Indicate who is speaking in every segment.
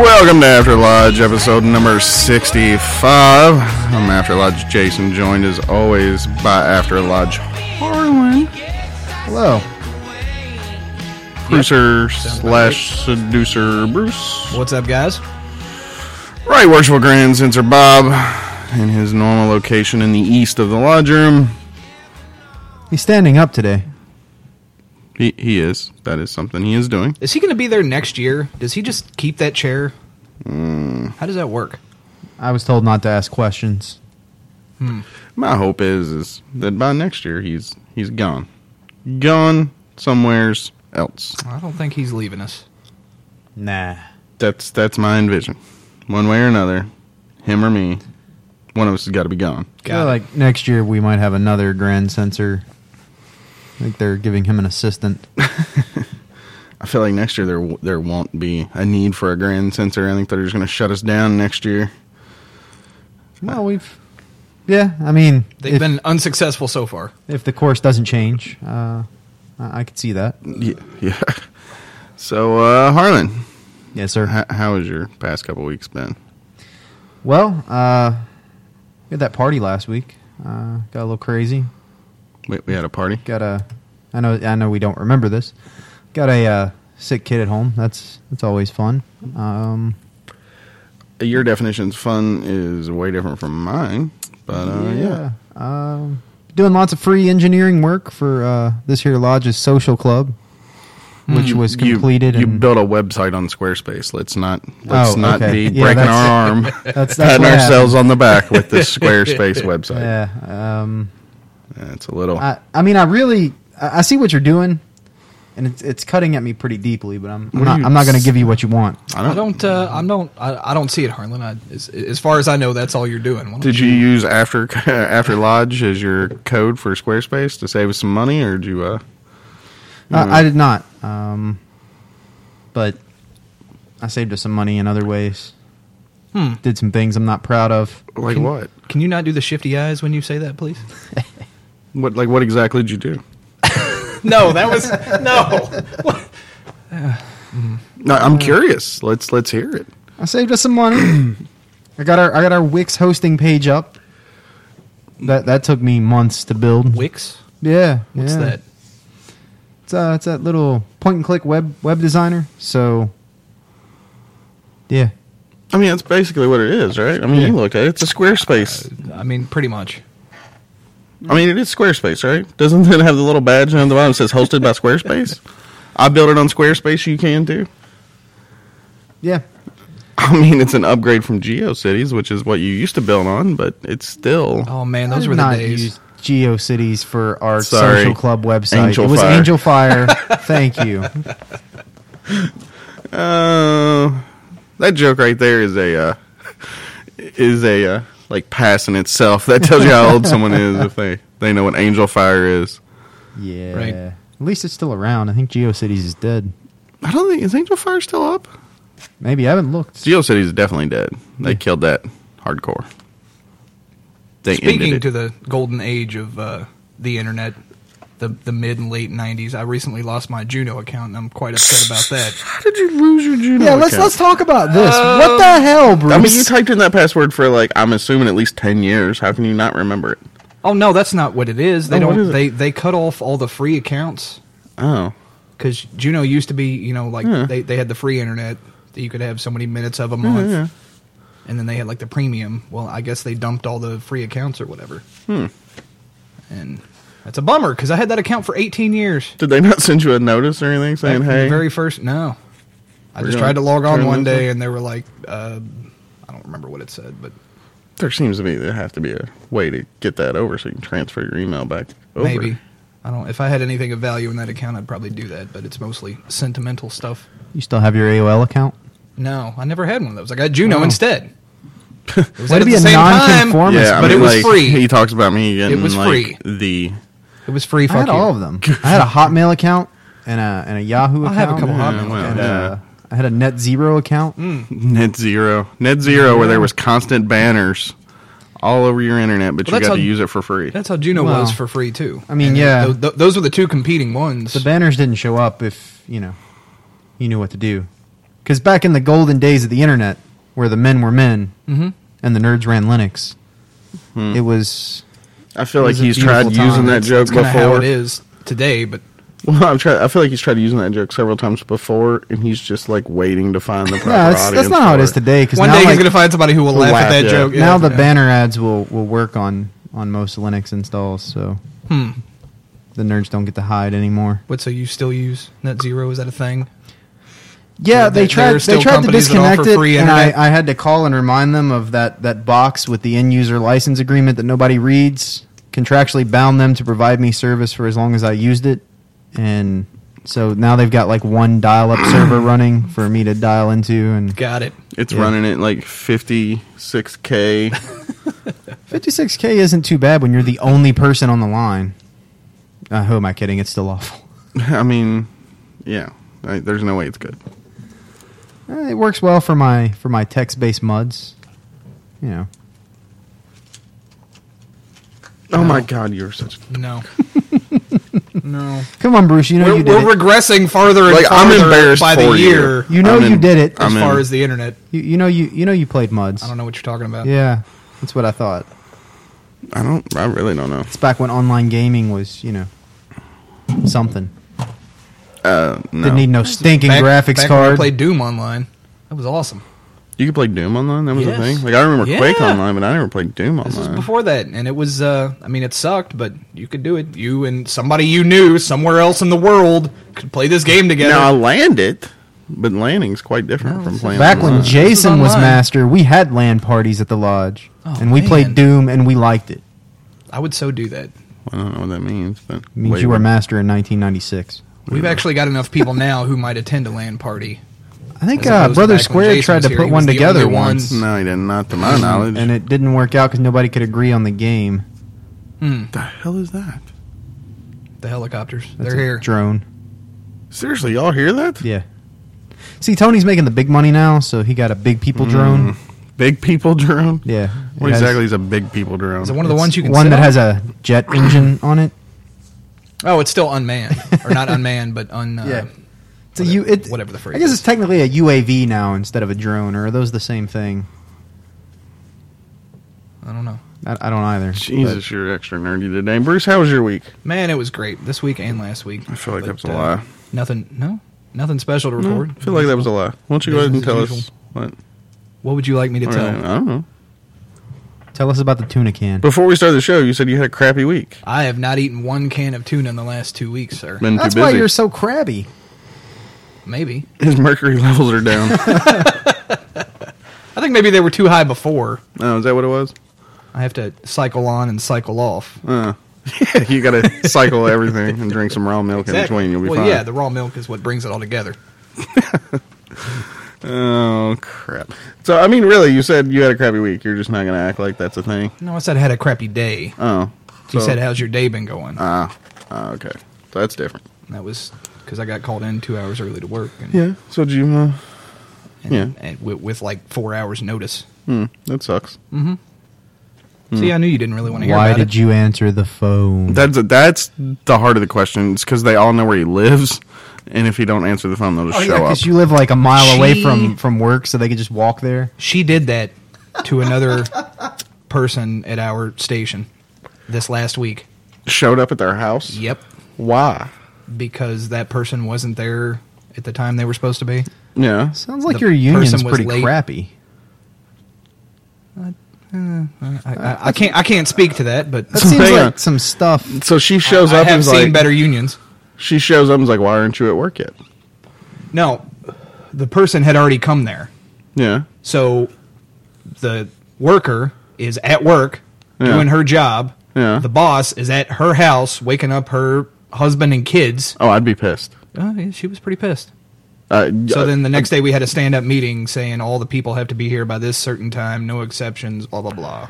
Speaker 1: Welcome to After Lodge, episode number 65. I'm After Lodge Jason, joined as always by After Lodge Harlan. Hello. Producer slash seducer Bruce.
Speaker 2: What's up, guys?
Speaker 1: Right Worshipful Grand Censor Bob in his normal location in the east of the lodge room.
Speaker 3: He's standing up today.
Speaker 1: He, he is. That is something he is doing.
Speaker 2: Is he going to be there next year? Does he just keep that chair? How does that work?
Speaker 3: I was told not to ask questions.
Speaker 1: My hope is is that by next year he's he's gone. Gone somewheres else.
Speaker 2: I don't think he's leaving us.
Speaker 3: Nah.
Speaker 1: That's that's my envision. One way or another, him or me, one of us has got to be gone.
Speaker 2: Got
Speaker 3: Feel
Speaker 2: it.
Speaker 3: like next year we might have another grand censor. I think they're giving him an assistant.
Speaker 1: I feel like next year there w- there won't be a need for a grand censor. I think they're just going to shut us down next year.
Speaker 3: well, we've. Yeah, I mean,
Speaker 2: They've
Speaker 3: if,
Speaker 2: been unsuccessful so far.
Speaker 3: if the course doesn't change, uh, I I could see that.
Speaker 1: Yeah. yeah. So uh, Harlan,
Speaker 3: Yes, sir.
Speaker 1: h- how has your past couple weeks been?
Speaker 3: Well, uh, we had that party last week. Uh, got a little crazy.
Speaker 1: We, we had a party.
Speaker 3: Got a. I know. I know we don't remember this. Got a uh, sick kid at home. That's that's always fun. Um,
Speaker 1: Uh, Your definition's fun is way different from mine, but uh, yeah.
Speaker 3: Um, doing lots of free engineering work for uh, this here lodge's social club, which was
Speaker 1: Hmm, You-
Speaker 3: completed.
Speaker 1: You,
Speaker 3: and
Speaker 1: built a website on Squarespace. Let's not let's
Speaker 3: Oh,
Speaker 1: not
Speaker 3: okay.
Speaker 1: be
Speaker 3: Yeah,
Speaker 1: breaking
Speaker 3: that's-
Speaker 1: our arm,
Speaker 3: that's, that's
Speaker 1: patting
Speaker 3: what
Speaker 1: ourselves on the back with this Squarespace website.
Speaker 3: happened. Yeah. Um,
Speaker 1: That's a little.
Speaker 3: I, I mean, I really, I, I see what you're doing, and it's it's cutting at me pretty deeply. But I'm, I'm
Speaker 1: What are
Speaker 3: not,
Speaker 1: you-
Speaker 3: I'm not going to give you what you want.
Speaker 1: I
Speaker 2: I
Speaker 1: don't.
Speaker 2: don't. Uh, I don't. I, I don't see it, Harlan. I, as, as far as I know, that's all you're doing. Why don't
Speaker 1: Did you use after after Lodge as your code for Squarespace to save us some money, or did you? Uh,
Speaker 3: I, I did not. Um, but I saved us some money in other ways.
Speaker 2: Hmm.
Speaker 3: Did some things I'm not proud of.
Speaker 1: like
Speaker 2: Can-
Speaker 1: what?
Speaker 2: Can you not do the shifty eyes when you say that, please?
Speaker 1: What like what exactly did you do?
Speaker 2: no, that was no.
Speaker 1: No, I'm curious. Let's let's hear it.
Speaker 3: I saved us some money. I got our I got our Wix hosting page up. That that took me months to build.
Speaker 2: Wix.
Speaker 3: Yeah,
Speaker 2: What's
Speaker 3: yeah.
Speaker 2: that?
Speaker 3: It's, uh, it's that little point and click web web designer. So, yeah,
Speaker 1: I mean, that's basically what it is, right? I mean, you looked at it. It's a Squarespace.
Speaker 2: I mean, pretty much.
Speaker 1: I mean, it is Squarespace, right? Doesn't it have the little badge on the bottom that says hosted by Squarespace? I built it on Squarespace. You can too.
Speaker 3: yeah.
Speaker 1: I mean, it's an upgrade from GeoCities, which is what you used to build on, but it's still.
Speaker 2: Oh man, those
Speaker 3: I
Speaker 2: were
Speaker 3: did
Speaker 2: the
Speaker 3: not
Speaker 2: days.
Speaker 3: use GeoCities for our
Speaker 1: Sorry.
Speaker 3: social club website.
Speaker 1: Angel
Speaker 3: it was
Speaker 1: Fire.
Speaker 3: Angel Fire. Thank you.
Speaker 1: Uh, that joke right there is a uh, is a uh, like pass in itself. That tells you how old someone is if they they know what Angel Fire is.
Speaker 3: Yeah.
Speaker 2: Right.
Speaker 3: At least it's still around. I think GeoCities is dead.
Speaker 1: I don't think is Angel Fire still up.
Speaker 3: Maybe I haven't looked.
Speaker 1: GeoCities is definitely dead. They killed that hardcore. They ended
Speaker 2: Speaking
Speaker 1: it.
Speaker 2: to the golden age of uh, the internet, the the mid and late '90s, I recently lost my Juno account, and I'm quite upset about that.
Speaker 1: How did you lose your Juno?
Speaker 3: Yeah, let's
Speaker 1: account?
Speaker 3: let's talk about this. what the hell, Bruce?
Speaker 1: I mean, you typed in that password for like I'm assuming at least ten years. How can you not remember it?
Speaker 2: Oh no, that's not what it is. They
Speaker 1: Oh, what
Speaker 2: don't.
Speaker 1: is it?
Speaker 2: They they cut off all the free accounts
Speaker 1: Oh,
Speaker 2: because Juno used to be, you know, like they they had the free internet that you could have so many minutes of a month, and then they had like the premium. Well, I guess they dumped all the free accounts or whatever.
Speaker 1: Hmm.
Speaker 2: And that's a bummer because I had that account for 18 years.
Speaker 1: did they not send you a notice or anything saying,
Speaker 2: Like,
Speaker 1: "Hey,
Speaker 2: the very first no i
Speaker 1: We're
Speaker 2: just
Speaker 1: gonna
Speaker 2: tried to log on
Speaker 1: turn
Speaker 2: one
Speaker 1: this
Speaker 2: day
Speaker 1: off.
Speaker 2: and they were like uh, i don't remember what it said but
Speaker 1: there seems to be there have to be a way to get that over so you can transfer your email back over."
Speaker 2: maybe i don't if i had anything of value in that account i'd probably do that but it's mostly sentimental stuff
Speaker 3: You still have your AOL account?
Speaker 2: no i never had one of those i got juno instead it was
Speaker 3: Way
Speaker 2: at
Speaker 3: to be
Speaker 2: the
Speaker 3: a
Speaker 2: same time
Speaker 3: nonconformist.
Speaker 1: Yeah, I
Speaker 2: But it
Speaker 1: mean,
Speaker 2: was
Speaker 1: like,
Speaker 2: free.
Speaker 1: He talks about me getting
Speaker 2: It was
Speaker 1: like
Speaker 2: free.
Speaker 1: the
Speaker 2: it was free
Speaker 3: I
Speaker 2: fuck
Speaker 3: had
Speaker 2: you.
Speaker 3: all of them. I had a Hotmail account and a and a Yahoo
Speaker 2: I
Speaker 3: account.
Speaker 2: have a couple
Speaker 3: and,
Speaker 2: Hotmail
Speaker 1: Yeah, well,
Speaker 3: and,
Speaker 1: yeah.
Speaker 3: uh, I had a Net Zero account.
Speaker 1: net zero, net zero, where there was constant banners all over your internet, but
Speaker 2: Well,
Speaker 1: you
Speaker 2: that's
Speaker 1: got to
Speaker 2: how-
Speaker 1: use it for free.
Speaker 2: that's how juno
Speaker 3: Wow.
Speaker 2: was for free too
Speaker 3: I mean,
Speaker 2: And
Speaker 3: yeah.
Speaker 2: tho- tho- those were the two competing ones
Speaker 3: The banners didn't show up if you know you knew what to do. Because back in the golden days of the internet, where the men were men and the nerds ran Linux, it was
Speaker 1: I feel like
Speaker 3: was a
Speaker 1: he's tried
Speaker 3: beautiful time.
Speaker 1: using that
Speaker 3: It's-
Speaker 1: joke
Speaker 2: that's kind of how
Speaker 1: before.
Speaker 2: it is today but
Speaker 1: Well, I've tried. I feel like he's tried using that joke several times before, and he's just like waiting to find the proper
Speaker 3: yeah. That's,
Speaker 1: audience.
Speaker 3: that's not how it
Speaker 1: for
Speaker 3: is today. Because
Speaker 2: one
Speaker 3: now,
Speaker 2: day he's
Speaker 3: like,
Speaker 2: gonna find somebody who will laugh
Speaker 1: laugh,
Speaker 2: at that
Speaker 1: yeah.
Speaker 2: joke
Speaker 3: now the
Speaker 2: Yeah.
Speaker 3: banner ads will will work on on most Linux installs. So the nerds don't get to hide anymore.
Speaker 2: What? So you still use Net Zero? Is that a thing?
Speaker 3: Yeah,
Speaker 2: There- there- there
Speaker 3: they tried.
Speaker 2: are
Speaker 3: They
Speaker 2: still
Speaker 3: tried to
Speaker 2: companies that offer
Speaker 3: disconnect it,
Speaker 2: free
Speaker 3: and I,
Speaker 2: internet.
Speaker 3: I had to call and remind them of that that box with the end user license agreement that nobody reads. Contractually bound them to provide me service for as long as I used it, and so now they've got like one dial up server running for me to dial into, and
Speaker 2: Got it.
Speaker 1: It's
Speaker 3: Yeah.
Speaker 1: running at like 56k.
Speaker 3: 56k isn't too bad when you're the only person on the line. Uh, who am I kidding? It's still awful.
Speaker 1: I mean, yeah, I, there's no way it's good.
Speaker 3: Eh, It works well for my for my text based muds, you know.
Speaker 1: Oh my god, you're such.
Speaker 2: No. no.
Speaker 3: Come on, Bruce. You know
Speaker 2: We're,
Speaker 3: you did
Speaker 2: we're
Speaker 3: it.
Speaker 2: regressing farther and
Speaker 1: Like, I'm
Speaker 2: farther
Speaker 1: embarrassed
Speaker 2: by the
Speaker 1: for you.
Speaker 2: year
Speaker 3: you know
Speaker 1: I'm
Speaker 3: you
Speaker 1: in-
Speaker 3: did it.
Speaker 1: I'm
Speaker 2: as
Speaker 1: in.
Speaker 2: far as the internet.
Speaker 3: You, you know you you know you played Muds.
Speaker 2: I don't know what you're talking about.
Speaker 3: Yeah, that's what I thought.
Speaker 1: I don't. I really don't know.
Speaker 3: It's back when online gaming was you know something.
Speaker 1: No.
Speaker 3: Didn't need no stinking
Speaker 2: Back-
Speaker 3: graphics
Speaker 2: back When I
Speaker 3: card.
Speaker 2: played Doom online. That was awesome.
Speaker 1: you could play Doom online. That was
Speaker 2: Yes.
Speaker 1: a thing. Like I remember
Speaker 2: Yeah.
Speaker 1: Quake online, but I never played Doom online.
Speaker 2: This was before that, and it was. Uh, I mean, it sucked, but you could do it. You and somebody you knew somewhere else in the world could play this game together.
Speaker 1: Now I land it, but landing's quite different
Speaker 2: No,
Speaker 1: from
Speaker 2: it's
Speaker 1: playing.
Speaker 3: back when
Speaker 1: online.
Speaker 3: Jason was
Speaker 2: online.
Speaker 3: master, we had LAN parties at the lodge,
Speaker 2: Oh,
Speaker 3: and we
Speaker 2: man.
Speaker 3: played Doom, and we liked it.
Speaker 2: I would so do that.
Speaker 1: I don't know what that means, but
Speaker 3: It means
Speaker 1: wait,
Speaker 3: you were
Speaker 1: wait.
Speaker 3: master in 1996.
Speaker 2: We've actually got enough people now who might attend a LAN party.
Speaker 3: I
Speaker 2: As
Speaker 3: think uh,
Speaker 2: opposed to
Speaker 3: Brother
Speaker 2: back when
Speaker 3: Square
Speaker 2: Jason
Speaker 3: tried
Speaker 2: was
Speaker 3: to
Speaker 2: here,
Speaker 3: put
Speaker 2: he
Speaker 3: one
Speaker 2: was the
Speaker 3: together
Speaker 2: only one.
Speaker 3: once,
Speaker 1: No, he didn't. Not to my
Speaker 2: Mm-hmm.
Speaker 1: knowledge.
Speaker 3: and it didn't work out because nobody could agree on the game.
Speaker 1: what the hell is that?
Speaker 2: Hmm, The helicopters.
Speaker 3: That's
Speaker 2: They're
Speaker 3: a
Speaker 2: here.
Speaker 3: Drone.
Speaker 1: Seriously, y'all hear that?
Speaker 3: Yeah. See, Tony's making the big money now, so he got a big people drone.
Speaker 1: Big people drone. What
Speaker 3: Yeah. It has-
Speaker 1: Mm-hmm. exactly is a big people drone?
Speaker 2: Is it one of the ones you can
Speaker 3: one
Speaker 2: sit
Speaker 3: that
Speaker 2: on?
Speaker 3: has a jet engine on it.
Speaker 2: Oh, it's still unmanned, or not unmanned, but un. Uh,
Speaker 3: Yeah. It's
Speaker 2: whatever,
Speaker 3: a U, it,
Speaker 2: whatever the phrase.
Speaker 3: I guess it's
Speaker 2: is.
Speaker 3: technically a UAV now instead of a drone, or are those the same thing?
Speaker 2: I don't know.
Speaker 3: I, I don't either.
Speaker 1: Jesus, you're extra nerdy today, Bruce. How was your week?
Speaker 2: Man, it was great this week and last week.
Speaker 1: I feel like that's a
Speaker 2: uh,
Speaker 1: lie.
Speaker 2: Nothing. No. Nothing special to report.
Speaker 1: I feel like that was a lie. Why don't you go ahead and
Speaker 2: Business
Speaker 1: tell
Speaker 2: as
Speaker 1: us what?
Speaker 2: What would you like me to
Speaker 1: All
Speaker 2: tell?
Speaker 1: right, I don't know.
Speaker 3: But tell us about the tuna can.
Speaker 1: Before we started the show, you said you had a crappy week.
Speaker 2: I have not eaten one can of tuna in the last two weeks, sir.
Speaker 1: Been
Speaker 3: That's
Speaker 1: too
Speaker 3: why
Speaker 1: busy.
Speaker 3: you're so crabby.
Speaker 2: Maybe.
Speaker 1: His mercury levels are down.
Speaker 2: I think maybe they were too high before.
Speaker 1: oh, is that what it was?
Speaker 2: I have to cycle on and cycle off.
Speaker 1: Uh, you got to cycle everything and drink some raw milk
Speaker 2: Exactly.
Speaker 1: in between. You'll be
Speaker 2: well,
Speaker 1: fine.
Speaker 2: yeah, the raw milk is what brings it all together.
Speaker 1: oh crap! So I mean, really, you said you had a crappy week. You're just not going to act like that's a thing.
Speaker 2: No, I said I had a crappy day.
Speaker 1: Oh,
Speaker 2: He
Speaker 1: so-
Speaker 2: said, "How's your day been going?"
Speaker 1: Ah, ah, okay. So that's different.
Speaker 2: that was because I got called in two hours early to work. And,
Speaker 1: Yeah. So did you? Uh,
Speaker 2: and,
Speaker 1: Yeah.
Speaker 2: and with, with like four hours notice.
Speaker 1: Hmm, that sucks. Hmm.
Speaker 2: See, I knew you didn't really want to hear
Speaker 3: Why
Speaker 2: about
Speaker 3: did
Speaker 2: it.
Speaker 3: you answer the phone?
Speaker 1: That's that's the heart of the question. It's because they all know where he lives, and if he don't answer the phone, they'll just
Speaker 3: oh,
Speaker 1: show up.
Speaker 3: yeah, because you live like a mile away
Speaker 2: She-
Speaker 3: from from work, so they could just walk there.
Speaker 2: she did that to another person at our station this last week.
Speaker 1: Showed up at their house.
Speaker 2: Yep,
Speaker 1: Why?
Speaker 2: because that person wasn't there at the time they were supposed to be.
Speaker 1: Yeah.
Speaker 3: Sounds like
Speaker 2: The
Speaker 3: your union's
Speaker 2: person was
Speaker 3: pretty
Speaker 2: late.
Speaker 3: crappy.
Speaker 2: I, I, I can't I can't speak to that, but
Speaker 3: That
Speaker 1: So
Speaker 3: seems
Speaker 1: hang
Speaker 3: like
Speaker 1: on.
Speaker 3: some stuff.
Speaker 1: So she uh, shows
Speaker 2: I, I
Speaker 1: up
Speaker 2: have
Speaker 1: and's
Speaker 2: seen
Speaker 1: like,
Speaker 2: better unions.
Speaker 1: she shows up and's like, why aren't you at work yet?
Speaker 2: No, the person had already come there,
Speaker 1: Yeah.
Speaker 2: so the worker is at work
Speaker 1: Yeah.
Speaker 2: doing her job.
Speaker 1: Yeah.
Speaker 2: The boss is at her house waking up her husband and kids.
Speaker 1: Oh, I'd be pissed.
Speaker 2: Uh, yeah, she was pretty pissed.
Speaker 1: Uh,
Speaker 2: So then the next day we had a stand up meeting saying all the people have to be here by this certain time, no exceptions, blah blah blah.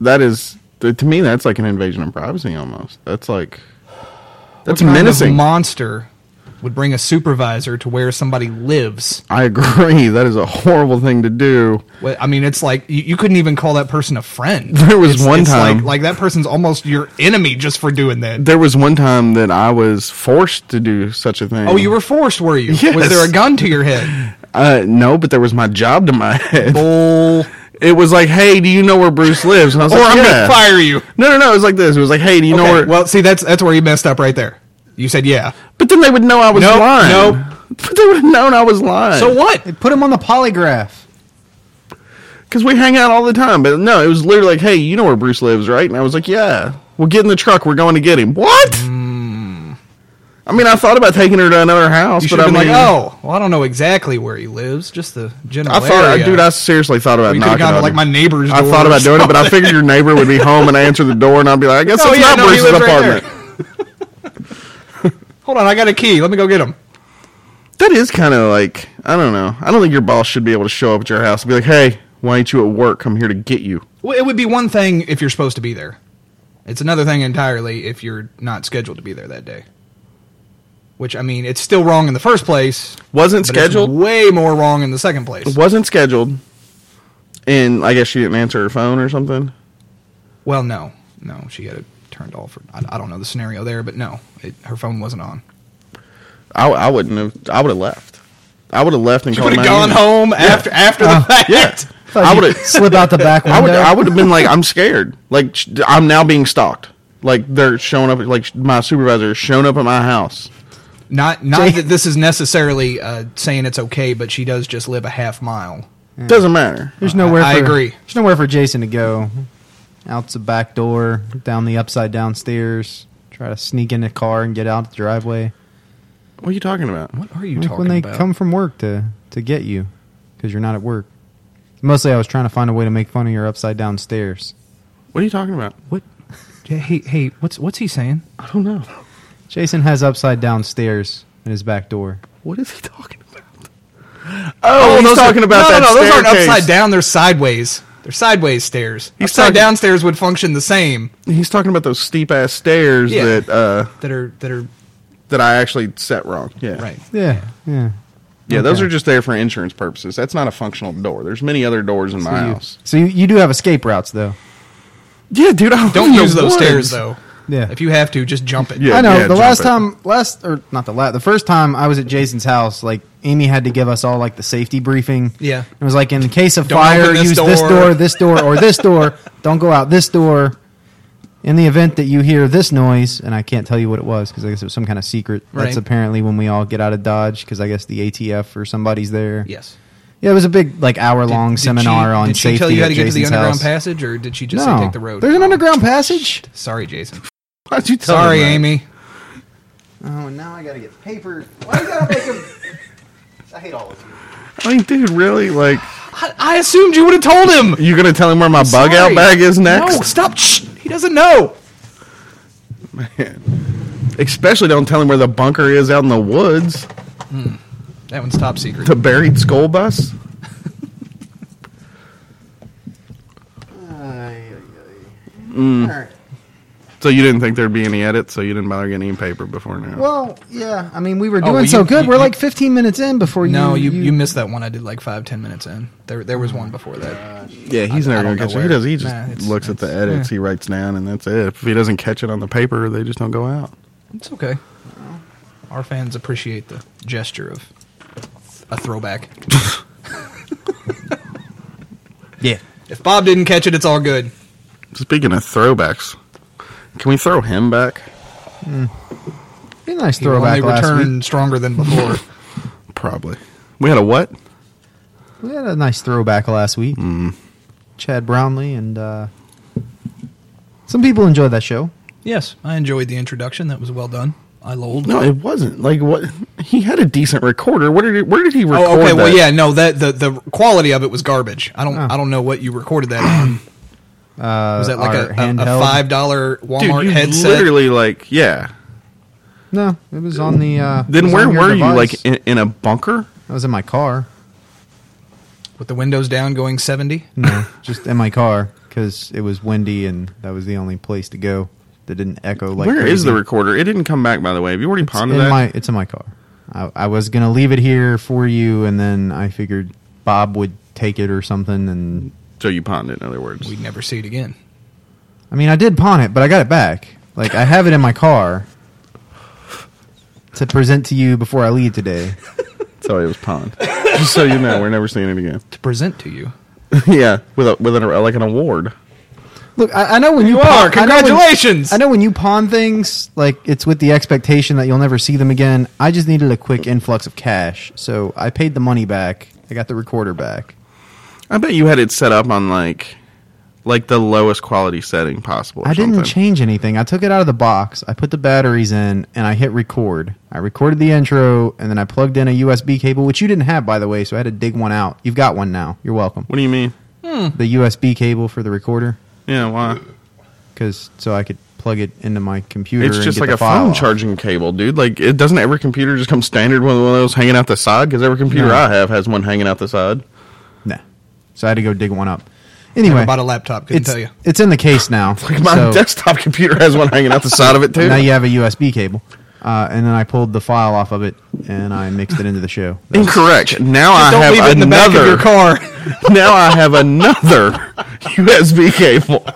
Speaker 1: that is to me that's like an invasion of privacy almost. That's like that's
Speaker 2: What kind of
Speaker 1: menacing.
Speaker 2: monster would bring a supervisor to where somebody lives.
Speaker 1: I agree. That is a horrible thing to do.
Speaker 2: Well, I mean, it's like you, you couldn't even call that person a friend.
Speaker 1: There was
Speaker 2: It's-
Speaker 1: one
Speaker 2: it's
Speaker 1: time-
Speaker 2: like, like that person's almost your enemy just for doing that.
Speaker 1: There was one time that I was forced to do such a thing.
Speaker 2: Oh, you were forced, were you?
Speaker 1: Yes.
Speaker 2: Was there a gun to your head?
Speaker 1: Uh, no, but there was my job to my head.
Speaker 2: Bull.
Speaker 1: It was like, hey, do you know where Bruce lives? And I was
Speaker 2: Or
Speaker 1: like,
Speaker 2: I'm
Speaker 1: yeah.
Speaker 2: gonna fire you.
Speaker 1: No, no, no. It was like this. It was like, hey, do you know
Speaker 2: Okay,
Speaker 1: where?
Speaker 2: well, see, that's that's where you messed up right there. You said yeah.
Speaker 1: but then they would know I was
Speaker 2: Nope,
Speaker 1: lying.
Speaker 2: nope.
Speaker 1: But they would have known I was lying.
Speaker 2: So what?
Speaker 3: They put him on the polygraph.
Speaker 1: because we hang out all the time. But no, it was literally like, hey, you know where Bruce lives, right? And I was like, yeah. We'll get in the truck. We're going to get him. What? I mean, I thought about taking her to another house,
Speaker 2: Hmm. You should
Speaker 1: but I
Speaker 2: have
Speaker 1: mean,
Speaker 2: been like, oh, well, I don't know exactly where he lives, just the general
Speaker 1: I thought,
Speaker 2: area.
Speaker 1: dude, I seriously thought about
Speaker 2: you could
Speaker 1: knocking
Speaker 2: have gone to
Speaker 1: on
Speaker 2: like
Speaker 1: him.
Speaker 2: my neighbor's.
Speaker 1: I
Speaker 2: door
Speaker 1: thought
Speaker 2: or
Speaker 1: about doing it, but I
Speaker 2: something.
Speaker 1: figured your neighbor would be home and I answer the door, and I'd be like, I guess
Speaker 2: Oh,
Speaker 1: it's
Speaker 2: yeah,
Speaker 1: not
Speaker 2: no, he
Speaker 1: Bruce's
Speaker 2: lives right there.
Speaker 1: apartment.
Speaker 2: Hold on, I got a key. Let me go get him.
Speaker 1: that is kind of like I don't know. I don't think your boss should be able to show up at your house and be like, "Hey, why ain't you at work? I'm here to get you."
Speaker 2: Well, it would be one thing if you're supposed to be there. It's another thing entirely if you're not scheduled to be there that day. Which I mean, it's still wrong in the first place.
Speaker 1: Wasn't
Speaker 2: but
Speaker 1: scheduled.
Speaker 2: It's way more wrong in the second place.
Speaker 1: wasn't scheduled, and I guess she didn't answer her phone or something.
Speaker 2: Well, no, no, she had it turned off. Or, I, I don't know the scenario there, but no, it, her phone wasn't on.
Speaker 1: I, I wouldn't have. I would have left. I would have left and
Speaker 2: She
Speaker 1: called
Speaker 2: would have
Speaker 1: my
Speaker 2: gone
Speaker 1: unit.
Speaker 2: home after after the fact.
Speaker 1: Yeah, I would have.
Speaker 3: slip out the back window.
Speaker 1: I would. I would have been like, I'm scared. Like sh- I'm now being stalked. Like they're showing up. Like sh- my supervisor is showing up at my house.
Speaker 2: Not not that this is necessarily uh, saying it's okay, but she does just live a half mile.
Speaker 1: Doesn't matter.
Speaker 3: there's nowhere. For,
Speaker 2: I agree.
Speaker 3: There's nowhere for Jason to go. Out the back door, down the upside down stairs. Try to sneak in a car and get out the driveway.
Speaker 1: What are you talking about?
Speaker 2: What are you
Speaker 3: Like
Speaker 2: talking
Speaker 3: when they
Speaker 2: about?
Speaker 3: come from work to to get you because you're not at work. Mostly, I was trying to find a way to make fun of your upside down stairs.
Speaker 1: What are you talking about?
Speaker 2: what? Hey, hey, what's what's he saying?
Speaker 1: I don't know.
Speaker 3: Jason has upside down stairs in his back door.
Speaker 1: What is he talking about? Oh, he's talking about
Speaker 2: no,
Speaker 1: that
Speaker 2: No, no, those aren't
Speaker 1: staircase.
Speaker 2: upside down. They're sideways. They're sideways stairs.
Speaker 1: He's
Speaker 2: upside
Speaker 1: talking-
Speaker 2: down stairs would function the same.
Speaker 1: He's talking about those steep ass stairs
Speaker 2: Yeah.
Speaker 1: that uh,
Speaker 2: That are that are
Speaker 1: that I actually set wrong. Yeah,
Speaker 2: right.
Speaker 3: Yeah, yeah.
Speaker 1: Yeah, those
Speaker 3: Okay.
Speaker 1: are just there for insurance purposes. That's not a functional door. There's many other doors in my
Speaker 3: So you-
Speaker 1: house.
Speaker 3: So you, you do have escape routes though.
Speaker 1: Yeah, dude, I
Speaker 2: Don't use those stairs though.
Speaker 3: Yeah.
Speaker 2: If you have to, just jump it.
Speaker 1: Yeah.
Speaker 3: I know. the
Speaker 1: jump
Speaker 3: last
Speaker 1: it.
Speaker 3: time, last or not the last, the first time I was at Jason's house, like Amy had to give us all like the safety briefing.
Speaker 2: Yeah.
Speaker 3: it was like in case of
Speaker 2: Don't
Speaker 3: fire,
Speaker 2: open this
Speaker 3: use this
Speaker 2: door.
Speaker 3: door, this door, or this door. Don't go out this door. In the event that you hear this noise, and I can't tell you what it was because I guess it was some kind of secret.
Speaker 2: Right.
Speaker 3: That's apparently when we all get out of Dodge because I guess the ATF or somebody's there.
Speaker 2: Yes.
Speaker 3: Yeah, it was a big like hour long
Speaker 2: Did- did
Speaker 3: seminar
Speaker 2: she-
Speaker 3: on
Speaker 2: Did she
Speaker 3: safety.
Speaker 2: tell you how
Speaker 3: at
Speaker 2: to get to the
Speaker 3: Jason's
Speaker 2: underground
Speaker 3: house.
Speaker 2: passage, or did she just
Speaker 3: no,
Speaker 2: say take the road? Oh.
Speaker 3: There's an underground passage.
Speaker 2: Sorry, Jason.
Speaker 1: Why'd you tell him
Speaker 2: Sorry,
Speaker 1: that?
Speaker 2: Amy.
Speaker 3: Oh, and now I gotta get paper. Why you gotta make him? I hate all of you.
Speaker 1: I mean, dude, really? Like,
Speaker 2: I, I assumed you would have told him.
Speaker 1: you gonna tell him where my bug out
Speaker 2: Sorry.
Speaker 1: bag is
Speaker 2: No,
Speaker 1: next?
Speaker 2: stop. Shh. He doesn't know.
Speaker 1: Especially don't tell him where the bunker is out in the woods.
Speaker 2: That one's top secret.
Speaker 1: The buried skull bus. Mm.
Speaker 3: Ay, ay, ay. All right.
Speaker 1: So you didn't think there'd be any edits, so you didn't bother getting any paper before now.
Speaker 3: Well, yeah. I mean, we were
Speaker 2: Oh,
Speaker 3: doing
Speaker 2: well,
Speaker 3: so
Speaker 2: you-
Speaker 3: good.
Speaker 2: you-
Speaker 3: we're
Speaker 2: you-
Speaker 3: like 15 minutes in before you.
Speaker 2: No, you, you missed that one. I did like five ten minutes in. There there was
Speaker 3: Oh
Speaker 2: one before that.
Speaker 1: yeah, he's
Speaker 2: I-
Speaker 1: never gonna
Speaker 2: I don't know
Speaker 1: catch it. He
Speaker 2: where.
Speaker 1: does. He just
Speaker 2: Nah, it's-
Speaker 1: looks at the edits. He writes down, and that's it. If he doesn't catch it on the paper, they just don't go out.
Speaker 2: It's okay. Our fans appreciate the gesture of a throwback.
Speaker 3: Yeah.
Speaker 2: If Bob didn't catch it, it's all good.
Speaker 1: Speaking of throwbacks, can we throw him back?
Speaker 3: Be a nice
Speaker 2: He will
Speaker 3: throwback
Speaker 2: only
Speaker 3: last
Speaker 2: return
Speaker 3: week.
Speaker 2: stronger than before.
Speaker 1: Probably. We had a what?
Speaker 3: We had a nice throwback last week.
Speaker 1: Mm.
Speaker 3: Chad Brownlee and uh, some people enjoyed that show.
Speaker 2: yes, I enjoyed the introduction. That was well done. I lolled.
Speaker 1: No, it wasn't. Like what? He had a decent recorder. Where did he, where did he record?
Speaker 2: oh, okay. Well,
Speaker 1: that?
Speaker 2: yeah. No, that the the quality of it was garbage. I don't
Speaker 3: Oh.
Speaker 2: I don't know what you recorded that on.
Speaker 3: Uh,
Speaker 2: Was that like
Speaker 3: our
Speaker 2: a, a,
Speaker 3: handheld-
Speaker 2: a five dollar Walmart
Speaker 1: Dude, you
Speaker 2: headset?
Speaker 1: literally like yeah.
Speaker 3: No, it was on the. Uh, it
Speaker 1: Then
Speaker 3: was
Speaker 1: where
Speaker 3: on your
Speaker 1: were you? Like
Speaker 3: device.
Speaker 1: in, in a bunker?
Speaker 3: I was in my car.
Speaker 2: with the windows down, going seventy.
Speaker 3: No, just in my car because it was windy and that was the only place to go that didn't echo. Like
Speaker 1: Where is
Speaker 3: crazy.
Speaker 1: the recorder? It didn't come back, by the way. Have you already
Speaker 3: It's in
Speaker 1: pondered that?
Speaker 3: my. It's in my car. I, I was gonna leave it here for you, and then I figured Bob would take it or something. And
Speaker 1: so you pondered, in other words.
Speaker 2: We'd never see it again.
Speaker 3: I mean, I did pawn it, but I got it back. Like I have it in my car to present to you before I leave today.
Speaker 1: so it was pond. Just so you know, we're never seeing it again.
Speaker 2: To present to you.
Speaker 1: yeah, with a, with an, like an award.
Speaker 3: Look, I, I know when you,
Speaker 2: You
Speaker 3: pawn,
Speaker 2: are.
Speaker 3: I know when-
Speaker 2: Congratulations.
Speaker 3: I know, when, you pawn things, like it's with the expectation that you'll never see them again. I just needed a quick influx of cash, so I paid the money back. I got the recorder back.
Speaker 1: I bet you had it set up on like like the lowest quality setting possible. or
Speaker 3: I didn't
Speaker 1: something.
Speaker 3: change anything. I took it out of the box. I put the batteries in, and I hit record. I recorded the intro, and then I plugged in a USB cable, which you didn't have, by the way. So I had to dig one out. You've got one now. You're welcome.
Speaker 1: What do you mean? Hmm.
Speaker 3: The USB cable for the recorder,
Speaker 1: Yeah, why?
Speaker 3: because so I could plug it into my computer.
Speaker 1: It's
Speaker 3: and
Speaker 1: just
Speaker 3: get
Speaker 1: like
Speaker 3: the
Speaker 1: a
Speaker 3: file
Speaker 1: phone
Speaker 3: off.
Speaker 1: charging cable, dude. Like, it doesn't every computer just come standard with one of those hanging out the side? Because every computer
Speaker 3: No.
Speaker 1: I have has one hanging out the side.
Speaker 3: Nah. So I had to go dig one up. Anyway,
Speaker 2: Bought a laptop. Couldn't
Speaker 3: it's,
Speaker 2: tell you.
Speaker 3: it's in the case now.
Speaker 1: Like my
Speaker 3: so
Speaker 1: desktop computer has one hanging out the side of it too.
Speaker 3: now you have a USB cable. Uh, and then I pulled the file off of it and I mixed it into the show. That was-
Speaker 1: Incorrect. Now I
Speaker 2: Don't
Speaker 1: have
Speaker 2: leave it
Speaker 1: another.
Speaker 2: in the back of your car.
Speaker 1: now I have another USB cable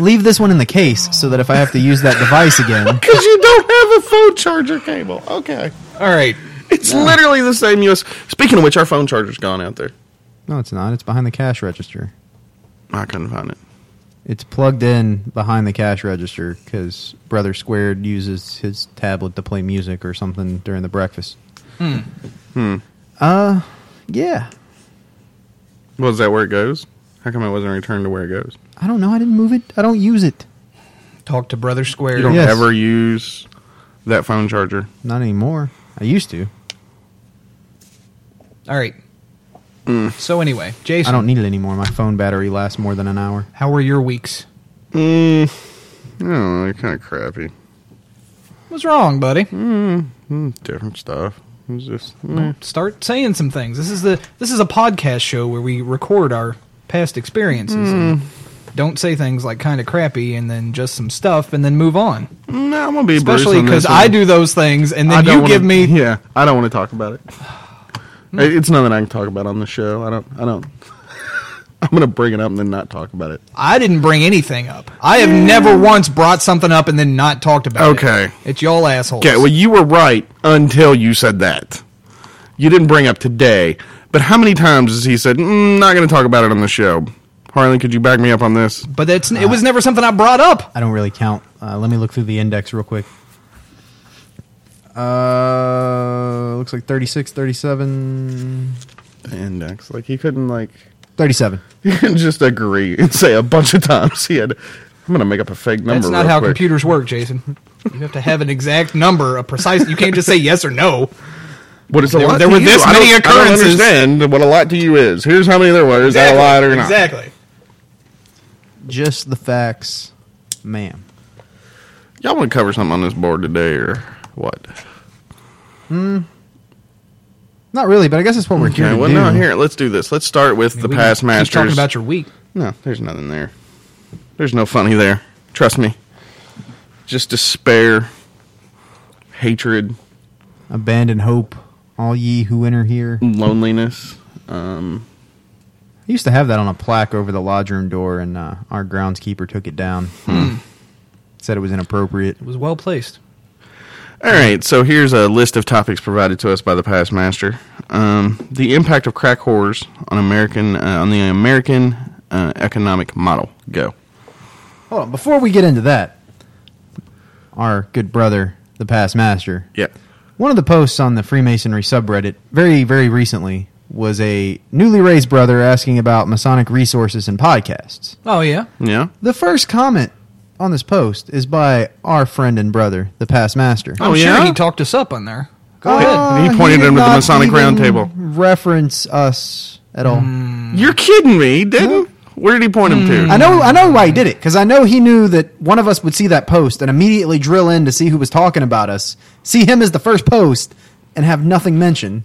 Speaker 3: leave this one in the case so that if I have to use that device again,
Speaker 1: because you don't have a phone charger cable. Okay,
Speaker 2: All right.
Speaker 1: it's literally the same US. Speaking of which, our phone charger's gone out there.
Speaker 3: no, it's not. It's behind the cash register.
Speaker 1: I couldn't find it.
Speaker 3: It's plugged in behind the cash register because Brother Squared uses his tablet to play music or something during the breakfast. Hmm. Uh, yeah.
Speaker 1: Well, is that where it goes? How come it wasn't returned to where it goes?
Speaker 3: I don't know. I didn't move it. I don't use it.
Speaker 2: Talk to Brother Square.
Speaker 1: You don't
Speaker 3: Yes.
Speaker 1: ever use that phone charger.
Speaker 3: Not anymore. I used to.
Speaker 2: All right.
Speaker 1: Mm.
Speaker 2: So anyway, Jason,
Speaker 3: I don't need it anymore. My phone battery lasts more than an hour.
Speaker 2: how were your weeks?
Speaker 1: Mm, I don't know. Kind of crappy.
Speaker 2: What's wrong, buddy?
Speaker 1: Mm, different stuff. It was just meh.
Speaker 2: Don't Start saying some things. This is the this is a podcast show where we record our past experiences. and
Speaker 1: Mm.
Speaker 2: Don't say things like kind of crappy and then just some stuff and then move on.
Speaker 1: no. I'm gonna be Bruce
Speaker 2: Especially
Speaker 1: on this
Speaker 2: because I
Speaker 1: one.
Speaker 2: do those things and then
Speaker 1: I
Speaker 2: you
Speaker 1: don't
Speaker 2: give me
Speaker 1: wanna- Yeah, I don't want to talk about it. It- it's nothing I can talk about on the show. I don't. I don't. I'm gonna bring it up and then not talk about it.
Speaker 2: I didn't bring anything up. I have never once brought something up and then not talked about it.
Speaker 1: Okay.
Speaker 2: It's y'all assholes.
Speaker 1: Okay. Well, you were right until you said that. You didn't bring up today. But how many times has he said, mm, "Not gonna talk about it on the show"? Harlan, could you back me up on this?
Speaker 2: but that's
Speaker 1: Ah.
Speaker 2: it was never something I brought up.
Speaker 3: I don't really count. Uh, let me look through the index real quick. Uh, looks like 36, 37.
Speaker 1: Index. Like he couldn't like
Speaker 3: 37.
Speaker 1: he couldn't just agree and say a bunch of times he had. I'm gonna make up a fake number.
Speaker 2: That's not
Speaker 1: real
Speaker 2: how
Speaker 1: quick.
Speaker 2: computers work, Jason. You have to have an exact number, a precise. You can't just say yes or no.
Speaker 1: What is a
Speaker 2: There-
Speaker 1: lot?
Speaker 2: there
Speaker 1: to
Speaker 2: were
Speaker 1: you?
Speaker 2: this
Speaker 1: I don't-
Speaker 2: many
Speaker 1: I
Speaker 2: occurrences.
Speaker 1: don't understand what a lot to you is. Here's how many there were. Is that a lot or not?
Speaker 2: Exactly.
Speaker 3: Just the facts, ma'am.
Speaker 1: Y'all want to cover something on this board today or what?
Speaker 3: Not really, but I guess that's what we're here
Speaker 1: Okay,
Speaker 3: to
Speaker 1: well,
Speaker 3: do.
Speaker 1: no, here, let's do this. Let's start with the past
Speaker 2: keep
Speaker 1: masters.
Speaker 2: talking about your week.
Speaker 1: no, there's nothing there. There's no funny there. Trust me. Just despair, hatred,
Speaker 3: Abandon hope, all ye who enter here.
Speaker 1: loneliness. Um,
Speaker 3: I used to have that on a plaque over the lodge room door, and uh, our groundskeeper took it down.
Speaker 1: Hmm.
Speaker 3: Said it was inappropriate.
Speaker 2: It was well placed.
Speaker 1: All right, so here's a list of topics provided to us by the past master. Um, the impact of crack whores on American uh, on the American uh, economic model. Go.
Speaker 3: Hold on, before we get into that, our good brother, the past master,
Speaker 1: Yeah.
Speaker 3: One of the posts on the Freemasonry subreddit, very, very recently, was a newly raised brother asking about Masonic resources and podcasts.
Speaker 2: Oh yeah,
Speaker 1: Yeah.
Speaker 3: The first comment on this post is by our friend and brother, the past master.
Speaker 1: Oh,
Speaker 2: I'm
Speaker 1: yeah? Oh.
Speaker 2: Sure he talked us up on there. Go
Speaker 3: Uh,
Speaker 1: He pointed
Speaker 3: did
Speaker 1: him to the
Speaker 3: not
Speaker 1: Masonic
Speaker 3: even
Speaker 1: Round Table.
Speaker 3: Reference us at all.
Speaker 1: You're kidding me, he didn't? Where did he point him
Speaker 2: Mm.
Speaker 1: to?
Speaker 3: I know, I know why he did it because I know he knew that one of us would see that post and immediately drill in to see who was talking about us, see him as the first post, and have nothing mentioned.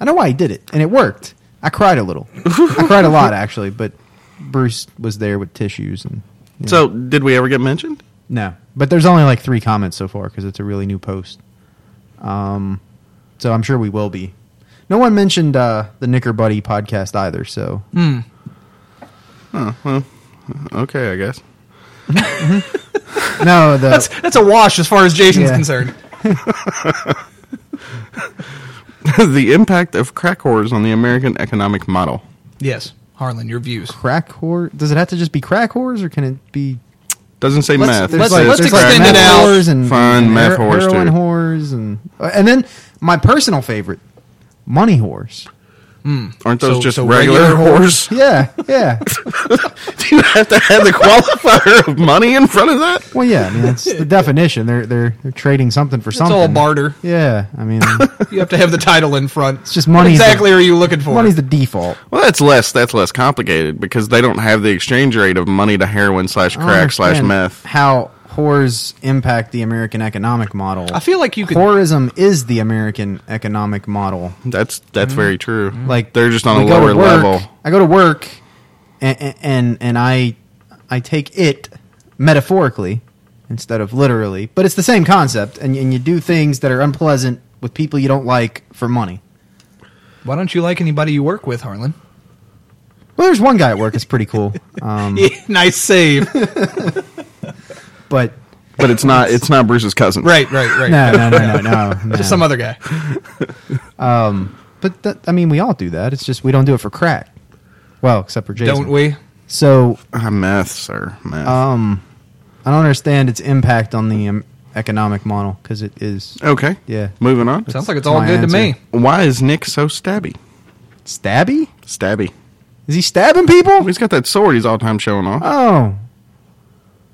Speaker 3: I know why he did it, and it worked. I cried a little. I cried a lot actually, but Bruce was there with tissues and you know.
Speaker 1: So, did we ever get mentioned?
Speaker 3: no. But there's only like three comments so far because it's a really new post. Um, so I'm sure we will be. No one mentioned uh, the Knicker Buddy podcast either, so
Speaker 1: Okay, I guess.
Speaker 3: no. The,
Speaker 2: That's that's a wash as far as Jason's
Speaker 3: Yeah.
Speaker 2: concerned.
Speaker 1: the impact of crack whores on the American economic model.
Speaker 2: Yes, Harlan, your views.
Speaker 3: crack whore? Does it have to just be crack whores, or can it be?
Speaker 1: Doesn't say
Speaker 2: Let's-
Speaker 1: math.
Speaker 2: let's-
Speaker 1: it says
Speaker 2: let's
Speaker 1: crack
Speaker 2: extend it
Speaker 1: whores.
Speaker 2: out.
Speaker 3: whores and
Speaker 1: Fine,
Speaker 3: and
Speaker 1: meth
Speaker 3: hero-
Speaker 1: whores,
Speaker 3: heroin
Speaker 1: too.
Speaker 3: whores, and and then my personal favorite, money whores.
Speaker 1: Aren't those
Speaker 2: So-
Speaker 1: just
Speaker 2: so
Speaker 1: regular,
Speaker 2: regular
Speaker 1: whores?
Speaker 3: Yeah, yeah.
Speaker 1: Do you have to have the qualifier of money in front of that?
Speaker 3: well, yeah. I mean, that's the definition. They're they're they're trading something for
Speaker 2: It's
Speaker 3: something.
Speaker 2: all barter.
Speaker 3: Yeah, I mean,
Speaker 2: You have to have the title in front. It's
Speaker 3: just money is the-
Speaker 2: Exactly, are you looking for?
Speaker 3: money's the default.
Speaker 1: Well, that's less that's less complicated because they don't have the exchange rate of money to heroin slash
Speaker 3: I don't
Speaker 1: crack slash
Speaker 3: understand
Speaker 1: meth.
Speaker 3: How whores impact the American economic model?
Speaker 2: I feel like you could.
Speaker 3: Whorism is the American economic model.
Speaker 1: That's that's very true.
Speaker 3: like
Speaker 1: they're just on
Speaker 3: Mm-hmm. we
Speaker 1: a
Speaker 3: go to
Speaker 1: lower
Speaker 3: work-
Speaker 1: level.
Speaker 3: I go to work, and and and I I take it metaphorically instead of literally, but it's the same concept. And and you do things that are unpleasant with people you don't like for money.
Speaker 2: Why don't you like anybody you work with, Harlan?
Speaker 3: Well, there's one guy at work. It's pretty cool, um,
Speaker 2: nice save.
Speaker 3: but
Speaker 1: But it's not it's not Bruce's cousin.
Speaker 2: right, right, right.
Speaker 3: no, no, no, no, no. no.
Speaker 2: Just some other guy.
Speaker 3: but that, I mean, we all do that. It's just we don't do it for crack. Well, except for Jason.
Speaker 2: Don't we?
Speaker 3: So
Speaker 1: Ah, meth, sir. Meth.
Speaker 3: um, I don't understand its impact on the um, economic model because it is
Speaker 1: okay.
Speaker 3: yeah.
Speaker 1: Moving on.
Speaker 2: Sounds like it's
Speaker 3: That's
Speaker 2: all
Speaker 3: my
Speaker 2: good to me.
Speaker 3: answer.
Speaker 1: Why is Nick so stabby?
Speaker 3: stabby.
Speaker 1: Stabby.
Speaker 3: Is he stabbing people?
Speaker 1: He's got that sword he's all time showing off.
Speaker 3: Oh,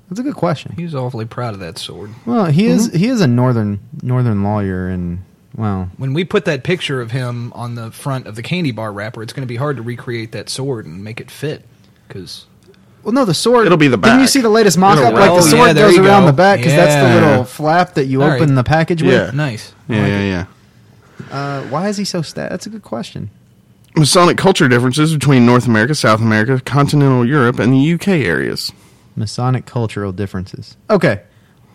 Speaker 3: that's a good question.
Speaker 2: He's awfully proud of that sword.
Speaker 3: Well, he is
Speaker 2: Mm-hmm.
Speaker 3: he is a northern northern lawyer, and well,
Speaker 2: When we put that picture of him on the front of the candy bar wrapper, it's going to be hard to recreate that sword and make it fit. Because
Speaker 3: well, no, the sword.
Speaker 1: It'll be the
Speaker 3: Didn't you
Speaker 1: back.
Speaker 3: see the latest
Speaker 1: It'll
Speaker 3: mock-up? Like the
Speaker 1: wrap. Oh,
Speaker 3: sword
Speaker 2: yeah, there
Speaker 3: goes
Speaker 2: you
Speaker 3: around
Speaker 2: go.
Speaker 3: the back because that's the
Speaker 2: Yeah.
Speaker 3: little flap that you
Speaker 2: All
Speaker 3: open
Speaker 2: right.
Speaker 3: the package
Speaker 1: Yeah.
Speaker 3: with.
Speaker 2: nice.
Speaker 1: yeah, yeah,
Speaker 3: Uh, why is he so stab? That's a good question.
Speaker 1: yeah. Masonic culture differences between North America, South America, continental Europe, and the UK areas.
Speaker 3: Masonic cultural differences. Okay,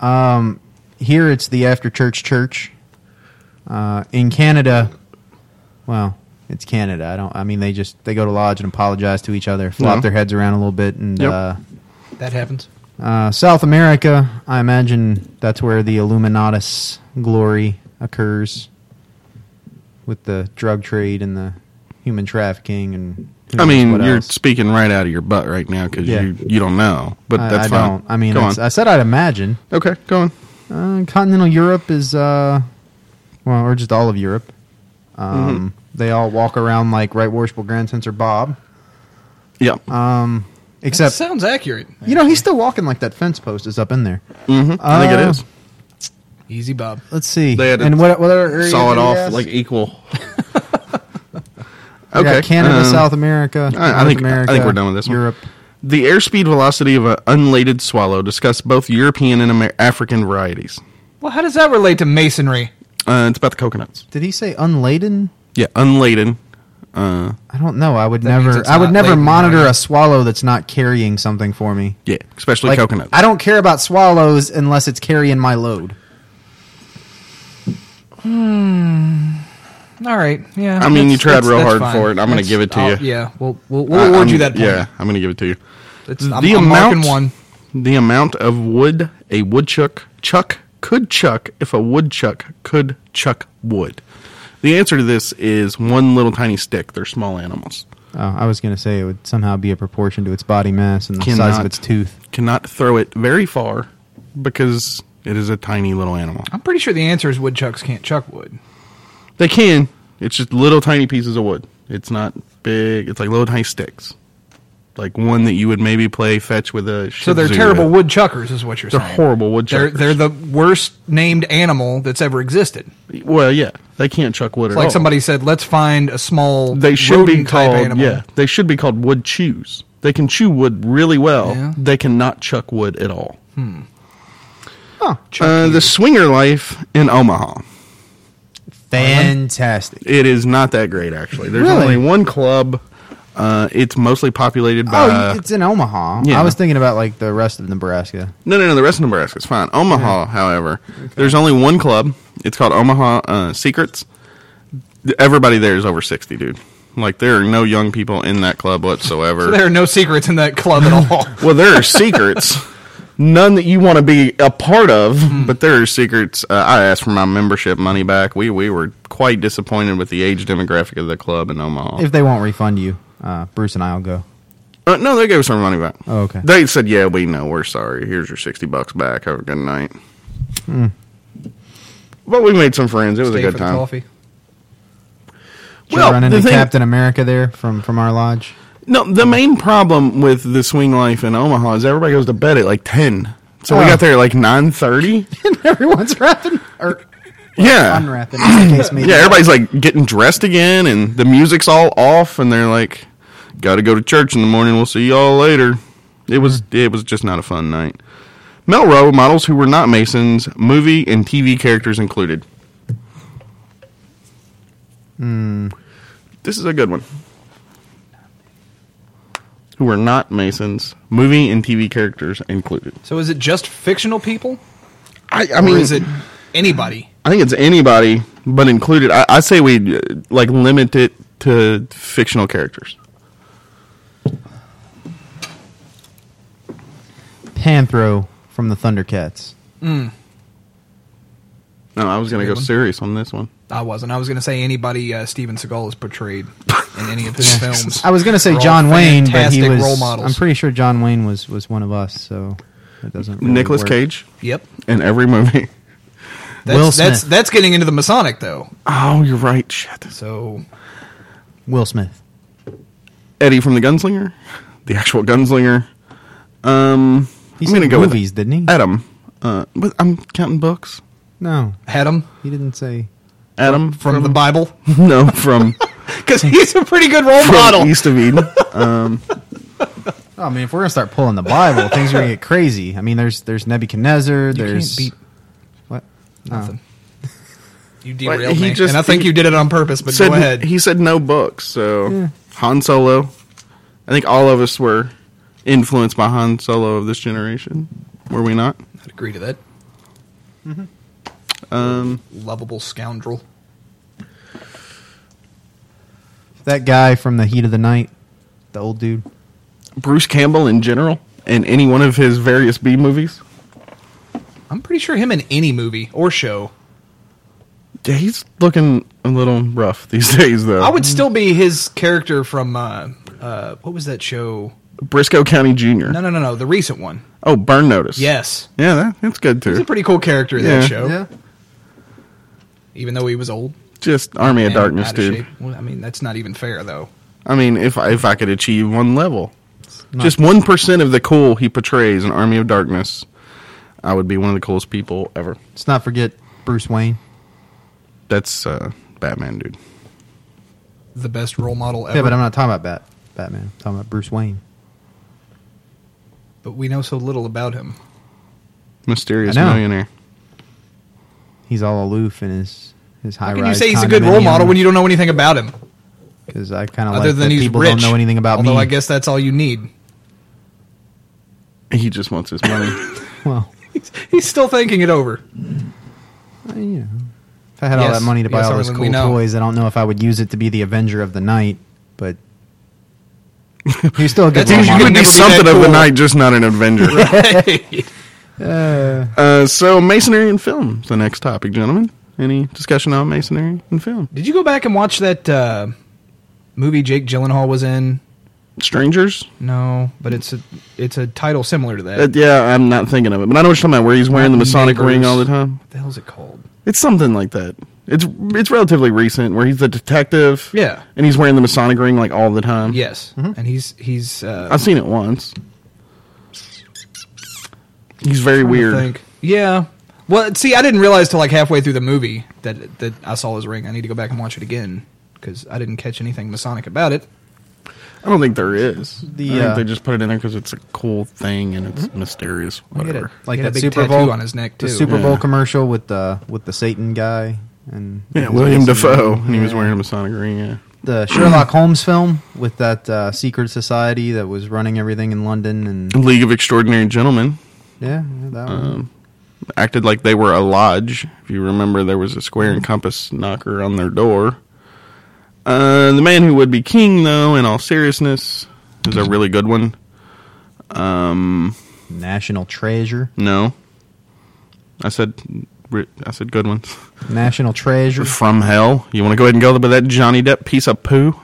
Speaker 3: um, here it's the after church church. Uh, in Canada, well, it's Canada. I don't. I mean, they just they go to lodge and apologize to each other, flop
Speaker 1: Yeah.
Speaker 3: their heads around a little bit, and
Speaker 1: Yep.
Speaker 3: uh,
Speaker 2: That happens.
Speaker 3: uh, South America. I imagine that's where the Illuminatus glory occurs, with the drug trade and the human trafficking and. who
Speaker 1: I
Speaker 3: knows
Speaker 1: mean,
Speaker 3: what
Speaker 1: you're
Speaker 3: else.
Speaker 1: speaking right out of your butt right now because
Speaker 3: Yeah.
Speaker 1: you you don't know, but
Speaker 3: I,
Speaker 1: that's
Speaker 3: I
Speaker 1: fine.
Speaker 3: don't. I mean,
Speaker 1: go
Speaker 3: it's-
Speaker 1: on.
Speaker 3: I said I'd imagine.
Speaker 1: okay, go on.
Speaker 3: Uh, continental Europe is, uh, well, or just all of Europe.
Speaker 1: Mm-hmm.
Speaker 3: Um, They all walk around like Right Worshipful Grand Censor Bob,
Speaker 1: Yeah,
Speaker 2: Uh, That
Speaker 3: except
Speaker 2: sounds accurate.
Speaker 3: you know he's still walking like that fence post is up in there.
Speaker 1: I think it
Speaker 3: uh,
Speaker 1: is.
Speaker 2: Easy, Bob.
Speaker 3: Let's see.
Speaker 1: They had to
Speaker 3: and what, what
Speaker 2: uh,
Speaker 3: other areas
Speaker 1: Saw it
Speaker 3: did he
Speaker 1: off
Speaker 3: ask?
Speaker 1: like equal.
Speaker 3: We got
Speaker 1: okay,
Speaker 3: Canada,
Speaker 1: um,
Speaker 3: South America,
Speaker 1: I- I
Speaker 3: North
Speaker 1: think- I
Speaker 3: America.
Speaker 1: think we're done with this one.
Speaker 3: Europe.
Speaker 1: The airspeed velocity of an unladen swallow discuss both European and Amer- African varieties.
Speaker 2: Well, how does that relate to masonry?
Speaker 1: Uh, it's about the coconuts.
Speaker 3: Did he say unladen?
Speaker 1: Yeah, unladen Uh,
Speaker 3: I don't know. I would
Speaker 2: That means
Speaker 3: never.
Speaker 2: it's
Speaker 3: I would
Speaker 2: not
Speaker 3: never
Speaker 2: laden,
Speaker 3: monitor
Speaker 2: right?
Speaker 3: a swallow that's not carrying something for me.
Speaker 1: yeah, especially
Speaker 3: Like
Speaker 1: coconuts.
Speaker 3: I don't care about swallows unless it's carrying my load.
Speaker 2: All right. Yeah.
Speaker 1: I mean, you
Speaker 2: that's-
Speaker 1: tried
Speaker 2: that's-
Speaker 1: real
Speaker 2: that's
Speaker 1: hard
Speaker 2: fine.
Speaker 1: for it. I'm gonna
Speaker 2: That's-
Speaker 1: give it to
Speaker 2: I'll-
Speaker 1: you.
Speaker 2: Yeah. We'll we'll,
Speaker 1: I-
Speaker 2: we'll award
Speaker 1: I'm-
Speaker 2: you that point.
Speaker 1: Yeah, I'm going to give it to you.
Speaker 2: It's, I'm,
Speaker 1: The
Speaker 2: I'm marking
Speaker 1: amount-
Speaker 2: one.
Speaker 1: The amount of wood a woodchuck chuck could chuck if a woodchuck could chuck wood. The answer to this is one little tiny stick. They're small animals.
Speaker 3: Oh, I was gonna say it would somehow be a proportion to its body mass and the size
Speaker 1: Cannot.
Speaker 3: of its tooth.
Speaker 1: Cannot throw it very far because it is a tiny little animal.
Speaker 2: I'm pretty sure the answer is woodchucks can't chuck wood.
Speaker 1: They can. It's just little tiny pieces of wood. It's not big. It's like little tiny sticks, like one that you would maybe play fetch with a.
Speaker 2: So they're
Speaker 1: Shih Tzu.
Speaker 2: terrible woodchuckers, is what you're
Speaker 1: They're
Speaker 2: saying.
Speaker 1: horrible
Speaker 2: They're
Speaker 1: woodchuckers.
Speaker 2: they're the worst named animal that's ever existed.
Speaker 1: well, yeah. They can't chuck wood
Speaker 2: It's
Speaker 1: at
Speaker 2: like
Speaker 1: all.
Speaker 2: somebody said, let's find a small
Speaker 1: Oh. They should be
Speaker 2: rodent type
Speaker 1: called.
Speaker 2: animal.
Speaker 1: Yeah, they should be called wood chews. They can chew wood really well.
Speaker 2: Yeah.
Speaker 1: They cannot chuck wood at all.
Speaker 3: Oh,
Speaker 1: Uh, the swinger life in Omaha.
Speaker 3: fantastic!
Speaker 1: It is not that great actually. There's
Speaker 3: Really?
Speaker 1: only one club. Uh, it's mostly populated by.
Speaker 3: Oh, you- it's in Omaha.
Speaker 1: Uh, yeah.
Speaker 3: I was thinking about like the rest of Nebraska.
Speaker 1: No, no, no. The rest of Nebraska is fine. Omaha, however, there's only one club. It's called Omaha uh, Secrets. Everybody there is over sixty, dude. Like there are no young people in that club whatsoever.
Speaker 2: There are no secrets in that club at all.
Speaker 1: well, there are secrets. None that you want to be a part of,
Speaker 3: Hmm.
Speaker 1: but there are secrets. Uh, I asked for my membership money back. We we were quite disappointed with the age demographic of the club in Omaha.
Speaker 3: If they won't refund you, uh, Bruce and I will go.
Speaker 1: uh, no, they gave us our money back.
Speaker 3: Oh, okay.
Speaker 1: They said, "Yeah, we know. We're sorry. Here's your sixty bucks back. Have a good night."
Speaker 3: Hmm.
Speaker 1: But we made some friends. It was
Speaker 2: Stay
Speaker 1: a
Speaker 2: for
Speaker 1: good
Speaker 2: the
Speaker 1: time.
Speaker 2: coffee.
Speaker 3: Did
Speaker 1: Well,
Speaker 3: you run
Speaker 1: the
Speaker 3: into
Speaker 1: thing-
Speaker 3: Captain America there from from our lodge.
Speaker 1: No, the main problem with the swing life in Omaha is everybody goes to bed at like ten. So we
Speaker 3: Oh.
Speaker 1: got there at like nine thirty.
Speaker 3: Everyone's wrapping or
Speaker 1: yeah,
Speaker 3: unwrapping. In case maybe.
Speaker 1: yeah. Everybody's like getting dressed again, and the music's all off, and they're like, "Got to go to church in the morning. We'll see y'all later." It was it was just not a fun night. Melrow models who were not Masons, movie and TV characters included. Hmm. This is a good one. Who were not Masons, movie and TV characters included.
Speaker 2: So is it just fictional people?
Speaker 1: I, I
Speaker 2: Or
Speaker 1: mean,
Speaker 2: is it anybody?
Speaker 1: I think it's anybody, but included. I, I say we uh, like limit it to fictional characters.
Speaker 3: Panthro from the Thundercats.
Speaker 1: No, I was going to go
Speaker 2: one.
Speaker 1: serious on this one.
Speaker 2: I wasn't. I was going to say anybody uh, Steven Seagal has portrayed in any of his films.
Speaker 3: I was going to say
Speaker 2: They're all
Speaker 3: John Wayne, but he
Speaker 2: fantastic
Speaker 3: was.
Speaker 2: role models.
Speaker 3: I'm pretty sure John Wayne was was one of us, so it doesn't. Really
Speaker 1: Nicholas
Speaker 3: work.
Speaker 1: Cage
Speaker 2: Yep.
Speaker 1: in every movie.
Speaker 2: That's,
Speaker 3: Will
Speaker 2: that's
Speaker 3: Smith.
Speaker 2: that's getting into the Masonic though.
Speaker 1: Oh, you're right. Shit.
Speaker 2: So
Speaker 3: Will Smith.
Speaker 1: Eddie from the Gunslinger, the actual Gunslinger. Um, I'm
Speaker 3: He said
Speaker 1: going to go
Speaker 3: movies,
Speaker 1: with
Speaker 3: didn't he?
Speaker 1: Adam. Uh, but I'm counting books.
Speaker 3: No,
Speaker 2: had him
Speaker 3: he didn't say.
Speaker 1: Adam
Speaker 2: from the Bible
Speaker 1: no from,
Speaker 2: because he's a pretty good role
Speaker 1: from
Speaker 2: model.
Speaker 1: East of Eden.
Speaker 3: Oh, I mean, if we're gonna start pulling the Bible, things are gonna get crazy. I mean, there's there's Nebuchadnezzar. there's
Speaker 2: beat
Speaker 3: what? Uh, No.
Speaker 2: Nothing. You derailed
Speaker 1: he
Speaker 2: me,
Speaker 1: just-
Speaker 2: and I think
Speaker 1: he-
Speaker 2: you did it on purpose. But
Speaker 1: said
Speaker 2: go ahead.
Speaker 1: he said no books. So
Speaker 3: Yeah.
Speaker 1: Han Solo. I think all of us were influenced by Han Solo of this generation. Were we not?
Speaker 2: I'd agree to that.
Speaker 1: Um,
Speaker 2: Lovable scoundrel.
Speaker 3: That guy from the Heat of the Night, the old dude.
Speaker 1: Bruce Campbell in general, and any one of his various B movies.
Speaker 2: I'm pretty sure him in any movie or show.
Speaker 1: Yeah, he's looking a little rough these days, though.
Speaker 2: I
Speaker 3: Mm-hmm.
Speaker 2: would still be his character from uh, uh, what was that show?
Speaker 1: Briscoe County Jr.
Speaker 2: No, no, no, no. The recent one.
Speaker 1: Oh, Burn Notice.
Speaker 2: Yes,
Speaker 1: yeah, that, that's good
Speaker 2: he's a
Speaker 1: too.
Speaker 2: pretty cool character in
Speaker 1: Yeah.
Speaker 2: that show. Even though he was old,
Speaker 1: Just Army of
Speaker 2: and
Speaker 1: Darkness,
Speaker 2: out of
Speaker 1: dude.
Speaker 2: shape. Well, I mean, that's not even fair though.
Speaker 1: I mean, if I, if I could achieve one level,
Speaker 3: not-
Speaker 1: just one percent of the cool he portrays in Army of Darkness, I would be one of the coolest people ever.
Speaker 3: Let's not forget Bruce Wayne.
Speaker 1: That's uh, Batman, dude.
Speaker 2: The best role model ever.
Speaker 3: Yeah, but I'm not talking about Bat Batman. I'm talking about Bruce Wayne.
Speaker 2: but we know so little about him.
Speaker 1: Mysterious
Speaker 3: I know.
Speaker 1: millionaire.
Speaker 3: He's all aloof in his his high
Speaker 2: How
Speaker 3: rise.
Speaker 2: can you say he's a good role model when you don't know anything about him?
Speaker 3: because I kind of
Speaker 2: Other
Speaker 3: like
Speaker 2: than
Speaker 3: that
Speaker 2: he's
Speaker 3: people
Speaker 2: rich,
Speaker 3: don't know anything about
Speaker 2: although
Speaker 3: me.
Speaker 2: I guess that's all you need.
Speaker 1: He just wants his money.
Speaker 3: well,
Speaker 2: He's, he's still thinking it over.
Speaker 3: I- you know, if I had all
Speaker 2: Yes,
Speaker 3: that money to buy
Speaker 2: yes,
Speaker 3: all those
Speaker 2: Arlen, we
Speaker 3: cool
Speaker 2: know.
Speaker 3: toys, I don't know if I would use it to be the Avenger of the Night, but he's still a good.
Speaker 2: That's usually
Speaker 3: role model.
Speaker 1: you would
Speaker 2: never
Speaker 1: be
Speaker 2: be
Speaker 1: something
Speaker 2: that
Speaker 1: of the
Speaker 2: cool.
Speaker 1: night, just not an Avenger.
Speaker 3: Uh,
Speaker 1: Uh, so masonry and film, is the next topic, gentlemen. Any discussion on masonry and film?
Speaker 2: Did you go back and watch that uh, movie Jake Gyllenhaal was in?
Speaker 1: Strangers?
Speaker 2: No, but it's a it's a title similar to that.
Speaker 1: Uh, yeah, I'm not thinking of it, but I know what you're talking about. Where he's wearing the Masonic
Speaker 2: Neighbors.
Speaker 1: ring all the time.
Speaker 2: what the hell's it called?
Speaker 1: It's something like that. It's it's relatively recent, where he's the detective.
Speaker 2: Yeah.
Speaker 1: and he's wearing the Masonic ring like all the time.
Speaker 2: Yes,
Speaker 1: Mm-hmm.
Speaker 2: and he's he's uh,
Speaker 1: I've seen it once. He's very
Speaker 2: I
Speaker 1: weird.
Speaker 2: think. Yeah. Well, see, I didn't realize till like halfway through the movie that that I saw his ring. I need to go back and watch it again because I didn't catch anything Masonic about it.
Speaker 1: I don't think there is.
Speaker 3: The,
Speaker 1: I
Speaker 3: uh,
Speaker 1: think they just put it in there because it's a cool thing and it's mysterious.
Speaker 2: He had a-
Speaker 1: Whatever.
Speaker 3: like
Speaker 2: he had a
Speaker 3: that
Speaker 2: big tattoo
Speaker 3: Super Bowl
Speaker 2: on his neck too.
Speaker 3: the Super Bowl
Speaker 1: Yeah.
Speaker 3: commercial with the with the Satan guy and
Speaker 1: Yeah, William Defoe, and he was wearing a Masonic ring. Yeah.
Speaker 3: the Sherlock Holmes film with that uh, secret society that was running everything in London and
Speaker 1: League of Extraordinary Gentlemen
Speaker 3: yeah, yeah, that one.
Speaker 1: Um, acted like they were a lodge. If you remember, there was a square and compass knocker on their door. Uh, the man who would be king, though, in all seriousness, is a really good one.
Speaker 3: National Treasure,
Speaker 1: No, I said, I said good ones.
Speaker 3: National Treasure.
Speaker 1: From hell, you want to go ahead and go with that Johnny Depp piece of poo?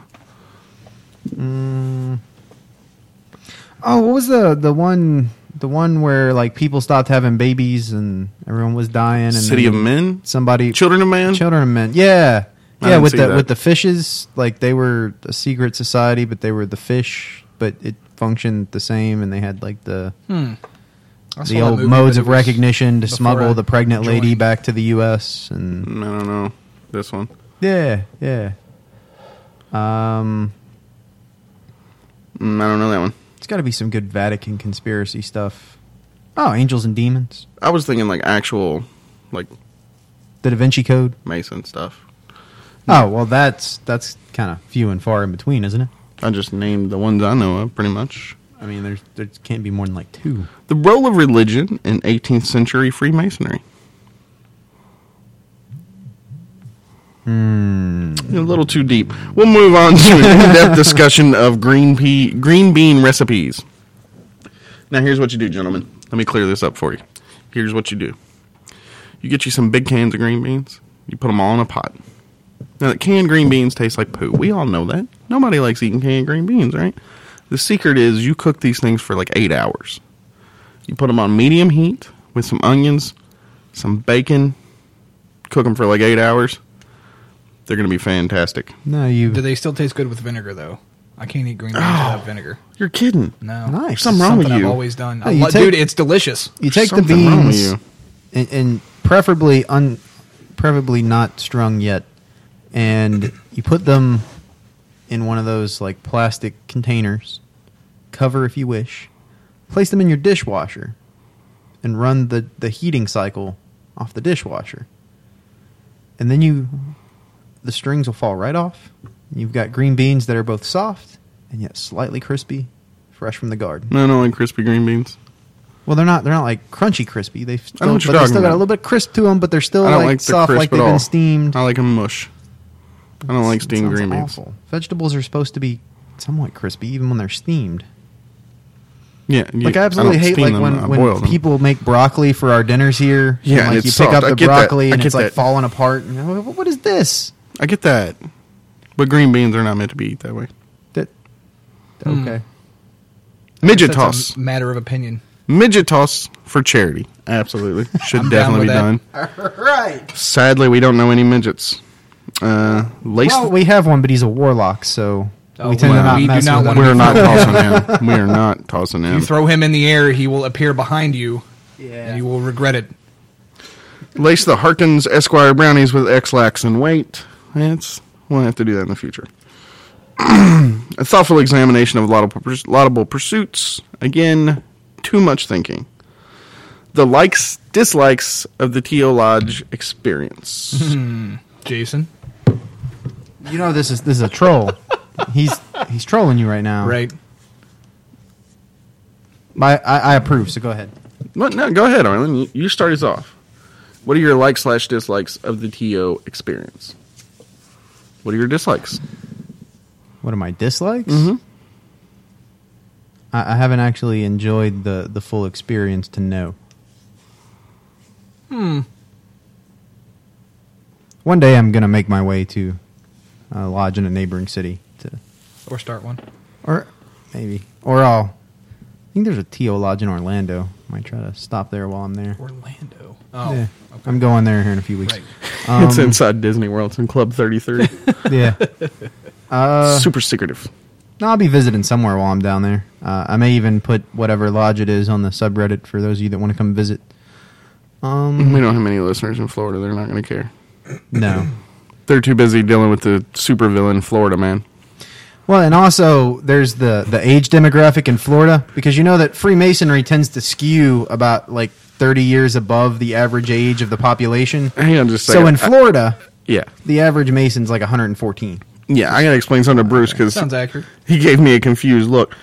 Speaker 3: Oh, what was the the one the one where like people stopped having babies and everyone was dying and
Speaker 1: City of
Speaker 3: then
Speaker 1: Men,
Speaker 3: somebody
Speaker 1: Children of Man.
Speaker 3: children of men yeah
Speaker 1: I
Speaker 3: yeah
Speaker 1: didn't
Speaker 3: with
Speaker 1: see
Speaker 3: the
Speaker 1: that.
Speaker 3: with the fishes like they were a secret society but they were the fish but it functioned the same and they had like the
Speaker 2: I saw
Speaker 3: the
Speaker 2: that
Speaker 3: old
Speaker 2: movie,
Speaker 3: modes
Speaker 2: but it
Speaker 3: of
Speaker 2: was-
Speaker 3: recognition to
Speaker 2: before
Speaker 3: smuggle
Speaker 2: I
Speaker 3: the pregnant lady
Speaker 2: joined.
Speaker 3: back to the U.S. and
Speaker 1: Mm, I don't know this one.
Speaker 3: yeah, yeah. Um,
Speaker 1: Mm, I don't know that one.
Speaker 3: it's got to be some good Vatican conspiracy stuff. Oh, angels and demons,
Speaker 1: I was thinking like actual, like
Speaker 3: the Da Vinci Code.
Speaker 1: Mason stuff.
Speaker 3: Oh well, that's that's kind of few and far in between, isn't it?
Speaker 1: I just named the ones I know of, pretty much.
Speaker 3: I mean, there's there can't be more than like two.
Speaker 1: The role of religion in 18th century Freemasonry. Hmm. A little too deep. We'll move on to an in-depth discussion of green pea, green bean recipes. Now, here's what you do, gentlemen. Let me clear this up for you. Here's what you do. You get you some big cans of green beans. You put them all in a pot. Now, that canned green beans taste like poo. We all know that. Nobody likes eating canned green beans, right? The secret is you cook these things for like eight hours. You put them on medium heat with some onions, some bacon. Cook them for like eight hours. They're going to be fantastic.
Speaker 3: No, you
Speaker 2: Do they still taste good with vinegar though? I can't eat green beans without vinegar.
Speaker 1: You're kidding.
Speaker 2: No,
Speaker 3: Nice.
Speaker 1: There's Oh. something wrong
Speaker 2: something
Speaker 1: with
Speaker 2: I've
Speaker 1: you.
Speaker 2: always done. I
Speaker 3: Yeah, you
Speaker 2: lo-
Speaker 3: take-
Speaker 2: dude, it's delicious.
Speaker 3: you take the
Speaker 1: Something wrong with
Speaker 3: beans
Speaker 1: you.
Speaker 3: and, and preferably un, preferably not strung yet, and you put them in one of those like plastic containers, cover if you wish, place them in your dishwasher, and run the the heating cycle off the dishwasher, and then you the strings will fall right off. You've got green beans that are both soft and yet slightly crispy, fresh from the garden.
Speaker 1: No, I don't like crispy green beans.
Speaker 3: Well, they're not. They're not like crunchy crispy. They
Speaker 1: I know what
Speaker 3: still, but
Speaker 1: you're
Speaker 3: they
Speaker 1: talking
Speaker 3: still got
Speaker 1: about.
Speaker 3: a little bit crisp to them, but they're still
Speaker 1: I don't
Speaker 3: like,
Speaker 1: like the
Speaker 3: soft,
Speaker 1: crisp
Speaker 3: like
Speaker 1: at
Speaker 3: they've
Speaker 1: all.
Speaker 3: been steamed.
Speaker 1: I like them mush. I don't like steamed
Speaker 3: Sounds
Speaker 1: green beans.
Speaker 3: awful. Vegetables are supposed to be somewhat crispy, even when they're steamed.
Speaker 1: Yeah, you-
Speaker 3: Like I
Speaker 1: don't
Speaker 3: absolutely hate
Speaker 1: steam
Speaker 3: like
Speaker 1: them, I
Speaker 3: when,
Speaker 1: boil
Speaker 3: when
Speaker 1: them.
Speaker 3: people make broccoli for our dinners here.
Speaker 1: Yeah,
Speaker 3: and,
Speaker 1: and
Speaker 3: like
Speaker 1: it's
Speaker 3: you pick
Speaker 1: soft.
Speaker 3: up
Speaker 1: I
Speaker 3: the
Speaker 1: get that.
Speaker 3: broccoli
Speaker 1: I
Speaker 3: and it's
Speaker 1: get
Speaker 3: like
Speaker 1: that.
Speaker 3: falling apart. And you're like, what is this?
Speaker 1: I get that, but green beans are not meant to be eaten that way.
Speaker 3: That
Speaker 2: Hmm.
Speaker 3: okay.
Speaker 1: Midget
Speaker 2: That's
Speaker 1: toss,
Speaker 2: a matter of opinion.
Speaker 1: midget toss for charity. Absolutely, should
Speaker 2: I'm down
Speaker 1: definitely be
Speaker 2: with that.
Speaker 1: done.
Speaker 3: right.
Speaker 1: Sadly, we don't know any midgets. Uh, lace.
Speaker 3: Well, we have one, but he's a warlock, so
Speaker 2: Oh,
Speaker 3: we tend
Speaker 1: well,
Speaker 3: to not
Speaker 2: we do
Speaker 3: mess
Speaker 2: not
Speaker 3: with
Speaker 2: want
Speaker 3: him.
Speaker 1: we're not tossing him. We are not tossing
Speaker 2: You
Speaker 1: him.
Speaker 2: throw him in the air, he will appear behind you,
Speaker 3: Yeah.
Speaker 2: and you will regret it.
Speaker 1: Lace the Harkins Esquire brownies with X-Lax and wait. It's we'll have to do that in the future. a thoughtful examination of laudable, purs- laudable pursuits. Again, too much thinking. The likes dislikes of the Teal Lodge experience.
Speaker 2: Jason,
Speaker 3: You know this is this is a troll. he's he's trolling you right
Speaker 1: Oh.
Speaker 3: now.
Speaker 2: right?
Speaker 3: My, I, I approve. So go ahead.
Speaker 1: But no, go ahead, Arlen. You, you start us off. What are your likes slash dislikes of the TO experience? What are your dislikes?
Speaker 3: What are my dislikes? I, I haven't actually enjoyed the the full experience to know. Hmm. One day I'm gonna make my way to a lodge in a neighboring city to,
Speaker 2: Or start one.
Speaker 3: or maybe, or I'll. I think there's a TO lodge in Orlando. Might try to stop there while I'm there.
Speaker 2: Orlando. Oh,
Speaker 3: Yeah. I'm going there here in a few weeks. Um,
Speaker 2: Right. Um,
Speaker 1: it's inside Disney World. It's in Club 33.
Speaker 3: Yeah.
Speaker 2: Uh,
Speaker 1: Super secretive.
Speaker 3: No, I'll be visiting somewhere while I'm down there. Uh, I may even put whatever lodge it is on the subreddit for those of you that want to come visit.
Speaker 2: mm-hmm.
Speaker 1: We don't have many listeners in Florida. They're not going to care.
Speaker 3: No.
Speaker 1: They're too busy dealing with the supervillain Florida man.
Speaker 3: Well, and also there's the the age demographic in Florida because you know that Freemasonry tends to skew about like 30 years above the average age of the population.
Speaker 1: Hang on just a second.
Speaker 3: So in Florida,
Speaker 1: yeah.
Speaker 3: the average Mason's like 114.
Speaker 1: Yeah, I got to explain something to Bruce because
Speaker 2: Sounds accurate.
Speaker 1: he gave me a confused look.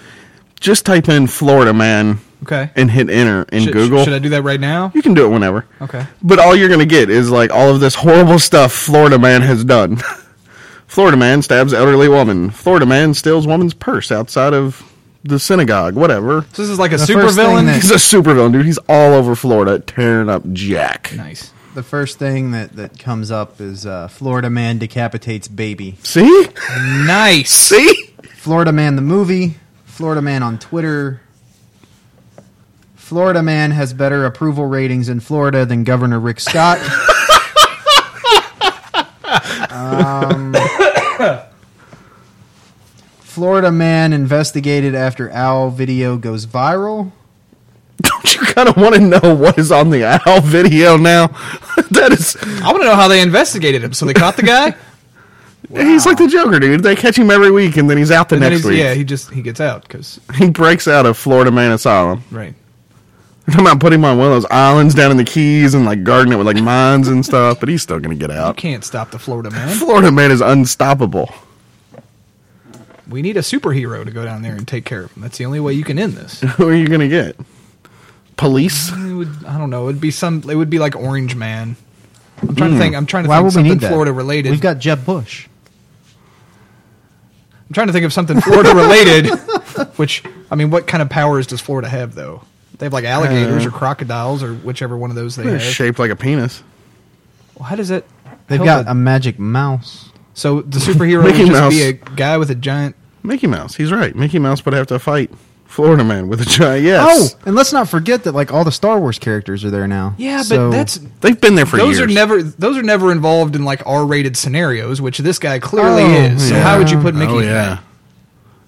Speaker 1: Just type in Florida man
Speaker 2: Okay.
Speaker 1: and hit enter in
Speaker 2: Should-
Speaker 1: Google.
Speaker 2: Should I do that right now?
Speaker 1: you can do it whenever.
Speaker 2: Okay.
Speaker 1: But all you're going to get is like all of this horrible stuff Florida man has done. Florida man stabs elderly woman. Florida man steals woman's purse outside of the synagogue. Whatever.
Speaker 2: So this is like a
Speaker 3: The
Speaker 2: super
Speaker 3: first thing
Speaker 2: villain.
Speaker 3: that-
Speaker 1: He's a supervillain, dude. He's all over Florida tearing up Jack.
Speaker 2: Nice.
Speaker 3: The first thing that that comes up is uh, Florida man decapitates baby.
Speaker 1: See?
Speaker 2: Nice.
Speaker 1: See?
Speaker 3: Florida Man the movie, Florida Man on Twitter. Florida Man has better approval ratings in Florida than Governor Rick Scott. Um, Florida Man investigated after owl video goes viral.
Speaker 1: Don't you kind of want to know what is on the owl video now? that is,
Speaker 2: I want to know how they investigated him. So they caught the guy.
Speaker 1: he's like the Joker, dude. They catch him every week, and then he's out the
Speaker 2: And then
Speaker 1: next
Speaker 2: he's-
Speaker 1: week.
Speaker 2: Yeah, he just he gets out because
Speaker 1: He breaks out of Florida man asylum.
Speaker 2: right.
Speaker 1: They're talking about putting him on one of those islands down in the Keys and like guarding it with like mines and stuff, but he's still gonna get
Speaker 2: You
Speaker 1: out.
Speaker 2: can't stop the Florida man.
Speaker 1: Florida man is unstoppable.
Speaker 2: We need a superhero to go down there and take care of him. That's the only way you can end this.
Speaker 1: Who are you gonna get? Police?
Speaker 2: It would, I don't know. It'd be some. It would be like Orange Man. I'm trying to think. I'm trying to
Speaker 3: Why
Speaker 2: think
Speaker 3: would we
Speaker 2: something
Speaker 3: need that?
Speaker 2: Florida related.
Speaker 3: We've got Jeb Bush.
Speaker 2: I'm trying to think of something Florida related. which I mean, what kind of powers does Florida have though? They have like alligators or crocodiles or whichever one of those they
Speaker 1: They're
Speaker 2: have.
Speaker 1: shaped like a penis.
Speaker 2: Well, how does that?
Speaker 3: They've
Speaker 2: help
Speaker 3: got
Speaker 2: it?
Speaker 3: a magic mouse.
Speaker 2: so the superhero would
Speaker 1: Mickey
Speaker 2: just
Speaker 1: Mouse.
Speaker 2: be a guy with a giant.
Speaker 1: Mickey Mouse. He's right. Mickey Mouse would have to fight Florida man with a giant. Yes.
Speaker 3: Oh, and let's not forget that like all the Star Wars characters are there now.
Speaker 2: Yeah,
Speaker 3: So-
Speaker 2: but that's
Speaker 1: They've been there for
Speaker 2: those
Speaker 1: years.
Speaker 2: are never those are never involved in like R-rated scenarios, which this guy clearly is. So
Speaker 1: yeah.
Speaker 2: how would you put Mickey?
Speaker 1: Oh
Speaker 2: in that?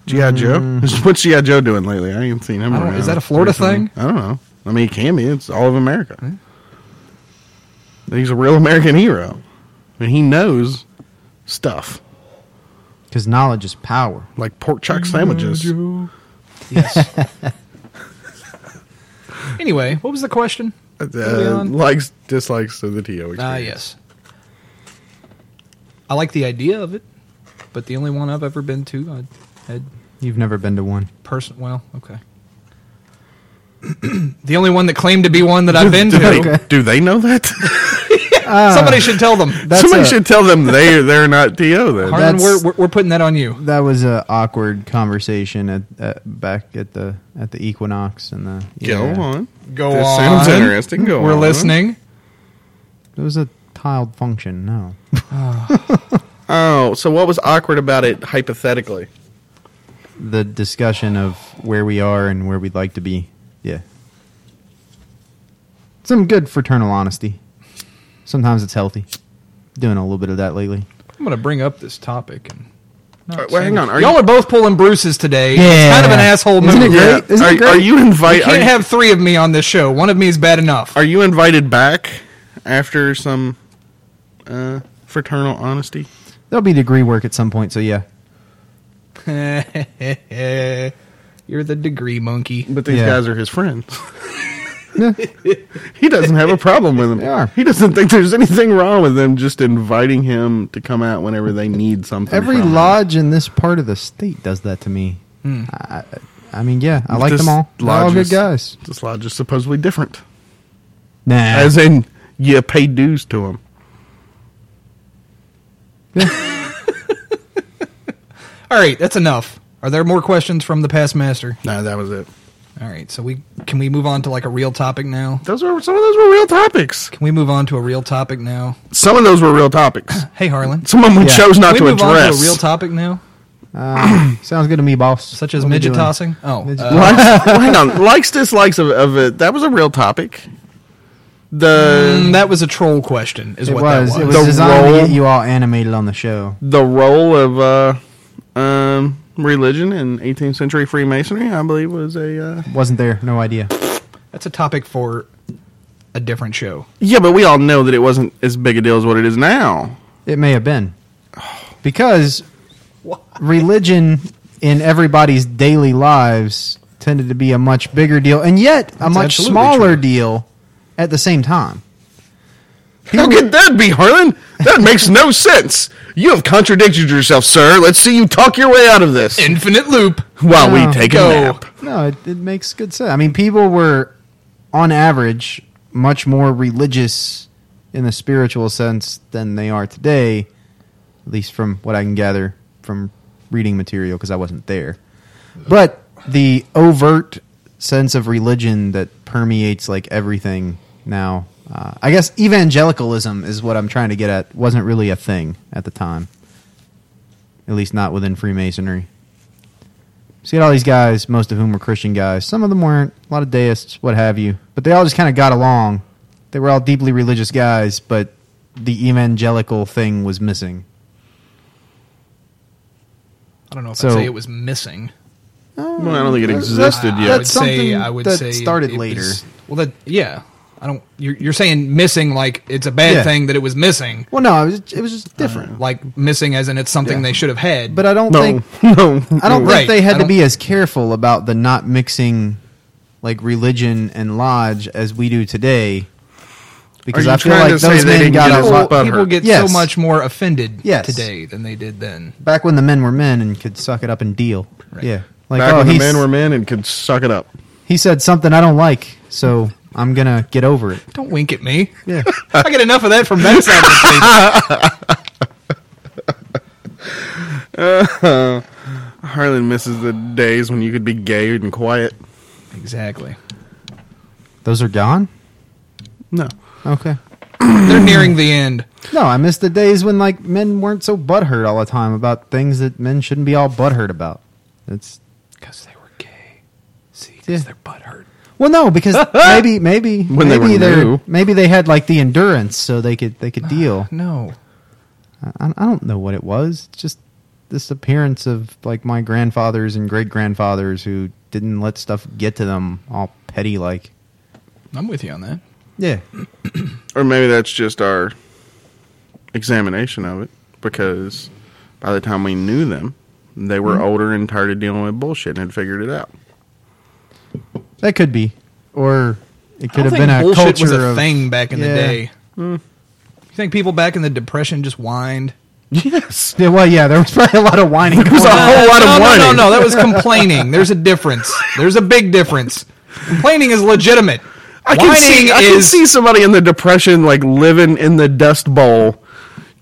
Speaker 1: yeah. GI Joe. What's GI Joe doing lately? I ain't seen him.
Speaker 2: I don't-
Speaker 1: around
Speaker 2: is that a Florida thing?
Speaker 1: I don't know. I mean, it can be. It's all of America. He's a real American hero, and he knows stuff
Speaker 3: because knowledge is power.
Speaker 1: like pork chuck sandwiches.
Speaker 2: Yes. anyway, what was the question? Moving
Speaker 1: Uh,
Speaker 2: on.
Speaker 1: likes dislikes of the to experience.
Speaker 2: Ah, yes. I like the idea of it, but the only one I've ever been to, I had
Speaker 3: You've never been to one.
Speaker 2: person. Well, okay. the only one that claimed to be one that I've been
Speaker 1: Do
Speaker 2: to.
Speaker 1: they, do they know that?
Speaker 2: Somebody should tell them.
Speaker 3: Ah. That's
Speaker 1: Somebody
Speaker 3: a-
Speaker 1: should tell them they they're not to then.
Speaker 2: Harlan,
Speaker 3: that's-
Speaker 2: we're, we're, we're putting that on you.
Speaker 3: That was an awkward conversation at, at back at the at the Equinox and the
Speaker 1: Go
Speaker 3: yeah.
Speaker 1: on.
Speaker 2: Go
Speaker 1: That
Speaker 2: on.
Speaker 1: sounds interesting. Go
Speaker 2: we're
Speaker 1: on.
Speaker 2: listening.
Speaker 3: It was a tiled function. No,
Speaker 1: Oh, so what was awkward about it hypothetically?
Speaker 3: the discussion of where we are and where we'd like to be. Yeah, some good fraternal honesty. Sometimes it's healthy. Doing a little bit of that lately.
Speaker 2: I'm going to bring up this topic. And not
Speaker 1: All right, well,
Speaker 2: say
Speaker 1: hang
Speaker 2: much.
Speaker 1: on. Are
Speaker 2: Y'all
Speaker 1: you-
Speaker 2: are both pulling Bruce's today. It's
Speaker 3: Yeah.
Speaker 2: kind of an asshole move.
Speaker 3: Isn't it great? Isn't
Speaker 1: are,
Speaker 3: it great?
Speaker 1: are you
Speaker 2: You
Speaker 1: invite?
Speaker 2: can't
Speaker 1: are,
Speaker 2: have three of me on this show. One of me is bad enough.
Speaker 1: are you invited back after some uh, fraternal honesty?
Speaker 3: There'll be degree work at some point. So yeah,
Speaker 2: You're the degree monkey.
Speaker 1: But these
Speaker 3: Yeah.
Speaker 1: guys are his friends. he doesn't have a problem with them.
Speaker 3: Yeah.
Speaker 1: He doesn't think there's anything wrong with them just inviting him to come out whenever they need something.
Speaker 3: Every
Speaker 1: from him.
Speaker 3: lodge in this part of the state does that to me. I, I I mean, yeah, I like
Speaker 1: Hmm. This
Speaker 3: them all. They're all
Speaker 1: lodge
Speaker 3: good
Speaker 1: is-
Speaker 3: guys.
Speaker 1: This lodge is supposedly different,
Speaker 3: Nah,
Speaker 1: as in you pay dues to him.
Speaker 2: All right, that's enough. Are there more questions from the past master?
Speaker 1: No, that was it.
Speaker 2: All right, so we can we move on to like a real topic now?
Speaker 1: Those were some of those were real topics.
Speaker 2: Can we move on to a real topic now?
Speaker 1: Some of those were real topics.
Speaker 2: Hey Harlan,
Speaker 1: Some of them we
Speaker 3: Yeah.
Speaker 1: chose not
Speaker 2: can
Speaker 1: to
Speaker 2: we move on
Speaker 1: address.
Speaker 2: to a real topic now,
Speaker 3: Uh, sounds good to me, boss.
Speaker 2: such as
Speaker 3: What we
Speaker 2: midget
Speaker 3: doing?
Speaker 2: tossing. Oh,
Speaker 3: Midget
Speaker 2: uh,
Speaker 1: likes, well, hang on. Likes, dislikes of, of it. That was a real topic.
Speaker 3: Mm-hmm.
Speaker 1: The
Speaker 2: mm, that was a troll question, is
Speaker 3: It
Speaker 2: what
Speaker 3: was.
Speaker 2: that
Speaker 3: It
Speaker 2: was.
Speaker 3: was
Speaker 1: The
Speaker 3: designed to
Speaker 1: role-
Speaker 3: get you all animated on the show.
Speaker 1: the role of uh, um, religion in 18th century Freemasonry, I believe, was a. Uh,
Speaker 3: Wasn't there? No idea.
Speaker 2: That's a topic for a different show.
Speaker 1: yeah, but we all know that it wasn't as big a deal as what it is now.
Speaker 3: It may have been because religion in everybody's daily lives tended to be a much bigger deal, and yet a much
Speaker 2: absolutely
Speaker 3: smaller
Speaker 2: true.
Speaker 3: deal at the same time.
Speaker 1: How could that be, Harlan? That makes no sense. You have contradicted yourself, sir. Let's see you talk your way out of this
Speaker 2: Infinite loop.
Speaker 1: while
Speaker 3: No.
Speaker 1: we take
Speaker 2: Go.
Speaker 1: a nap.
Speaker 3: No, it, it makes good sense. I mean, people were, on average, much more religious in the spiritual sense than they are today, at least from what I can gather from reading material because I wasn't there. But the overt sense of religion that permeates like everything now, uh, I guess evangelicalism is what I'm trying to get at, wasn't really a thing at the time, at least not within Freemasonry. So you had all these guys, most of whom were Christian guys. Some of them weren't. A lot of deists, what have you. But they all just kind of got along. They were all deeply religious guys, but the evangelical thing was missing.
Speaker 2: I don't know if I'd
Speaker 3: So-
Speaker 2: say it was missing.
Speaker 1: Well, I don't think it existed
Speaker 2: I
Speaker 1: yet.
Speaker 2: would
Speaker 3: That's
Speaker 2: say
Speaker 3: something
Speaker 2: I would
Speaker 3: that
Speaker 2: say
Speaker 3: started
Speaker 2: it was-
Speaker 3: later.
Speaker 2: well, that yeah. I don't. You're, you're saying missing like it's a bad
Speaker 3: Yeah.
Speaker 2: thing that it was missing, Uh,
Speaker 3: Well, no, it was, it was just different.
Speaker 2: like missing as in it's something
Speaker 3: Yeah.
Speaker 2: they should have had.
Speaker 3: but I don't
Speaker 1: No,
Speaker 3: think
Speaker 1: no.
Speaker 3: I don't
Speaker 2: Right.
Speaker 3: think they
Speaker 2: I
Speaker 3: had to
Speaker 2: don't-
Speaker 3: be as careful about the not mixing like religion and lodge as we do today. Because
Speaker 1: you
Speaker 3: I feel
Speaker 1: trying to
Speaker 3: like
Speaker 1: say
Speaker 3: those
Speaker 1: they
Speaker 3: men
Speaker 1: didn't
Speaker 3: got
Speaker 1: get
Speaker 3: a
Speaker 1: along?
Speaker 3: lot
Speaker 1: butthurt.
Speaker 2: people, people get
Speaker 3: Yes.
Speaker 2: so much more offended
Speaker 3: Yes.
Speaker 2: today than they did then.
Speaker 3: back when the men were men and could suck it up and deal.
Speaker 2: Right.
Speaker 3: Yeah, like
Speaker 1: Back
Speaker 3: oh,
Speaker 1: when the
Speaker 3: he's-
Speaker 1: men were men and could suck it up.
Speaker 3: he said something I don't like, so I'm gonna get over it.
Speaker 2: Don't wink at me.
Speaker 3: Yeah.
Speaker 2: I get enough of that from that side of the table.
Speaker 1: Harlan misses the days when you could be gay and quiet.
Speaker 2: Exactly.
Speaker 3: Those are gone?
Speaker 1: No.
Speaker 3: Okay.
Speaker 2: They're nearing the end.
Speaker 3: No, I miss the days when like men weren't so butthurt all the time about things that men shouldn't be all butthurt about. It's
Speaker 2: Because they were gay. See,
Speaker 3: Yeah.
Speaker 2: does their butt hurt?
Speaker 3: well, no, because maybe, maybe,
Speaker 1: When they
Speaker 3: maybe
Speaker 1: were
Speaker 3: they're-
Speaker 1: new.
Speaker 3: maybe they had like the endurance, so they could they could deal.
Speaker 2: Uh, No.
Speaker 3: I, I don't know what it was. It's just this appearance of like my grandfathers and great grandfathers who didn't let stuff get to them, all petty like.
Speaker 2: I'm with you on that.
Speaker 3: Yeah,
Speaker 1: Or maybe that's just our examination of it because by the time we knew them, they were older and tired of dealing with bullshit and had figured it out.
Speaker 3: that could be, or it could
Speaker 2: I
Speaker 3: have
Speaker 2: don't
Speaker 3: been
Speaker 2: think
Speaker 3: a
Speaker 2: bullshit
Speaker 3: culture
Speaker 2: was a
Speaker 3: of
Speaker 2: thing back in the
Speaker 3: Yeah.
Speaker 2: day. You think people back in the depression just whined?
Speaker 1: Yes.
Speaker 3: Yeah, well, yeah, there was probably a lot of whining. Going
Speaker 1: was a
Speaker 3: on.
Speaker 1: whole lot of
Speaker 2: no, no,
Speaker 1: whining.
Speaker 2: No, no, that was complaining. There's a difference. There's a big difference. Complaining is legitimate.
Speaker 1: I can,
Speaker 2: whining
Speaker 1: see,
Speaker 2: is
Speaker 1: I can see somebody in the Depression like living in the Dust Bowl.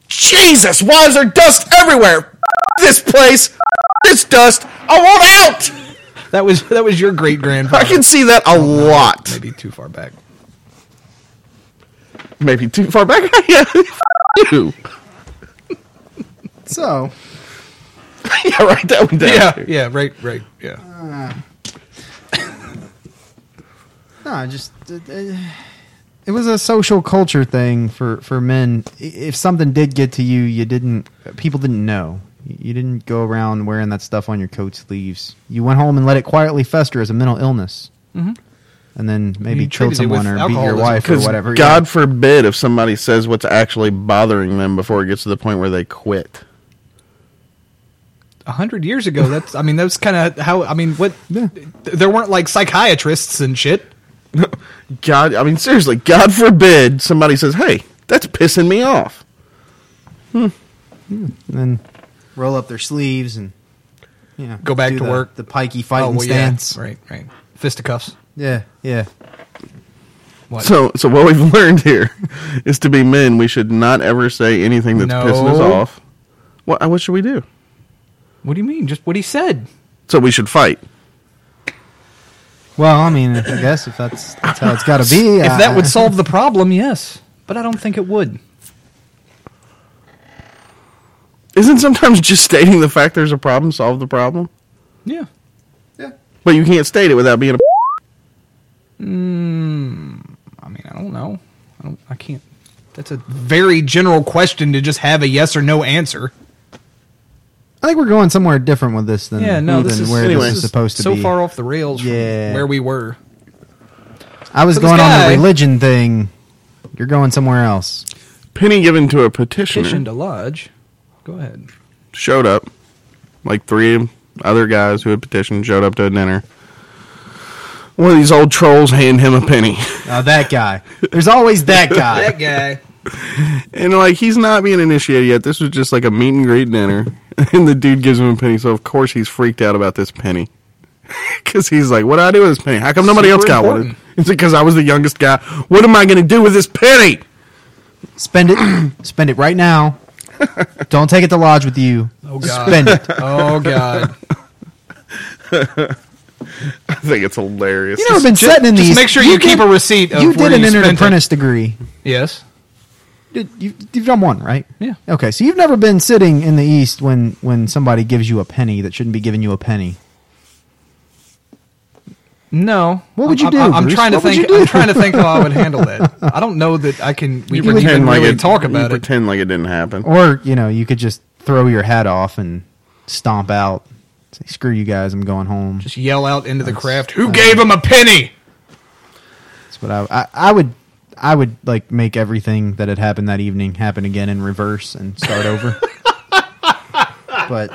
Speaker 1: Jesus, why is there dust everywhere? F- this place, F- this dust, I want out!
Speaker 2: that was that was your great grandfather.
Speaker 1: I can see that a lot.
Speaker 2: Maybe too far back.
Speaker 1: maybe too far back. yeah, f- you.
Speaker 3: So,
Speaker 1: yeah, write that one down.
Speaker 2: Yeah, yeah, right, right, yeah.
Speaker 3: no, I just it, it- it was a social culture thing for for men. I- If something did get to you, you didn't. People didn't know. You didn't go around wearing that stuff on your coat sleeves. You went home and let it quietly fester as a mental illness, mm-hmm. and then maybe
Speaker 2: You
Speaker 3: kill
Speaker 2: treated it
Speaker 3: someone
Speaker 2: with
Speaker 3: or beat your
Speaker 2: alcoholism.
Speaker 3: wife or
Speaker 1: Because
Speaker 3: whatever.
Speaker 1: God forbid if somebody says what's actually bothering them before it gets to the point where they quit.
Speaker 2: A hundred years ago, that's I mean, that's kind of how I mean, what?
Speaker 3: Yeah.
Speaker 2: th- There weren't like psychiatrists and shit.
Speaker 1: God, I mean, seriously, God forbid somebody says, "Hey, that's pissing me off."
Speaker 3: and then roll up their sleeves and you know,
Speaker 2: Go back
Speaker 3: do
Speaker 2: to
Speaker 3: the-
Speaker 2: work.
Speaker 3: The pikey
Speaker 2: Oh,
Speaker 3: fighting
Speaker 2: well,
Speaker 3: stance.
Speaker 2: Yeah, right, right. Fisticuffs.
Speaker 3: Yeah, yeah.
Speaker 2: What?
Speaker 1: So, so what we've learned here is to be men, we should not ever say anything that's
Speaker 2: No.
Speaker 1: pissing us off. What? What should we do?
Speaker 2: what do you mean? Just what he said.
Speaker 1: So we should fight.
Speaker 3: Well, I mean, I guess if that's, that's how it's got to be.
Speaker 2: If that
Speaker 3: I-
Speaker 2: would solve the problem, yes. But I don't think it would.
Speaker 1: Isn't sometimes just stating the fact there's a problem solve the problem?
Speaker 2: Yeah.
Speaker 1: But you can't state it without being a.
Speaker 2: Hmm, I mean, I don't know. I don't. I can't. That's a very general question to just have a yes or no answer.
Speaker 3: I think we're going somewhere different with this than,
Speaker 2: Yeah, no, this
Speaker 3: than
Speaker 2: is,
Speaker 3: Hmm. where
Speaker 1: anyway,
Speaker 3: this is supposed to
Speaker 2: so
Speaker 3: be.
Speaker 2: far off the rails from
Speaker 3: Yeah.
Speaker 2: where we were.
Speaker 3: I was
Speaker 2: So this
Speaker 3: going on
Speaker 2: guy-
Speaker 3: the religion thing. You're going somewhere else.
Speaker 1: Penny given to a petitioner
Speaker 2: Petition to lodge. Go ahead.
Speaker 1: showed up. Like three other guys who had petitioned showed up to a dinner. One of these old trolls handed him a penny.
Speaker 3: Oh, that guy. There's always that guy.
Speaker 2: That guy.
Speaker 1: And like he's not being initiated yet. This was just like a meet and greet dinner, and the dude gives him a penny. So of course he's freaked out about this penny, because he's like, "What do I do with this penny? How come nobody
Speaker 2: Super
Speaker 1: else got one?"
Speaker 2: important.
Speaker 1: It's because I was the youngest guy. What am I going to do with this penny?
Speaker 3: Spend it. Spend it right now. Don't take it to lodge with you.
Speaker 2: Oh god.
Speaker 3: Spend it.
Speaker 2: Oh god.
Speaker 1: I think it's hilarious.
Speaker 3: You know, I've been
Speaker 2: Just-
Speaker 3: sitting in
Speaker 2: just
Speaker 3: these.
Speaker 2: make sure you keep a
Speaker 3: did-
Speaker 2: receipt of
Speaker 3: you
Speaker 2: where
Speaker 3: did an
Speaker 2: you
Speaker 3: intern
Speaker 2: spent it.
Speaker 3: apprentice degree.
Speaker 2: Yes.
Speaker 3: Did- You, you've done one, right?
Speaker 2: Yeah.
Speaker 3: Okay, so you've never been sitting in the east when when somebody gives you a penny that shouldn't be giving you a penny.
Speaker 2: No.
Speaker 3: What would you
Speaker 2: I'm,
Speaker 3: do,
Speaker 2: I'm, I'm
Speaker 3: Bruce?
Speaker 2: trying to
Speaker 3: What would
Speaker 2: think.
Speaker 3: you do?
Speaker 2: I'm trying to think how I would handle that. I don't know that I can. We can even
Speaker 1: like
Speaker 2: really
Speaker 1: it,
Speaker 2: talk
Speaker 1: you
Speaker 2: about it.
Speaker 1: pretend like it didn't happen.
Speaker 3: Or you know, you could just throw your hat off and stomp out. Say, "Screw you guys, I'm going home."
Speaker 2: Just yell out into the craft. Who gave him a penny?
Speaker 3: That's what I, I I would I would like make everything that had happened that evening happen again in reverse and start over. but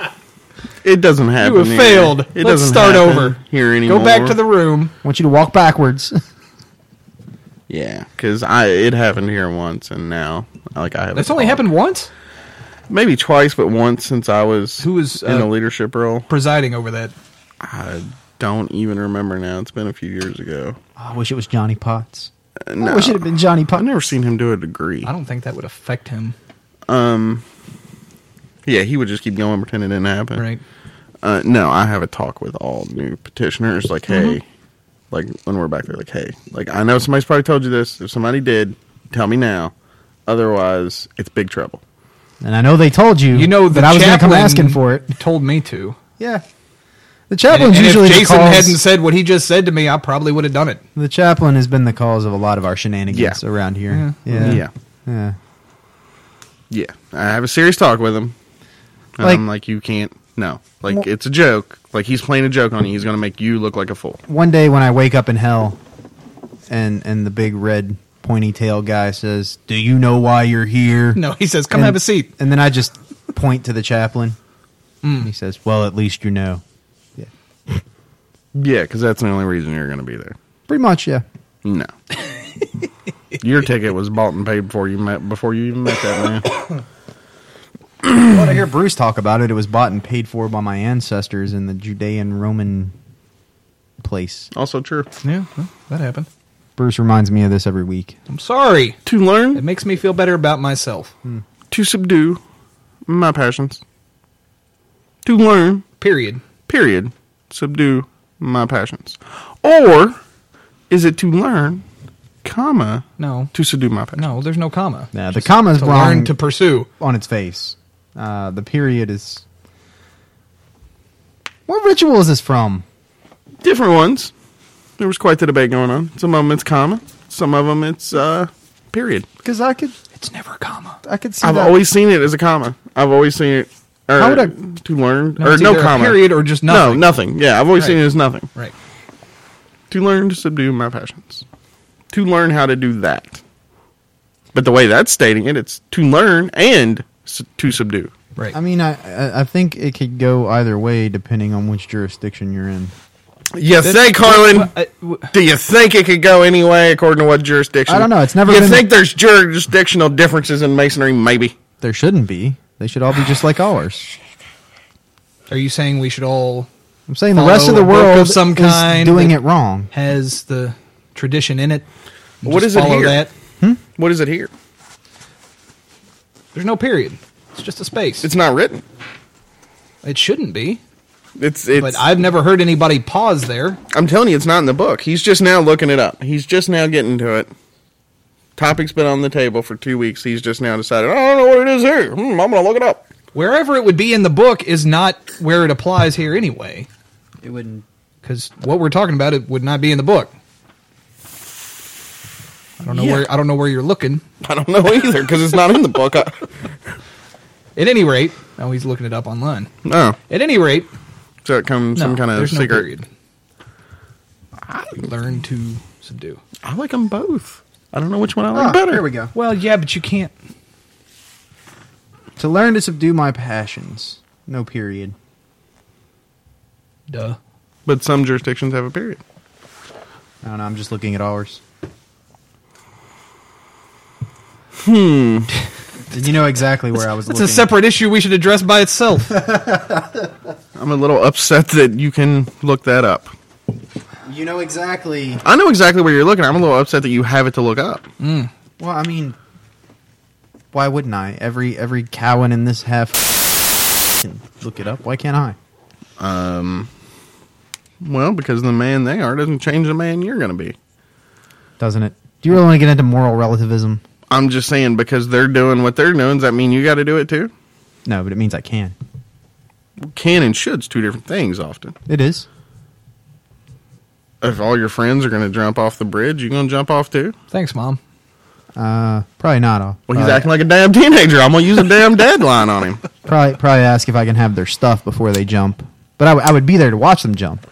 Speaker 1: It doesn't happen.
Speaker 2: have
Speaker 1: here.
Speaker 2: failed.
Speaker 1: It
Speaker 2: Let's
Speaker 1: doesn't
Speaker 2: start
Speaker 1: happen
Speaker 2: over.
Speaker 1: here anymore.
Speaker 2: Go back to the room.
Speaker 3: I want you to walk backwards.
Speaker 1: yeah, because I it happened here once, and now like I have.
Speaker 2: That's
Speaker 1: a
Speaker 2: only
Speaker 1: dog.
Speaker 2: happened once.
Speaker 1: maybe twice, but once since I was
Speaker 2: Who was,
Speaker 1: in
Speaker 2: uh,
Speaker 1: a leadership role.
Speaker 2: Presiding over that.
Speaker 1: I don't even remember now. It's been a few years ago.
Speaker 3: I wish it was Johnny Potts. I
Speaker 1: no.
Speaker 3: wish it had been Johnny
Speaker 1: Uh, I've
Speaker 3: Potts.
Speaker 1: never seen him do a degree.
Speaker 2: I don't think that would affect him.
Speaker 1: Yeah, he would just keep going, pretend it didn't happen.
Speaker 2: Right.
Speaker 1: Uh, no, I have a talk with all new petitioners. Like,
Speaker 2: Mm-hmm.
Speaker 1: hey, like when we're back there, like, hey, like I know somebody's probably told you this. If somebody did, tell me now. Otherwise, it's big trouble.
Speaker 3: And I know they told you.
Speaker 2: You know, the
Speaker 3: that I was going to come
Speaker 2: chaplain
Speaker 3: asking for it.
Speaker 2: Told me to.
Speaker 3: Yeah. The
Speaker 2: And,
Speaker 3: chaplain's
Speaker 2: and if
Speaker 3: usually the
Speaker 2: Jason
Speaker 3: cause.
Speaker 2: hadn't said what he just said to me, I probably would have done it.
Speaker 3: the chaplain has been the cause of a lot of our shenanigans
Speaker 1: Yeah.
Speaker 3: around here. Yeah.
Speaker 1: yeah,
Speaker 3: Yeah.
Speaker 1: yeah. I have a serious talk with him. And
Speaker 3: Like-
Speaker 1: I'm like, you can't. No, like
Speaker 3: Well-
Speaker 1: it's a joke. Like he's playing a joke on you. He's gonna make you look like a fool.
Speaker 3: One day when I wake up in hell and and the big red pointy tail guy says, "Do you know why you're here?"
Speaker 2: No, he says, "Come
Speaker 3: And-
Speaker 2: have a seat."
Speaker 3: And then I just point to the chaplain.
Speaker 2: Mm.
Speaker 3: And he says, "Well, at least you know." Yeah.
Speaker 1: Yeah, because that's the only reason you're gonna be there.
Speaker 3: Pretty much, yeah.
Speaker 1: No. Your ticket was bought and paid before you met before you even met that man.
Speaker 3: Well, I hear Bruce talk about it. It was bought and paid for by my ancestors in the Judean Roman place.
Speaker 1: Also true.
Speaker 2: Yeah, well, that happened.
Speaker 3: Bruce reminds me of this every week.
Speaker 2: I'm sorry.
Speaker 1: To
Speaker 2: It
Speaker 1: learn,
Speaker 2: makes me feel better about myself.
Speaker 1: to subdue my passions. To learn,
Speaker 2: Period.
Speaker 1: period. Subdue my passions. Or is it to learn, comma,
Speaker 2: No,
Speaker 1: to subdue my passions?
Speaker 2: no, there's no comma.
Speaker 3: Now Uh, the comma is
Speaker 2: to
Speaker 3: wrong
Speaker 2: learn to pursue.
Speaker 3: on its face. Uh, the period is. What ritual is this from?
Speaker 1: Different ones. There was quite the debate going on. Some of them it's comma. Some of them it's uh, period.
Speaker 3: Because I could,
Speaker 2: It's never a comma.
Speaker 3: I could see.
Speaker 1: I've
Speaker 3: that.
Speaker 1: always seen it as a comma. I've always seen it. Or,
Speaker 3: How would I-
Speaker 1: to learn
Speaker 2: No,
Speaker 1: or
Speaker 2: it's
Speaker 1: no
Speaker 2: either a
Speaker 1: comma
Speaker 2: period or just nothing.
Speaker 1: No, nothing. Yeah, I've always seen it
Speaker 2: Right.
Speaker 1: as nothing.
Speaker 2: Right.
Speaker 1: To learn to subdue my passions. To learn how to do that. But the way that's stating it, it's to learn and s- to subdue.
Speaker 2: Right.
Speaker 3: I mean, I- I, I think it could go either way depending on which jurisdiction you're in.
Speaker 1: You think, Harlan?
Speaker 2: I- w-
Speaker 1: Do you think it could go anyway according to what jurisdiction?
Speaker 3: I don't know. It's never
Speaker 1: You
Speaker 3: been-
Speaker 1: think there's jurisdictional differences in masonry? Maybe.
Speaker 3: There shouldn't be. They should all be just like ours.
Speaker 2: Are you saying we should all
Speaker 3: I'm saying the rest of
Speaker 2: Follow
Speaker 3: the
Speaker 2: a book
Speaker 3: world
Speaker 2: of some
Speaker 3: is
Speaker 2: kind
Speaker 3: doing
Speaker 2: that-
Speaker 3: it wrong.
Speaker 2: has the tradition in it? and
Speaker 1: What
Speaker 2: just
Speaker 1: is it
Speaker 2: follow
Speaker 1: here? What is it here?
Speaker 2: There's no period. It's just a space.
Speaker 1: It's not written.
Speaker 2: it shouldn't be.
Speaker 1: It's it's.
Speaker 2: But I've never heard anybody pause there.
Speaker 1: I'm telling you, it's not in the book. He's just now looking it up. He's just now getting to it. Topic's been on the table for two weeks. He's just now decided. I don't know what it is here. Hmm, I'm gonna look it up.
Speaker 2: Wherever it would be in the book is not where it applies here anyway.
Speaker 4: It wouldn't.
Speaker 2: Because what we're talking about it would not be in the book. I don't know where I don't know where you're looking.
Speaker 1: I don't know either because it's not in the book. I,
Speaker 2: At any rate, oh, he's looking it up online.
Speaker 1: no,
Speaker 2: At any rate,
Speaker 1: so it comes
Speaker 2: no,
Speaker 1: some kind of
Speaker 2: there's
Speaker 1: secret.
Speaker 2: no period. Learn to subdue.
Speaker 1: I like them both. I don't know which one I
Speaker 2: Ah,
Speaker 1: like better.
Speaker 3: go.
Speaker 2: Well, yeah, but you can't.
Speaker 3: To learn to subdue my passions. No period.
Speaker 2: Duh.
Speaker 1: But some jurisdictions have a period.
Speaker 3: I don't know. I'm just looking at ours. Hmm. Did you know exactly where I was
Speaker 2: That's
Speaker 3: looking?
Speaker 2: a separate issue we should address by itself.
Speaker 1: I'm a little upset that you can look that up.
Speaker 3: you know exactly.
Speaker 1: I know exactly where you're looking. I'm a little upset that you have it to look up.
Speaker 3: Well, I mean, why wouldn't I? Every every Cowan in this half can look it up. Why can't I?
Speaker 1: Well, because the man they are doesn't change the man you're going to be.
Speaker 3: Doesn't it? Do you really want to get into moral relativism?
Speaker 1: I'm just saying because they're doing what they're doing, does that mean you got to do it too?
Speaker 3: No, but it means I can.
Speaker 1: Can and should's two different things often.
Speaker 3: It is.
Speaker 1: If all your friends are going to jump off the bridge, you going to jump off too?
Speaker 2: Thanks, mom.
Speaker 3: Uh, probably not. I'll
Speaker 1: Well, he's
Speaker 3: probably,
Speaker 1: acting like a damn teenager. I'm going to use a damn deadline on him.
Speaker 3: probably probably ask if I can have their stuff before they jump. But I, w- I would be there to watch them jump.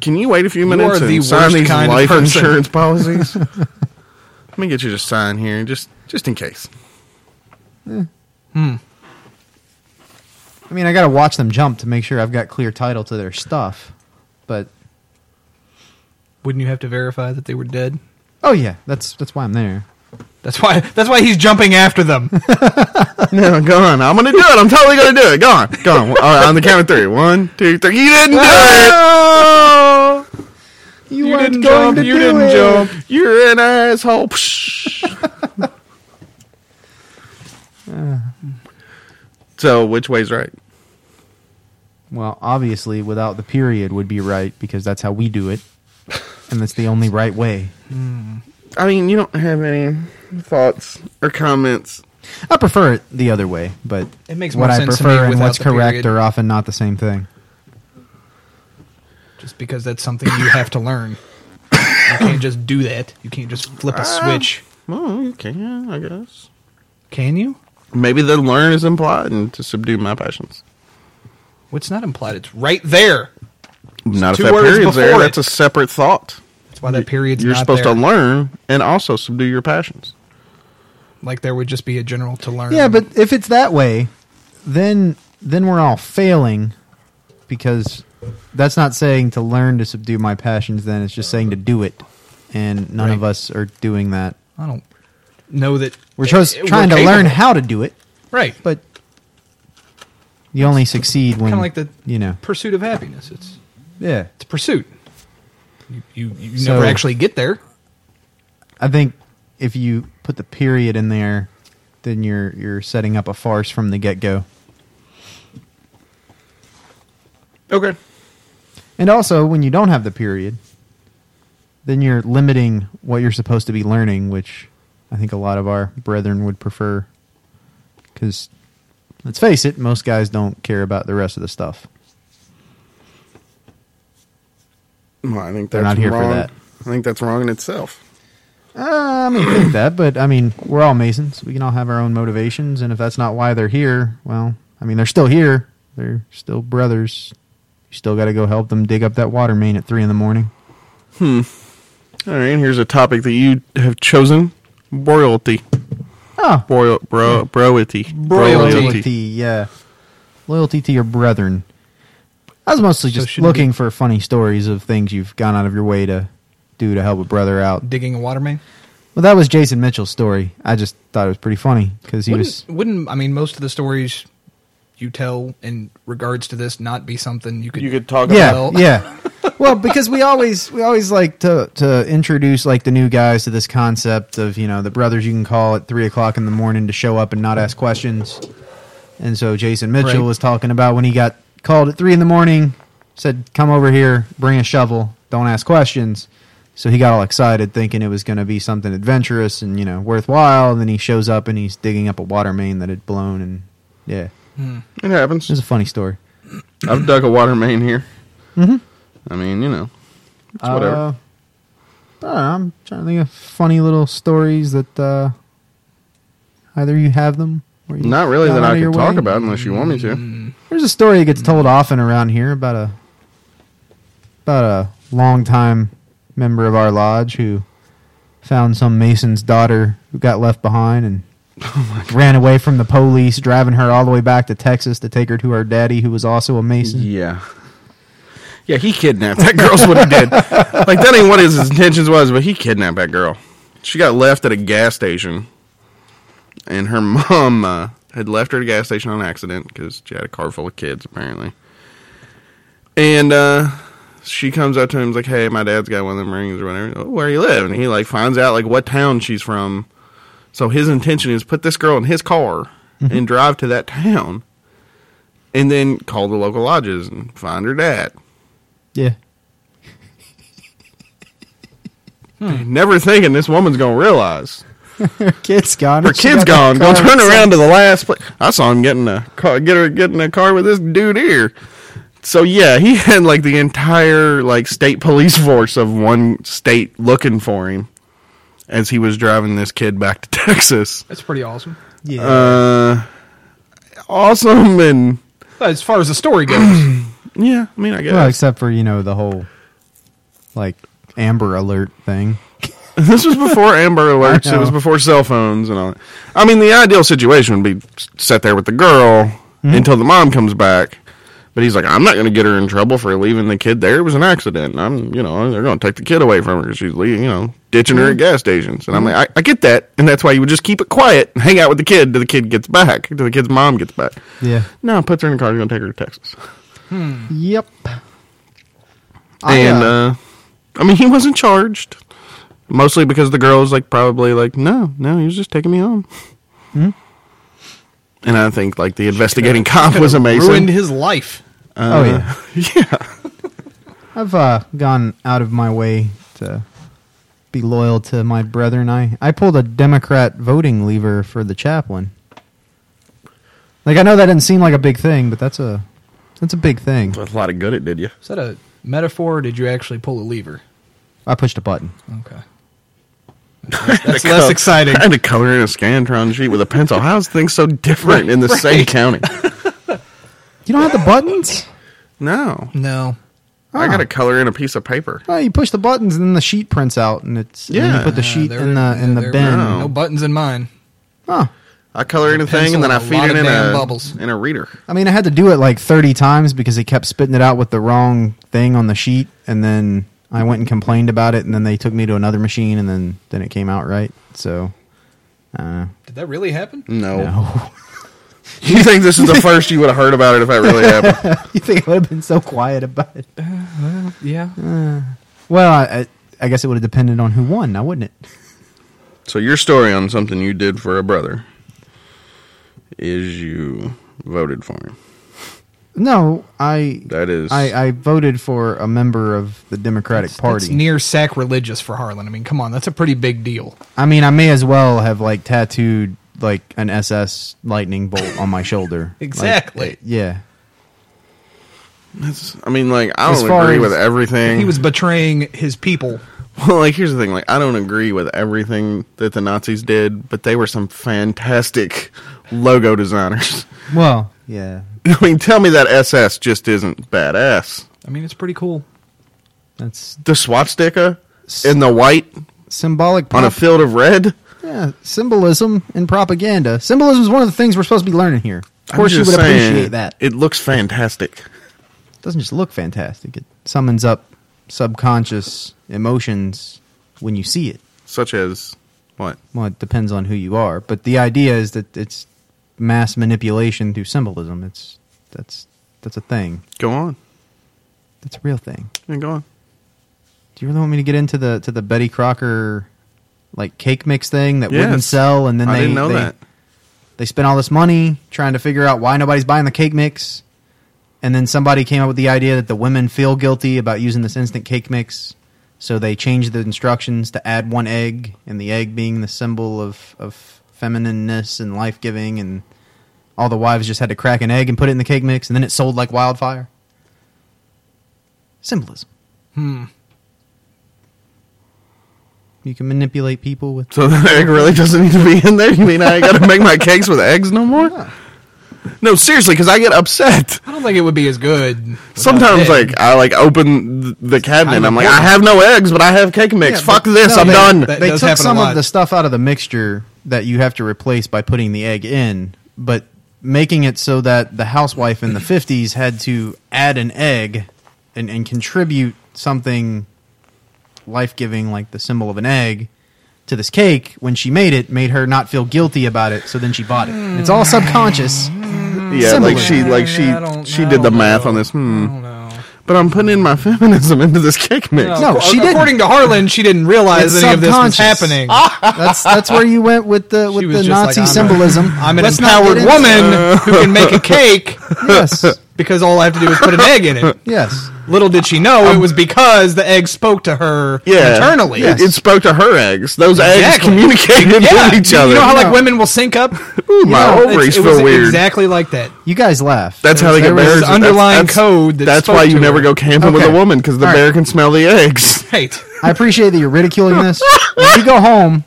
Speaker 1: Can you wait a few
Speaker 2: are
Speaker 1: minutes
Speaker 2: the
Speaker 1: and sign
Speaker 2: worst
Speaker 1: these
Speaker 2: kind of
Speaker 1: life
Speaker 2: person.
Speaker 1: insurance policies? Let me get you to sign here, just just in case.
Speaker 3: I mean, I got to watch them jump to make sure I've got clear title to their stuff. But
Speaker 2: Wouldn't you have to verify that they were dead?
Speaker 3: oh yeah, that's that's why I'm there.
Speaker 2: That's why. That's why he's jumping after them.
Speaker 1: No, go on. I'm gonna do it. I'm totally gonna do it. Go on. Go on. All right, on the count of three. One, two, three. You didn't do it.
Speaker 3: You,
Speaker 1: You're an asshole. Psh. so which way's right?
Speaker 3: Well, obviously, without the period would be right because that's how we do it, and that's the only right way.
Speaker 1: I mean, you don't have any thoughts or comments.
Speaker 3: I prefer it the other way, but
Speaker 2: It makes
Speaker 3: what
Speaker 2: more
Speaker 3: I
Speaker 2: sense to me
Speaker 3: prefer and
Speaker 2: without
Speaker 3: what's
Speaker 2: the
Speaker 3: correct
Speaker 2: period.
Speaker 3: are often not the same thing.
Speaker 2: just because that's something you have to learn. You can't just do that. You can't just flip a switch.
Speaker 1: Well, okay, yeah, I guess.
Speaker 2: Can you?
Speaker 1: Maybe the learn is implied and to subdue my passions.
Speaker 2: What's not implied? It's right there.
Speaker 1: Not
Speaker 2: Two
Speaker 1: if that
Speaker 2: words
Speaker 1: period's there.
Speaker 2: before
Speaker 1: That's
Speaker 2: it.
Speaker 1: a separate thought.
Speaker 2: That's why that period's
Speaker 1: You're
Speaker 2: not
Speaker 1: supposed
Speaker 2: there.
Speaker 1: to learn and also subdue your passions.
Speaker 2: Like there would just be a general to learn.
Speaker 3: Yeah, but if it's that way, then then we're all failing because that's not saying to learn to subdue my passions. Then it's just saying to do it, and none of
Speaker 2: Right.
Speaker 3: us are doing that.
Speaker 2: I don't know that
Speaker 3: We're just trying to learn how to do it,
Speaker 2: Right, but
Speaker 3: but you only succeed when
Speaker 2: Kinda like the-
Speaker 3: you know
Speaker 2: pursuit of happiness. It's
Speaker 3: yeah.
Speaker 2: it's pursuit. You you, you
Speaker 3: So-
Speaker 2: never actually get there.
Speaker 3: I think if you put the period in there, then you're you're setting up a farce from the get go.
Speaker 1: Okay.
Speaker 3: And also, when you don't have the period, then you're limiting what you're supposed to be learning, which I think a lot of our brethren would prefer. Because let's face it, most guys don't care about the rest of the stuff.
Speaker 1: Well, I think that's
Speaker 3: They're not here for
Speaker 1: wrong.
Speaker 3: that.
Speaker 1: I think that's wrong in itself.
Speaker 3: Uh, I mean, think that, but I mean, we're all Masons. We can all have our own motivations, and if that's not why they're here, well, I mean, they're still here. They're still brothers. You still got to go help them dig up that water main at three in the morning.
Speaker 1: All right, and here's a topic that you have chosen: royalty,
Speaker 3: Oh,
Speaker 1: Royal, bro, broity,
Speaker 3: loyalty.
Speaker 1: Broyalty.
Speaker 3: yeah. Loyalty to your brethren. I was mostly just
Speaker 2: shouldn't
Speaker 3: looking
Speaker 2: be-
Speaker 3: for funny stories of things you've gone out of your way to do to help a brother out.
Speaker 2: digging a water main.
Speaker 3: Well, that was Jason Mitchell's story. I just thought it was pretty funny because he
Speaker 2: Wouldn't,
Speaker 3: was
Speaker 2: wouldn't I mean most of the stories you tell in regards to this not be something you could
Speaker 4: You could talk
Speaker 3: yeah,
Speaker 4: about
Speaker 2: Well-
Speaker 3: yeah. Well, because we always we always like to to introduce like the new guys to this concept of you know the brothers you can call at three o'clock in the morning to show up and not ask questions. And so Jason Mitchell
Speaker 2: Right.
Speaker 3: was talking about when he got called at three in the morning, said, "Come over here, bring a shovel, don't ask questions." So he got all excited, thinking it was going to be something adventurous and you know worthwhile. And then he shows up and he's digging up a water main that had blown, and yeah,
Speaker 1: It happens.
Speaker 3: it was a funny story.
Speaker 1: I've dug a water main here. Mm-hmm. I mean, you know, it's whatever.
Speaker 3: Uh, I don't know, I'm trying to think of funny little stories that uh, either you have them or you
Speaker 1: Not really
Speaker 3: got
Speaker 1: that
Speaker 3: out
Speaker 1: I
Speaker 3: of your
Speaker 1: can talk
Speaker 3: way.
Speaker 1: about unless you want me
Speaker 4: Mm.
Speaker 1: to.
Speaker 3: There's a story that gets told often around here about a about a longtime member of our lodge who found some mason's daughter who got left behind and
Speaker 1: Oh
Speaker 3: ran away from the police, driving her all the way back to Texas to take her to her daddy, who was also a mason.
Speaker 1: Yeah. Yeah, he kidnapped that girl's what he did. Like that ain't what his intentions was, but he kidnapped that girl. She got left at a gas station, and her mom uh, had left her at a gas station on accident because she had a car full of kids apparently. And uh, she comes up to him and is like, "Hey, my dad's got one of them rings or whatever. Oh, where you live?" And he like finds out like what town she's from. So his intention is put this girl in his car and drive to that town, and then call the local lodges and find her dad.
Speaker 3: Yeah.
Speaker 1: Never thinking this woman's gonna realize
Speaker 3: Kid's gone.
Speaker 1: her
Speaker 3: She
Speaker 1: kid's gone.
Speaker 3: got that
Speaker 1: Go
Speaker 3: car
Speaker 1: turn
Speaker 3: accident.
Speaker 1: around to the last place. I saw him getting a car, get her getting a car with this dude here. So yeah, he had like the entire like state police force of one state looking for him as he was driving this kid back to Texas.
Speaker 2: That's pretty awesome.
Speaker 3: Yeah.
Speaker 1: Uh, awesome and
Speaker 2: As far as the story goes,
Speaker 1: yeah, I mean I guess
Speaker 3: Well, except for you know the whole like Amber Alert thing.
Speaker 1: this was before Amber Alerts. It was
Speaker 3: know.
Speaker 1: before cell phones and all. That. I mean, the ideal situation would be s- sit there with the girl
Speaker 3: Hmm.
Speaker 1: until the mom comes back. But he's like, I'm not going to get her in trouble for leaving the kid there. It was an accident. I'm, you know, they're going to take the kid away from her. She's, lea- you know, ditching
Speaker 3: Hmm.
Speaker 1: her at gas stations. And I'm like, I, I get that, and that's why you would just keep it quiet and hang out with the kid till the kid gets back, till the kid's mom gets back.
Speaker 3: Yeah.
Speaker 1: No, puts her in the car. He's going to take her to Texas.
Speaker 3: Yep.
Speaker 1: and uh, I mean, he wasn't charged. Mostly because the girl was like, probably like, no, no, he was just taking me home.
Speaker 2: Hmm?
Speaker 1: And I think like the investigating cop was amazing.
Speaker 2: ruined his life.
Speaker 3: oh yeah,
Speaker 1: yeah,
Speaker 3: I've uh, gone out of my way to be loyal to my brethren. I I pulled a Democrat voting lever for the chaplain. Like I know that doesn't seem like a big thing, but that's a that's a big thing.
Speaker 1: a lot of good it did you.
Speaker 2: Is that a metaphor? or Did you actually pull a lever?
Speaker 3: I pushed a button.
Speaker 2: Okay. That's less exciting.
Speaker 1: I had to color in a scantron sheet with a pencil. How is things so different in the same county?
Speaker 3: You don't have the buttons?
Speaker 1: No,
Speaker 2: No.
Speaker 1: I got to color in a piece of paper.
Speaker 3: Oh, you push the buttons and then the sheet prints out and it's and then
Speaker 1: Yeah.
Speaker 3: you put the
Speaker 1: Uh,
Speaker 3: sheet
Speaker 2: there-
Speaker 3: in the in the
Speaker 2: there-
Speaker 3: bin.
Speaker 1: No.
Speaker 2: No buttons in mine.
Speaker 3: Huh.
Speaker 1: I color in a thing and then I
Speaker 2: Pencil and a
Speaker 1: feed
Speaker 2: lot
Speaker 1: it
Speaker 2: of
Speaker 1: in
Speaker 2: damn
Speaker 1: a
Speaker 2: bubbles.
Speaker 1: in a reader.
Speaker 3: I mean, I had to do it like 30 times because they kept spitting it out with the wrong thing on the sheet. And then I went and complained about it. And then they took me to another machine and then, then it came out right. So, uh,
Speaker 2: Did that really happen?
Speaker 1: No.
Speaker 3: no.
Speaker 1: You think this is the first you would have heard about it if that really happened?
Speaker 3: you think I would have been so quiet about it?
Speaker 2: Yeah.
Speaker 3: Well, I, I, I guess it would have depended on who won, now wouldn't it?
Speaker 1: So your story on something you did for a brother is you voted for him.
Speaker 3: No, I.
Speaker 1: That is
Speaker 3: I, I voted for a member of the Democratic Party.
Speaker 2: It's near sacrilegious for Harlan. I mean, come on, that's a pretty big deal.
Speaker 3: I mean, I may as well have like tattooed like an SS lightning bolt on my shoulder. Like, eh,
Speaker 2: Exactly.
Speaker 3: yeah.
Speaker 1: that's- I mean like I
Speaker 3: As
Speaker 1: don't
Speaker 3: far
Speaker 1: agree
Speaker 3: as-
Speaker 1: with everything.
Speaker 2: He was betraying his people.
Speaker 1: well, like here's the thing, like I don't agree with everything that the Nazis did, but they were some fantastic logo designers.
Speaker 3: Well, yeah.
Speaker 1: I mean, tell me that SS just isn't badass.
Speaker 2: I mean, it's pretty cool.
Speaker 3: That's
Speaker 1: The swastika in the white
Speaker 3: symbolic
Speaker 1: on a
Speaker 3: prop-
Speaker 1: field of red.
Speaker 3: yeah, symbolism and propaganda. Symbolism is one of the things we're supposed to be learning here. Of
Speaker 1: I'm
Speaker 3: course, you
Speaker 1: just
Speaker 3: would
Speaker 1: saying,
Speaker 3: appreciate that.
Speaker 1: It looks fantastic.
Speaker 3: doesn't just look fantastic. It summons up subconscious emotions when you see it.
Speaker 1: Such as what?
Speaker 3: Well, it depends on who you are, but the idea is that it's mass manipulation through symbolism. It's that's that's a thing.
Speaker 1: Go on.
Speaker 3: That's a real thing.
Speaker 1: Yeah, go on.
Speaker 3: Do you really want me to get into the to the Betty Crocker like cake mix thing that wouldn't
Speaker 1: Yes.
Speaker 3: sell and then
Speaker 1: I
Speaker 3: they
Speaker 1: didn't know
Speaker 3: they,
Speaker 1: that.
Speaker 3: they spent all this money trying to figure out why nobody's buying the cake mix and then somebody came up with the idea that the women feel guilty about using this instant cake mix so they changed the instructions to add one egg and the egg being the symbol of of feminineness and life-giving and all the wives just had to crack an egg and put it in the cake mix and then it sold like wildfire symbolism
Speaker 2: Hmm.
Speaker 3: you can manipulate people with
Speaker 1: So the egg really doesn't need to be in there. You mean I got to make my cakes with eggs no more? No, seriously, because I get upset.
Speaker 2: I don't think it would be as good. without
Speaker 1: Sometimes,
Speaker 2: it.
Speaker 1: like I like open th- the cabinet,
Speaker 2: kinda
Speaker 1: I'm like, I
Speaker 2: important.
Speaker 1: have no eggs, but I have cake mix.
Speaker 3: Yeah,
Speaker 1: Fuck
Speaker 3: but-
Speaker 1: this,
Speaker 3: no,
Speaker 1: I'm
Speaker 3: they-
Speaker 1: done.
Speaker 2: that-
Speaker 3: they
Speaker 2: does
Speaker 3: took
Speaker 2: happen a
Speaker 3: some
Speaker 2: lot.
Speaker 3: of the stuff out of the mixture that you have to replace by putting the egg in, but making it so that the housewife in the 50s had to add an egg and, and contribute something life giving, like the symbol of an egg, to this cake when she made it, made her not feel guilty about it, so then she bought it.
Speaker 2: Hmm.
Speaker 3: It's all subconscious.
Speaker 1: yeah, like
Speaker 3: similar.
Speaker 1: she, like
Speaker 2: I
Speaker 1: she,
Speaker 2: don't-
Speaker 1: she
Speaker 2: I
Speaker 1: did the
Speaker 2: don't
Speaker 1: math
Speaker 2: know.
Speaker 1: on this.
Speaker 2: I
Speaker 1: Hmm.
Speaker 2: don't know.
Speaker 1: But I'm putting in my feminism into this cake mix.
Speaker 3: No,
Speaker 2: Ac-
Speaker 3: she didn't.
Speaker 2: According to Harlan, she didn't realize
Speaker 3: It's
Speaker 2: any of this was
Speaker 3: subconscious.
Speaker 2: happening.
Speaker 3: That's that's where you went with the with
Speaker 2: She
Speaker 3: the
Speaker 2: was just like,
Speaker 3: Nazi
Speaker 2: I'm a-
Speaker 3: symbolism.
Speaker 2: I'm an
Speaker 3: Let's not
Speaker 2: empowered
Speaker 3: get into-
Speaker 2: woman who can make a cake
Speaker 3: Yes.
Speaker 2: because all I have to do is put an egg in it.
Speaker 3: Yes.
Speaker 2: Little did she know
Speaker 3: Um,
Speaker 2: it was because the egg spoke to her
Speaker 1: Yeah,
Speaker 2: internally.
Speaker 1: It, it spoke to her eggs. Those eggs
Speaker 2: Exactly.
Speaker 1: communicated
Speaker 2: Yeah,
Speaker 1: with each other.
Speaker 2: You know how like
Speaker 3: No.
Speaker 2: women will sync up?
Speaker 1: Ooh, my
Speaker 2: It's-
Speaker 1: ovaries
Speaker 2: it
Speaker 1: feel
Speaker 2: was
Speaker 1: weird.
Speaker 2: Exactly like that.
Speaker 3: You guys laugh.
Speaker 1: That's how they
Speaker 2: There
Speaker 1: get
Speaker 2: was
Speaker 1: bears.
Speaker 2: this underlying code that
Speaker 1: that's
Speaker 2: spoke
Speaker 1: why you
Speaker 2: to
Speaker 1: never
Speaker 2: her.
Speaker 1: go camping with
Speaker 3: Okay.
Speaker 1: a woman because the
Speaker 3: All right.
Speaker 1: bear can smell the eggs.
Speaker 2: Hey,
Speaker 3: I appreciate that you're ridiculing this. When you go home,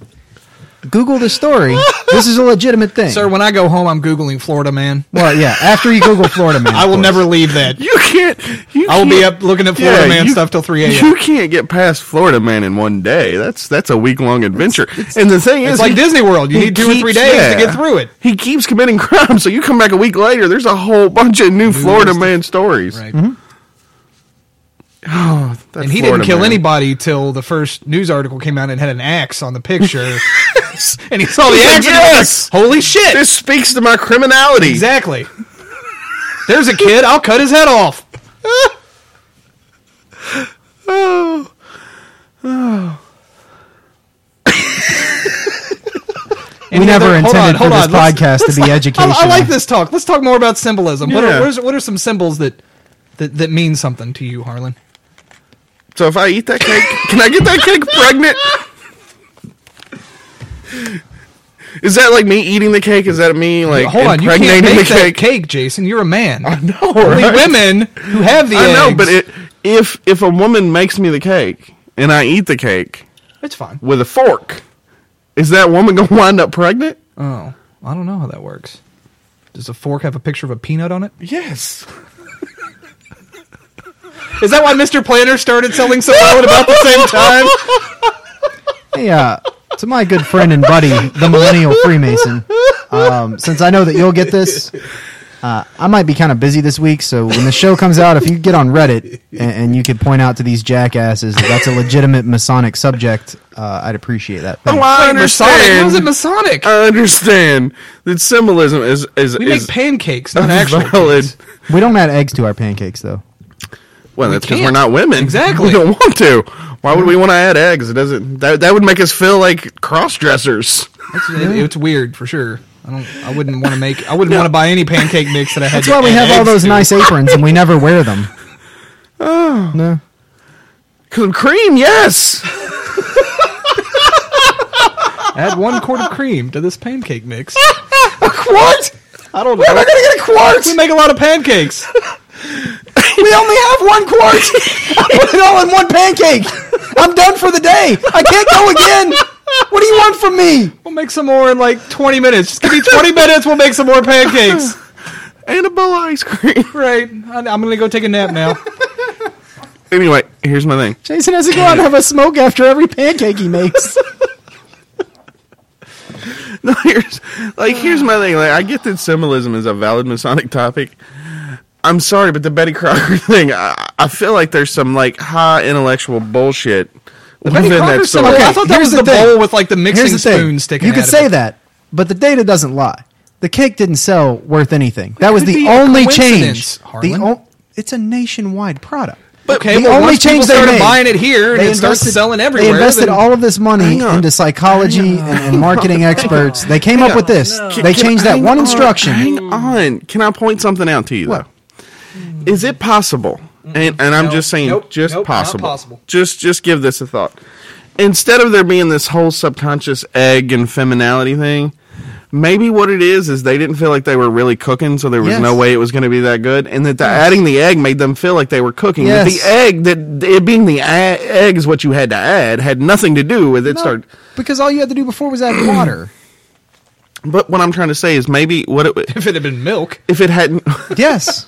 Speaker 3: Google the story. This is a legitimate thing.
Speaker 2: sir, when I go home, I'm Googling Florida man.
Speaker 3: well, yeah. After you Google Florida man,
Speaker 2: I
Speaker 3: of
Speaker 2: will
Speaker 3: course.
Speaker 2: never leave that.
Speaker 1: You can't. You
Speaker 2: I will be
Speaker 1: can't-
Speaker 2: up looking at Florida man
Speaker 1: you-
Speaker 2: stuff till 3
Speaker 1: You
Speaker 2: a.m.
Speaker 1: can't get past Florida Man in one day. That's that's a week long adventure. and the thing is,
Speaker 2: It's like
Speaker 1: he-
Speaker 2: Disney World. You
Speaker 1: he
Speaker 2: need two or three
Speaker 1: keeps-
Speaker 2: days
Speaker 1: yeah.
Speaker 2: to get through it.
Speaker 1: He keeps committing crimes, so you come back a week later. There's a whole bunch of new Florida
Speaker 2: stuff.
Speaker 1: Man stories.
Speaker 2: Right.
Speaker 1: Oh, that
Speaker 2: And he
Speaker 1: Mm-hmm. Florida
Speaker 2: didn't kill
Speaker 1: Man.
Speaker 2: anybody till the first news article came out and had an axe on the picture. and he saw the
Speaker 1: He's like,
Speaker 2: axe. and he was
Speaker 1: "Yes!"
Speaker 2: like, Holy shit!
Speaker 1: This speaks to my criminality.
Speaker 2: exactly. There's a kid. I'll cut his head off.
Speaker 1: Oh.
Speaker 3: We
Speaker 2: other-
Speaker 3: never
Speaker 2: hold
Speaker 3: intended
Speaker 2: on, hold
Speaker 3: for this
Speaker 2: on, let's-
Speaker 3: podcast to be educational.
Speaker 2: I, I like this talk. Let's talk more about symbolism. What,
Speaker 1: Yeah.
Speaker 2: are, what, is, what are some symbols that, that that mean something to you, Harlan?
Speaker 1: So if I eat that cake, can I get that cake pregnant? Is that like me eating the cake? Is that me like
Speaker 2: Hold on, you
Speaker 1: impregnating
Speaker 2: can't make
Speaker 1: the
Speaker 2: that
Speaker 1: cake?
Speaker 2: cake. Jason. You're a man.
Speaker 1: I know,
Speaker 2: Only
Speaker 1: right?
Speaker 2: women who have the
Speaker 1: I know,
Speaker 2: eggs.
Speaker 1: but it, if if a woman makes me the cake and I eat the cake
Speaker 2: it's fine.
Speaker 1: with a fork, is that woman gonna wind up pregnant?
Speaker 2: Oh, I don't know how that works. Does a fork have a picture of a peanut on it?
Speaker 1: Yes.
Speaker 2: Is that why Mr. Planner started selling some out about the same time?
Speaker 3: Hey, uh, to my good friend and buddy, the millennial Freemason. Um, since I know that you'll get this, uh, I might be kind of busy this week. So when the show comes out, if you get on Reddit and, and you could point out to these jackasses that that's a legitimate Masonic subject, uh, I'd appreciate that.
Speaker 1: Oh,
Speaker 3: Thanks.
Speaker 1: I
Speaker 2: Masonic? How
Speaker 1: understand.
Speaker 2: is it Masonic?
Speaker 1: I understand that symbolism is is
Speaker 2: we
Speaker 1: is
Speaker 2: make pancakes, not actual.
Speaker 1: valid.
Speaker 2: cakes.
Speaker 3: We don't add eggs to our pancakes, though.
Speaker 1: Well, that's because
Speaker 2: can't.
Speaker 1: we're not women.
Speaker 2: Exactly.
Speaker 1: We don't want to. Why would we want to add eggs? It doesn't. That, that would make us feel like cross dressers.
Speaker 2: It's, it- it's weird for sure. I don't. I wouldn't want to make. I wouldn't want to buy any pancake mix that I had.
Speaker 3: That's why we have all those nice aprons and we never wear them. Oh. No.
Speaker 1: Because cream, yes.
Speaker 2: Add one quart of cream to this pancake mix.
Speaker 1: what?
Speaker 2: I don't
Speaker 1: Am I gonna
Speaker 2: know.
Speaker 1: get a quart?
Speaker 2: We make a lot of pancakes.
Speaker 1: We only have one quart.
Speaker 3: Put it all in one pancake! I'm done for the day! I can't go again! What do you want from me?
Speaker 2: We'll make some more in like 20 minutes. Just give me 20 minutes. We'll make some more pancakes.
Speaker 1: and a bowl of ice cream.
Speaker 2: Right. I- I'm gonna go take a nap now.
Speaker 1: Anyway, here's my thing.
Speaker 3: Jason has to go out and have a smoke after every pancake he makes.
Speaker 1: No, here's like here's my thing. Like I get that symbolism is a valid Masonic topic. I'm sorry, but the Betty Crocker thing, I, I feel like there's some like high intellectual bullshit
Speaker 2: Betty
Speaker 1: within that
Speaker 2: Crocker's
Speaker 1: story.
Speaker 2: so-
Speaker 3: Okay,
Speaker 2: I thought that
Speaker 3: here's
Speaker 2: was the
Speaker 3: the thing.
Speaker 2: bowl with like the mixing
Speaker 3: Here's the thing.
Speaker 2: spoon sticking.
Speaker 3: You could
Speaker 2: out of
Speaker 3: say
Speaker 2: it.
Speaker 3: that, but the data doesn't lie. The cake didn't sell worth anything. That was
Speaker 2: could be
Speaker 3: the
Speaker 2: a
Speaker 3: only
Speaker 2: coincidence,
Speaker 3: change. The
Speaker 2: Harlan.
Speaker 3: o- it's a nationwide product.
Speaker 2: But okay,
Speaker 3: the
Speaker 2: well,
Speaker 3: only
Speaker 2: once
Speaker 3: change
Speaker 2: people
Speaker 3: they
Speaker 2: started
Speaker 3: made-
Speaker 2: buying it here and it starts selling everywhere.
Speaker 3: They invested
Speaker 2: then-
Speaker 3: all of this money
Speaker 1: Hang on.
Speaker 3: into psychology and, and marketing experts. They came up with this.
Speaker 1: Can-
Speaker 3: They
Speaker 1: can-
Speaker 3: changed that
Speaker 1: hang
Speaker 3: one
Speaker 1: on,
Speaker 3: instruction.
Speaker 1: Hang on. Can I point something out to you
Speaker 3: What?
Speaker 1: though? Is it possible? And, and I'm
Speaker 2: Nope,
Speaker 1: just saying,
Speaker 2: nope,
Speaker 1: just
Speaker 2: nope, not
Speaker 1: possible.
Speaker 2: possible.
Speaker 1: Just just give this a thought. Instead of there being this whole subconscious egg and femininity thing, maybe what it is is they didn't feel like they were really cooking, so there was
Speaker 3: Yes.
Speaker 1: no way it was going to be that good, and that the, adding the egg made them feel like they were cooking. That
Speaker 3: Yes.
Speaker 1: the egg that it being the a- egg is what you had to add had nothing to do with it.
Speaker 3: No,
Speaker 1: Start.
Speaker 3: because all you had to do before was add water.
Speaker 1: But what I'm trying to say is maybe what it
Speaker 2: If it had been milk,
Speaker 1: if it hadn't.
Speaker 3: yes,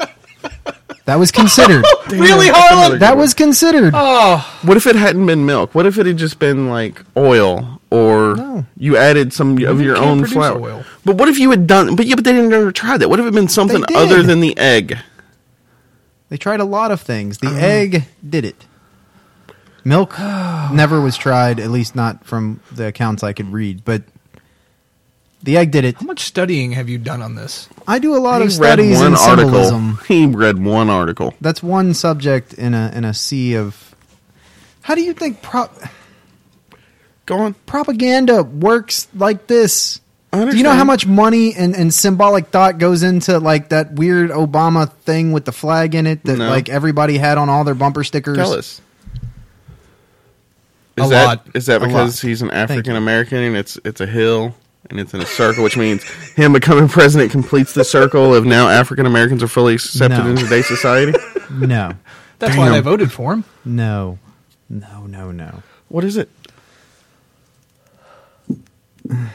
Speaker 3: that was considered.
Speaker 2: really, Harlan? Oh.
Speaker 3: That was considered.
Speaker 1: What if it hadn't been milk? What if it had just been like oil or
Speaker 3: No.
Speaker 1: you added some of your
Speaker 2: can't
Speaker 1: own
Speaker 2: produce
Speaker 1: flour?
Speaker 2: oil.
Speaker 1: But what if you had done but yeah, but they didn't ever try that. What if it had been something
Speaker 3: did.
Speaker 1: other than the egg?
Speaker 3: They tried a lot of things.
Speaker 1: Uh-huh.
Speaker 3: The egg did it. Milk never was tried, at least not from the accounts I could read. But the egg did it.
Speaker 2: How much studying have you done on this?
Speaker 3: I do a lot
Speaker 1: He
Speaker 3: of
Speaker 1: read
Speaker 3: studies
Speaker 1: one
Speaker 3: in
Speaker 1: article.
Speaker 3: symbolism.
Speaker 1: He read one article.
Speaker 3: That's one subject in a in a sea of. How do you think prop,
Speaker 1: Go on.
Speaker 3: propaganda works like this?
Speaker 1: I
Speaker 3: Do you know how
Speaker 1: understand.
Speaker 3: much money and, and symbolic thought goes into like that weird Obama thing with the flag in it that
Speaker 1: No.
Speaker 3: like everybody had on all their bumper stickers?
Speaker 1: Tell us.
Speaker 2: A
Speaker 1: Is that,
Speaker 2: lot.
Speaker 1: Is that
Speaker 3: A
Speaker 1: because
Speaker 3: lot.
Speaker 1: he's an
Speaker 3: you.
Speaker 1: African American and it's it's a hill and it's in a circle, which means him becoming president completes the circle of now African Americans are fully accepted
Speaker 3: No.
Speaker 1: in today's society?
Speaker 3: No.
Speaker 2: That's
Speaker 1: Damn.
Speaker 2: why they voted for him.
Speaker 3: No, no, no, no.
Speaker 1: What is it?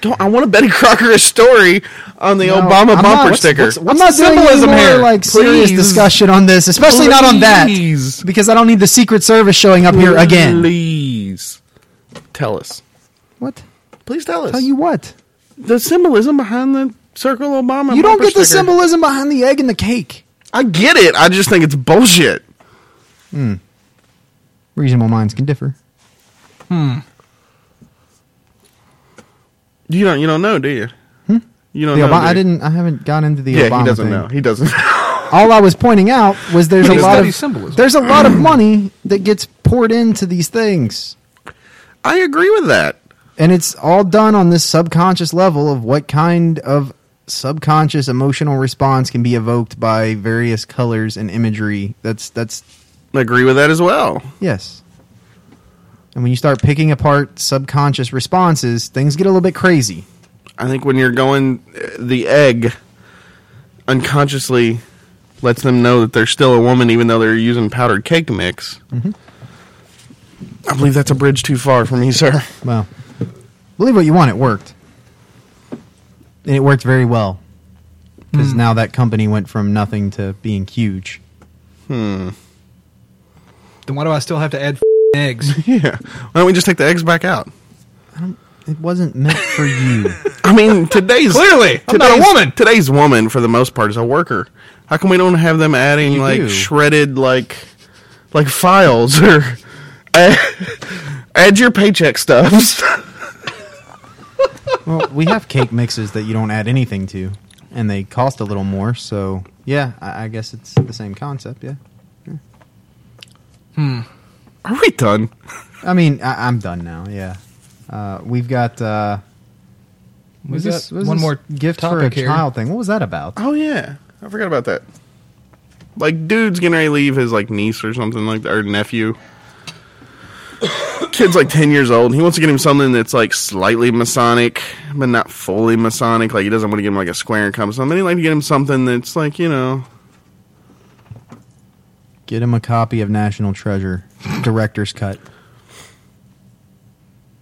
Speaker 1: Don't, I want a Betty Crocker story on the
Speaker 3: No,
Speaker 1: Obama bumper
Speaker 3: I'm not- what's-
Speaker 1: sticker.
Speaker 3: what's- I'm not doing any more like serious
Speaker 1: Please.
Speaker 3: discussion on this, especially not on that,
Speaker 1: Please.
Speaker 3: because I don't need the Secret Service showing up here again.
Speaker 1: Please tell us.
Speaker 3: What?
Speaker 1: Please tell us.
Speaker 3: Tell you what?
Speaker 1: the symbolism behind the circle Obama.
Speaker 3: You don't
Speaker 1: bumper
Speaker 3: get the
Speaker 1: sticker.
Speaker 3: symbolism behind the egg and the cake.
Speaker 1: I get it. I just think it's bullshit.
Speaker 3: Reasonable minds can differ.
Speaker 1: You don't. You don't know, do you? You don't. know,
Speaker 3: Hmm? The Obama,
Speaker 1: do you?
Speaker 3: I didn't. I haven't got into the
Speaker 1: Yeah,
Speaker 3: Obama
Speaker 1: he doesn't
Speaker 3: thing.
Speaker 1: know. He doesn't.
Speaker 3: All I was pointing out was there's a
Speaker 2: He
Speaker 3: lot
Speaker 2: studies
Speaker 3: of
Speaker 2: symbolism.
Speaker 3: there's a lot of money that gets poured into these things.
Speaker 1: I agree with that.
Speaker 3: And it's all done on this subconscious level of what kind of subconscious emotional response can be evoked by various colors and imagery. That's that's
Speaker 1: I agree with that as well.
Speaker 3: yes. And when you start picking apart subconscious responses, things get a little bit crazy.
Speaker 1: I think when you're going, uh, the egg unconsciously lets them know that they're still a woman, even though they're using powdered cake mix. I believe that's a bridge too far for me, sir.
Speaker 3: Well, believe what you want, it worked. And it worked very well. Because now that company went from nothing to being huge.
Speaker 2: Then why do I still have to add f- eggs?
Speaker 1: Yeah. Why don't we just take the eggs back out?
Speaker 3: It wasn't meant for you.
Speaker 1: I mean, today's
Speaker 2: Clearly, I'm not a
Speaker 1: today's-
Speaker 2: woman.
Speaker 1: Today's woman, for the most part, is a worker. How come we don't have them adding
Speaker 3: You
Speaker 1: like
Speaker 3: do.
Speaker 1: shredded like like files or add, add your paycheck stuffs?
Speaker 3: well, we have cake mixes that you don't add anything to, and they cost a little more. So yeah, I, I guess it's the same concept. Yeah,
Speaker 1: Are we done?
Speaker 3: I mean, I, I'm done now. Yeah, uh, we've got. Uh, what
Speaker 2: We've
Speaker 3: is this,
Speaker 2: got
Speaker 3: what is
Speaker 2: one
Speaker 3: this
Speaker 2: more
Speaker 3: gift for a
Speaker 2: topic here.
Speaker 3: child thing. What was that about?
Speaker 1: Oh yeah, I forgot about that. Like, dude's getting ready to leave his like niece or something like that, or nephew. Kid's like ten years old. And he wants to get him something that's like slightly Masonic, but not fully Masonic. Like he doesn't want to give him like a square and compass. Something. He'd like to get him something that's like you know.
Speaker 3: Get him a copy of National Treasure, director's cut.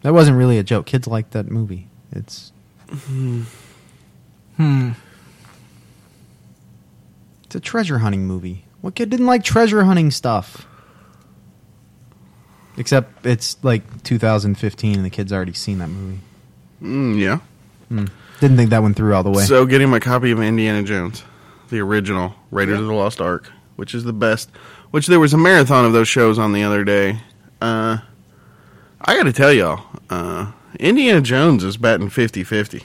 Speaker 3: That wasn't really a joke. Kids like that movie. It's
Speaker 2: Hmm.
Speaker 3: it's a treasure hunting movie. What kid didn't like treasure hunting stuff? Except it's like 2015 and the kid's already seen that movie.
Speaker 1: Mm, yeah.
Speaker 3: Didn't think that one through all the way.
Speaker 1: So get him a copy of Indiana Jones, the the original Raiders of the Lost Ark, which is the best. Which there was a marathon of those shows on the other day. Uh, I got to tell y'all, uh, Indiana Jones is batting 50-50.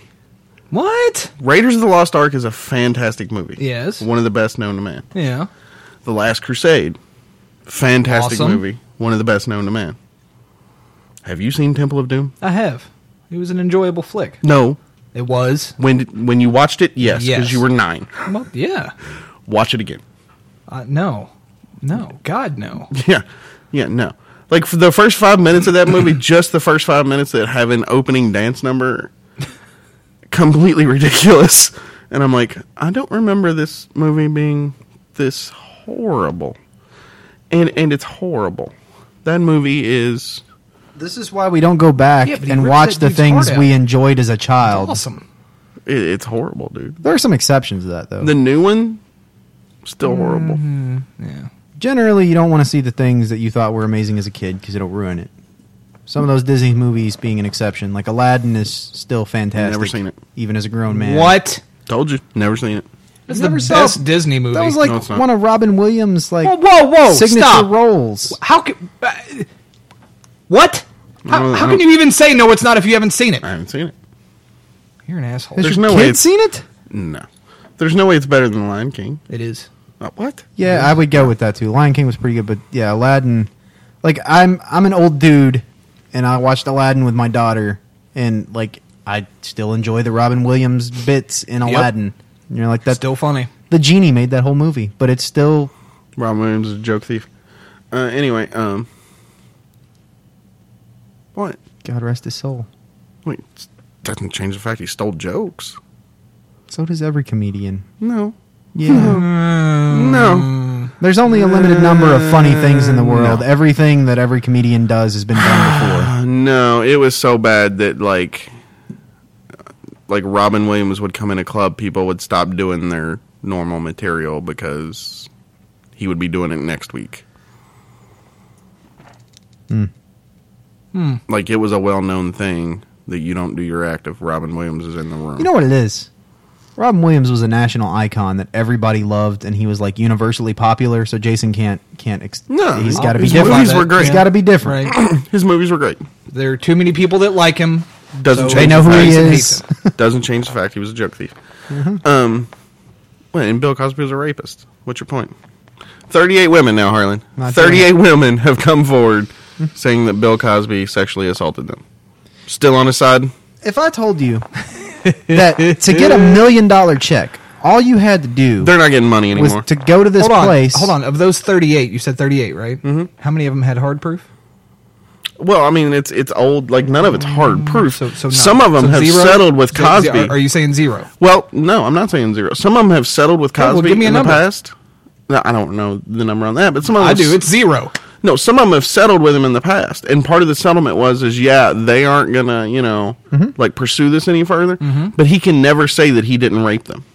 Speaker 2: What?
Speaker 1: Raiders of the Lost Ark is a fantastic movie.
Speaker 2: Yes.
Speaker 1: one of the best known to man.
Speaker 2: Yeah.
Speaker 1: The Last Crusade, fantastic
Speaker 2: Awesome.
Speaker 1: movie. One of the best known to man. Have you seen Temple of Doom?
Speaker 2: I have. It was an enjoyable flick.
Speaker 1: No.
Speaker 2: It was.
Speaker 1: When when you watched it, yes, because
Speaker 2: Yes.
Speaker 1: you were nine.
Speaker 2: Well, yeah.
Speaker 1: Watch it again.
Speaker 2: Uh, no. No. God, no.
Speaker 1: Yeah, yeah, no. Like for the first five minutes of that movie, just the first five minutes that have an opening dance number, completely ridiculous. And I'm like, I don't remember this movie being this horrible, and and it's horrible. That movie is
Speaker 3: This is why we don't go back
Speaker 2: Yeah, but he
Speaker 3: and
Speaker 2: ripped
Speaker 3: watch
Speaker 2: that
Speaker 3: the
Speaker 2: dude's
Speaker 3: things
Speaker 2: heart out.
Speaker 3: we enjoyed as a child.
Speaker 2: Awesome.
Speaker 1: it, it's horrible, dude.
Speaker 3: There are some exceptions to that, though.
Speaker 1: The new one, still horrible.
Speaker 2: Yeah.
Speaker 3: Generally, you don't want to see the things that you thought were amazing as a kid because it'll ruin it. Some of those Disney movies being an exception, like Aladdin, is still fantastic.
Speaker 1: Never seen it.
Speaker 3: even as a grown man.
Speaker 2: What?
Speaker 1: Told you, never seen it.
Speaker 2: It's
Speaker 3: You
Speaker 2: the
Speaker 3: never
Speaker 2: best
Speaker 3: saw-
Speaker 2: Disney movie.
Speaker 3: That was like
Speaker 1: No, it's not.
Speaker 3: one of Robin Williams' like
Speaker 2: whoa, whoa, whoa!
Speaker 3: signature
Speaker 2: stop.
Speaker 3: roles.
Speaker 2: How can? Uh, what? How,
Speaker 1: No,
Speaker 2: how
Speaker 1: I
Speaker 2: can
Speaker 1: don't-
Speaker 2: you even say no? It's not if you haven't seen it.
Speaker 1: I haven't seen it.
Speaker 2: You're an asshole.
Speaker 3: Has
Speaker 1: There's
Speaker 3: your
Speaker 1: no way
Speaker 3: kid
Speaker 1: it's-
Speaker 3: seen it?
Speaker 1: No, there's no way it's better than Lion King.
Speaker 2: It is.
Speaker 1: Uh, what?
Speaker 3: Yeah, I would go with that too. Lion King was pretty good, but yeah, Aladdin. Like I'm, I'm an old dude, and I watched Aladdin with my daughter, and like I still enjoy the Robin Williams bits in Aladdin. And you're like that's
Speaker 2: Still funny.
Speaker 3: the genie made that whole movie, but it's still
Speaker 1: Rob Williams is a joke thief. Uh, anyway, um, what?
Speaker 3: God rest his soul.
Speaker 1: Wait, s- doesn't change the fact he stole jokes.
Speaker 3: So does every comedian.
Speaker 1: No,
Speaker 3: Yeah,
Speaker 1: no.
Speaker 3: there's only a limited number of funny things in the world. Everything that every comedian does has been done before.
Speaker 1: Uh, no, it was so bad that like, like Robin Williams would come in a club, people would stop doing their normal material because he would be doing it next week. Hmm. Like it was a well-known thing that you don't do your act if Robin Williams is in the room.
Speaker 3: You know what it is? Robin Williams was a national icon that everybody loved, and he was like universally popular. So Jason can't can't. Ex-
Speaker 1: No,
Speaker 3: he's got to be
Speaker 1: his
Speaker 3: different.
Speaker 1: movies were great.
Speaker 3: He's got to be different.
Speaker 2: Right.
Speaker 1: His movies were great.
Speaker 2: there are too many people that like him.
Speaker 1: Doesn't
Speaker 2: So-
Speaker 3: They
Speaker 1: change
Speaker 3: know
Speaker 1: the
Speaker 3: who
Speaker 1: fact.
Speaker 3: he
Speaker 2: Jason
Speaker 3: is.
Speaker 2: hates
Speaker 1: Doesn't change the fact he was a joke thief.
Speaker 2: Mm-hmm.
Speaker 1: Um, well, and Bill Cosby was a rapist. What's your point? Thirty-eight women now, Harlan.
Speaker 3: Not
Speaker 1: Thirty-eight women have come forward
Speaker 2: Mm-hmm.
Speaker 1: saying that Bill Cosby sexually assaulted them. Still on his side?
Speaker 3: If I told you that to get a million dollar check, all you had to do
Speaker 1: They're not getting money
Speaker 3: was
Speaker 1: anymore.
Speaker 3: to go to this
Speaker 2: Hold on.
Speaker 3: place.
Speaker 2: Hold on. Of those 38, you said 38, right? Mm-hmm. How many of them had hard proof?
Speaker 1: well, I mean, it's it's old. Like none of it's hard proof.
Speaker 2: Mm, So, so none.
Speaker 1: some of them
Speaker 2: So
Speaker 1: have
Speaker 2: zero?
Speaker 1: settled with
Speaker 2: So ze-
Speaker 1: Cosby.
Speaker 2: Are, are you saying zero?
Speaker 1: Well, no, I'm not saying zero. Some of them have settled with Cosby
Speaker 2: well, give me a
Speaker 1: in
Speaker 2: number.
Speaker 1: the past. No, I don't know the number on that, but some of them
Speaker 2: I
Speaker 1: have
Speaker 2: do. It's zero.
Speaker 1: No, some of them have settled with him in the past, and part of the settlement was is yeah they aren't gonna you know
Speaker 2: Mm-hmm.
Speaker 1: like pursue this any further, but he can never say that he didn't rape them.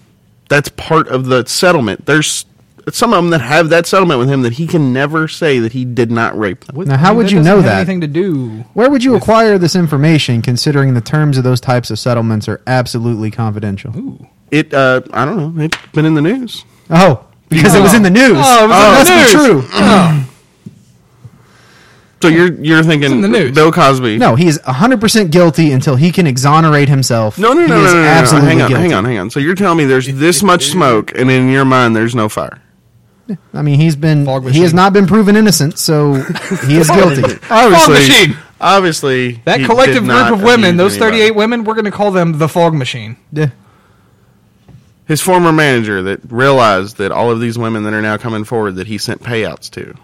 Speaker 1: That's part of the settlement. There's some of them that have that settlement with him that he can never say that he did not rape them.
Speaker 3: Now, how would you
Speaker 2: doesn't
Speaker 3: know
Speaker 2: have
Speaker 3: that?
Speaker 2: Anything to do?
Speaker 3: Where would you acquire this information, considering the terms of those types of settlements are absolutely confidential?
Speaker 2: Oh.
Speaker 1: It uh, I don't know. It's been in the news.
Speaker 3: Oh, because it was in the news.
Speaker 2: Oh, it was in the
Speaker 3: that's
Speaker 2: news. Oh.
Speaker 3: true.
Speaker 1: So you're you're thinking
Speaker 2: in the news.
Speaker 1: Bill Cosby?
Speaker 3: No, he is 100% guilty until he can exonerate himself.
Speaker 1: No, no,
Speaker 3: He
Speaker 1: no, no,
Speaker 3: is
Speaker 1: no, no, no.
Speaker 3: absolutely
Speaker 1: Hang on,
Speaker 3: guilty.
Speaker 1: hang on, hang on. So you're telling me there's this much smoke, and in your mind there's no fire.
Speaker 3: I mean, he's been
Speaker 2: Fog
Speaker 3: he has
Speaker 2: machine.
Speaker 3: not been proven innocent, so he is guilty.
Speaker 1: Obviously,
Speaker 2: machine.
Speaker 1: obviously,
Speaker 2: That
Speaker 1: he did
Speaker 2: collective group
Speaker 1: not
Speaker 2: of women,
Speaker 1: abuse
Speaker 2: those
Speaker 1: anybody.
Speaker 2: 38 women, we're going to call them the fog machine.
Speaker 3: Yeah.
Speaker 1: his former manager that realized that all of these women that are now coming forward that he sent payouts to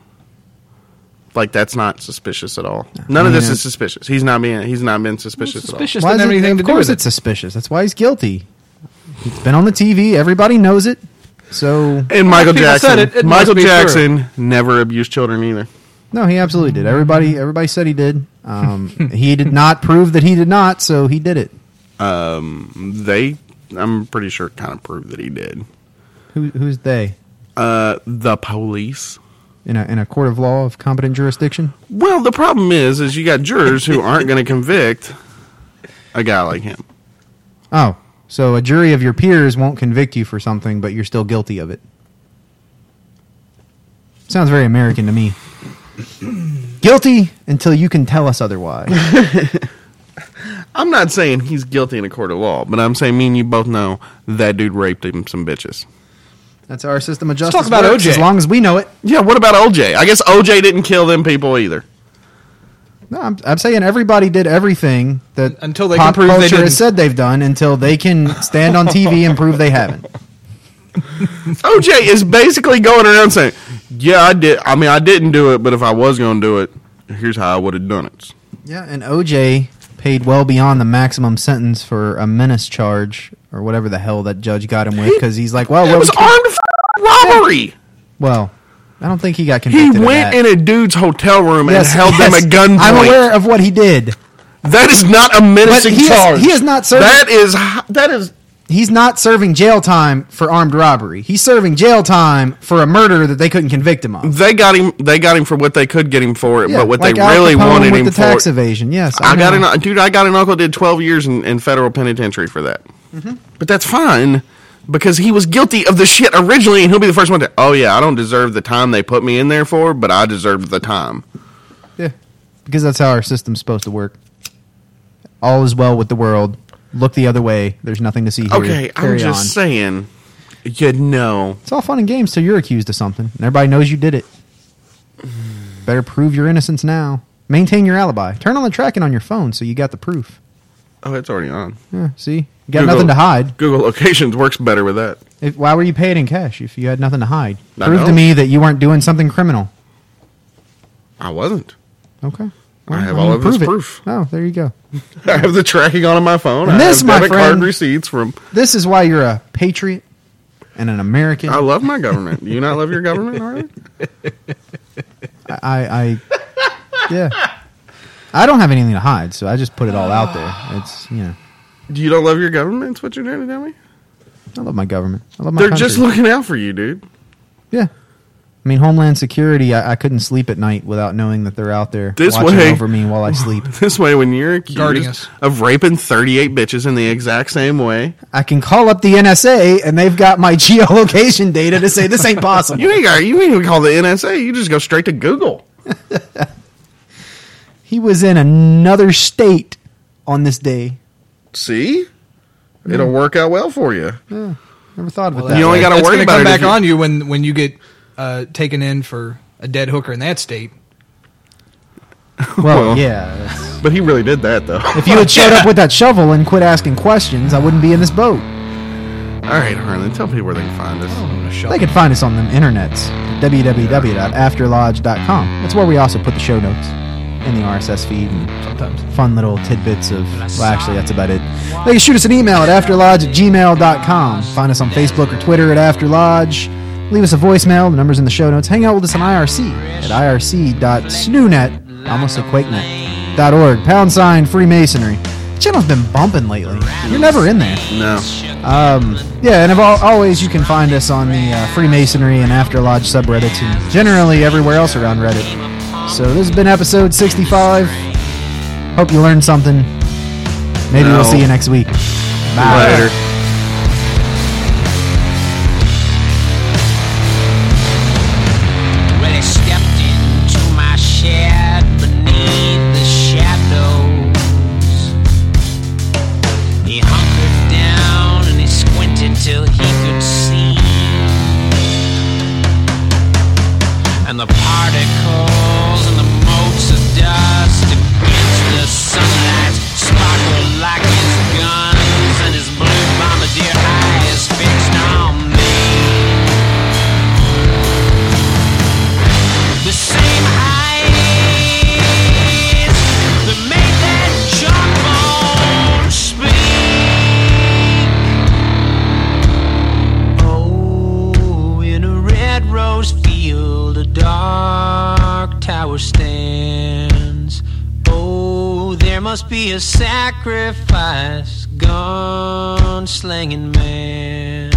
Speaker 1: like that's not suspicious at all none of this
Speaker 3: Yeah.
Speaker 1: is suspicious he's not being he's not been suspicious,
Speaker 2: Suspicious
Speaker 3: Why
Speaker 2: doesn't
Speaker 3: is
Speaker 2: have
Speaker 3: it-
Speaker 2: anything to
Speaker 3: of
Speaker 2: do
Speaker 3: course,
Speaker 2: with
Speaker 3: it's suspicious. That's why he's guilty. It's been on the TV. Everybody knows it. So
Speaker 1: at all and michael
Speaker 2: people
Speaker 1: jackson
Speaker 2: said it, it must
Speaker 1: michael
Speaker 2: be true.
Speaker 1: jackson never abused children either
Speaker 3: no, he absolutely did. Everybody, everybody said he did. Um, he did not prove that he did not, so he did it.
Speaker 1: they i'm pretty sure kind of proved that he did
Speaker 3: Who, who's they?
Speaker 1: uh the police
Speaker 3: In a in a court of law of competent jurisdiction.
Speaker 1: well the problem is is you got jurors who aren't going to convict a guy like him
Speaker 3: Oh, So a jury of your peers won't convict you for something, but you're still guilty of it. Sounds very American to me. guilty until you can tell us otherwise.
Speaker 1: I'm not saying he's guilty in a court of law, but I'm saying me and you both know that dude raped him some bitches.
Speaker 3: That's our system of justice.
Speaker 2: talk about
Speaker 3: works,
Speaker 2: OJ.
Speaker 3: As long as we know it.
Speaker 1: Yeah, what about OJ? I guess OJ didn't kill them people either.
Speaker 3: No, I'm, I'm saying everybody did everything that
Speaker 2: Until they can
Speaker 3: pop
Speaker 2: prove they
Speaker 3: culture
Speaker 2: didn't.
Speaker 3: has said they've done until they can stand on TV and prove they haven't.
Speaker 1: OJ is basically going around saying, "Yeah, I did. I mean, I didn't do it, but if I was going to do it, here's how I would have done it."
Speaker 3: Yeah, and OJ paid well beyond the maximum sentence for a menace charge or whatever the hell that judge got him with because he's like, well,
Speaker 1: It
Speaker 3: well,
Speaker 1: was
Speaker 3: we can't-
Speaker 1: armed f- robbery.
Speaker 3: well, I don't think he got
Speaker 1: He
Speaker 3: convicted. of
Speaker 1: went
Speaker 3: that.
Speaker 1: in a dude's hotel room and held them at
Speaker 3: I'm
Speaker 1: gunpoint.
Speaker 3: aware of what he did.
Speaker 1: That is not a menacing
Speaker 3: he is-
Speaker 1: charge.
Speaker 3: he is not serving-
Speaker 1: That is h- that is
Speaker 3: He's not serving jail time for armed robbery. He's serving jail time for a murder that they couldn't convict him of.
Speaker 1: they got him. They got him for what they could get him for,
Speaker 3: Yeah,
Speaker 1: but what
Speaker 3: like
Speaker 1: they
Speaker 3: Al
Speaker 1: really
Speaker 3: Capone
Speaker 1: wanted
Speaker 3: with
Speaker 1: him
Speaker 3: the tax
Speaker 1: for.
Speaker 3: evasion. Yes,
Speaker 1: I got
Speaker 3: know.
Speaker 1: an uh, dude. I got an uncle did twelve years in, in federal penitentiary for that.
Speaker 3: Mm-hmm.
Speaker 1: But that's fine because he was guilty of the shit originally, and he'll be the first one to. Oh yeah, I don't deserve the time they put me in there for, but I deserved the time.
Speaker 3: Yeah, because that's how our system's supposed to work. All is well with the world. Look the other way. There's nothing to see here.
Speaker 1: Okay, I'm
Speaker 3: Carry
Speaker 1: just
Speaker 3: on.
Speaker 1: saying. You know,
Speaker 3: It's all fun and games till you're accused of something, and everybody knows you did it. Better prove your innocence now. Maintain your alibi. Turn on the tracking on your phone so you got the proof.
Speaker 1: oh, it's already on.
Speaker 3: Yeah, see, you got
Speaker 1: Google-
Speaker 3: nothing to hide.
Speaker 1: Google locations works better with that.
Speaker 3: If, why were you paid in cash if you had nothing to hide?
Speaker 1: I
Speaker 3: prove to
Speaker 1: know.
Speaker 3: me that you weren't doing something criminal.
Speaker 1: I wasn't.
Speaker 3: Okay.
Speaker 1: I have all of this
Speaker 3: it.
Speaker 1: proof.
Speaker 3: Oh, there you go.
Speaker 1: I have the tracking on my phone.
Speaker 3: And
Speaker 1: I
Speaker 3: this,
Speaker 1: have
Speaker 3: my
Speaker 1: debit
Speaker 3: friend-
Speaker 1: card receipts from.
Speaker 3: This is why you're a patriot and an American.
Speaker 1: I love my government. Do you not love your government, Harley?
Speaker 3: I, I yeah. I don't have anything to hide, so I just put it all out there. It's you know,
Speaker 1: Do you don't love your government? That's what you're trying to tell me.
Speaker 3: I love my government. I love my.
Speaker 1: They're
Speaker 3: country.
Speaker 1: just looking out for you, dude.
Speaker 3: yeah. I mean, Homeland Security. I, I couldn't sleep at night without knowing that they're out there
Speaker 1: This
Speaker 3: watching
Speaker 1: way-
Speaker 3: over me while I sleep.
Speaker 1: This way, when you're
Speaker 2: Guarding
Speaker 1: accused
Speaker 2: us.
Speaker 1: of raping 38 bitches in the exact same way,
Speaker 3: I can call up the NSA, and they've got my geolocation data to say this ain't possible.
Speaker 1: you ain't got, you ain't even call the NSA. You just go straight to Google.
Speaker 3: he was in another state on this day.
Speaker 1: See, it'll work out well for you.
Speaker 3: Never thought of it
Speaker 2: Well,
Speaker 3: that
Speaker 1: You
Speaker 3: way.
Speaker 1: only
Speaker 2: that-
Speaker 1: gotta
Speaker 2: that's
Speaker 1: worry
Speaker 2: gonna
Speaker 1: about it
Speaker 2: come
Speaker 1: if
Speaker 2: back
Speaker 1: you-
Speaker 2: on you when when you get uh, taken in for a dead hooker in that state.
Speaker 3: well,
Speaker 1: well.
Speaker 3: yeah. that's-
Speaker 1: But he really did that, though.
Speaker 3: If you had showed up with that shovel and quit asking questions, I wouldn't be in this boat.
Speaker 1: All right, Harlan, tell people where they can find us.
Speaker 3: They can find us on them internets, www.afterlodge.com. That's where we also put the show notes and the RSS feed and
Speaker 2: sometimes.
Speaker 3: fun little tidbits of, well, actually, that's about it. They can shoot us an email at afterlodge at gmail.com. Find us on Facebook or Twitter at afterlodge. Leave us a voicemail. The number's in the show notes. Hang out with us on IRC at irc.snoonet, E almost a quakenet, dot org, pound sign Freemasonry. The channel's been bumping lately. You're never in there.
Speaker 1: No.
Speaker 3: Um, yeah, and of all, always, you can find us on the uh, Freemasonry and After Lodge subreddits and generally everywhere else around Reddit. So this has been episode 65. Hope you learned something. Maybe
Speaker 1: No.
Speaker 3: we'll see you next week. Bye.
Speaker 1: Later.
Speaker 4: Well, he stepped into my shed beneath the shadows. He hunkered down and he squinted till he could see. And the particles and the motes of dust against the sunlight sparkled like his guns and his blue bombardier eyes fixed on me. The same eyes that made that jawbone speak. Oh, in a red rose field, a dark tower stands. Oh, there must be a sacrifice, gun slinging man.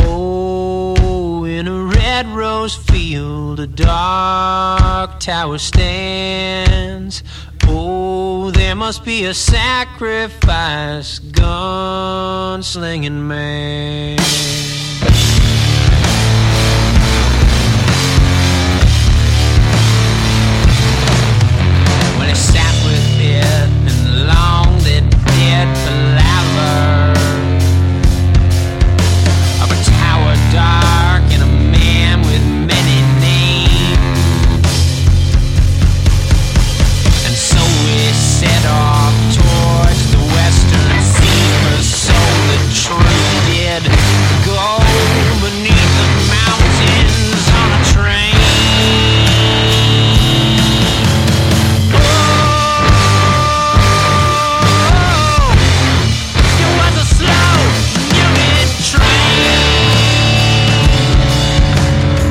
Speaker 4: Oh, in a red rose field, a dark tower stands. Oh, there. there must be a sacrifice, gunslinging man. When I sat with it and longed it did palaver Of a tower dark and a man with many names And so we set off towards the western sea For so the truth did go beneath the mountains on a train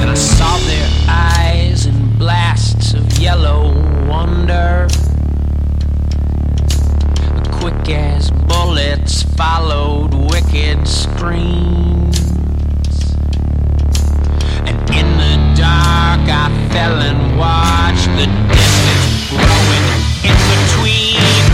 Speaker 4: and I saw their eyes in blasts of yellow wonder. Quick as bullets followed wicked screams. And in the dark I fell and watched the distance growing in between Oh, Oh, Oh,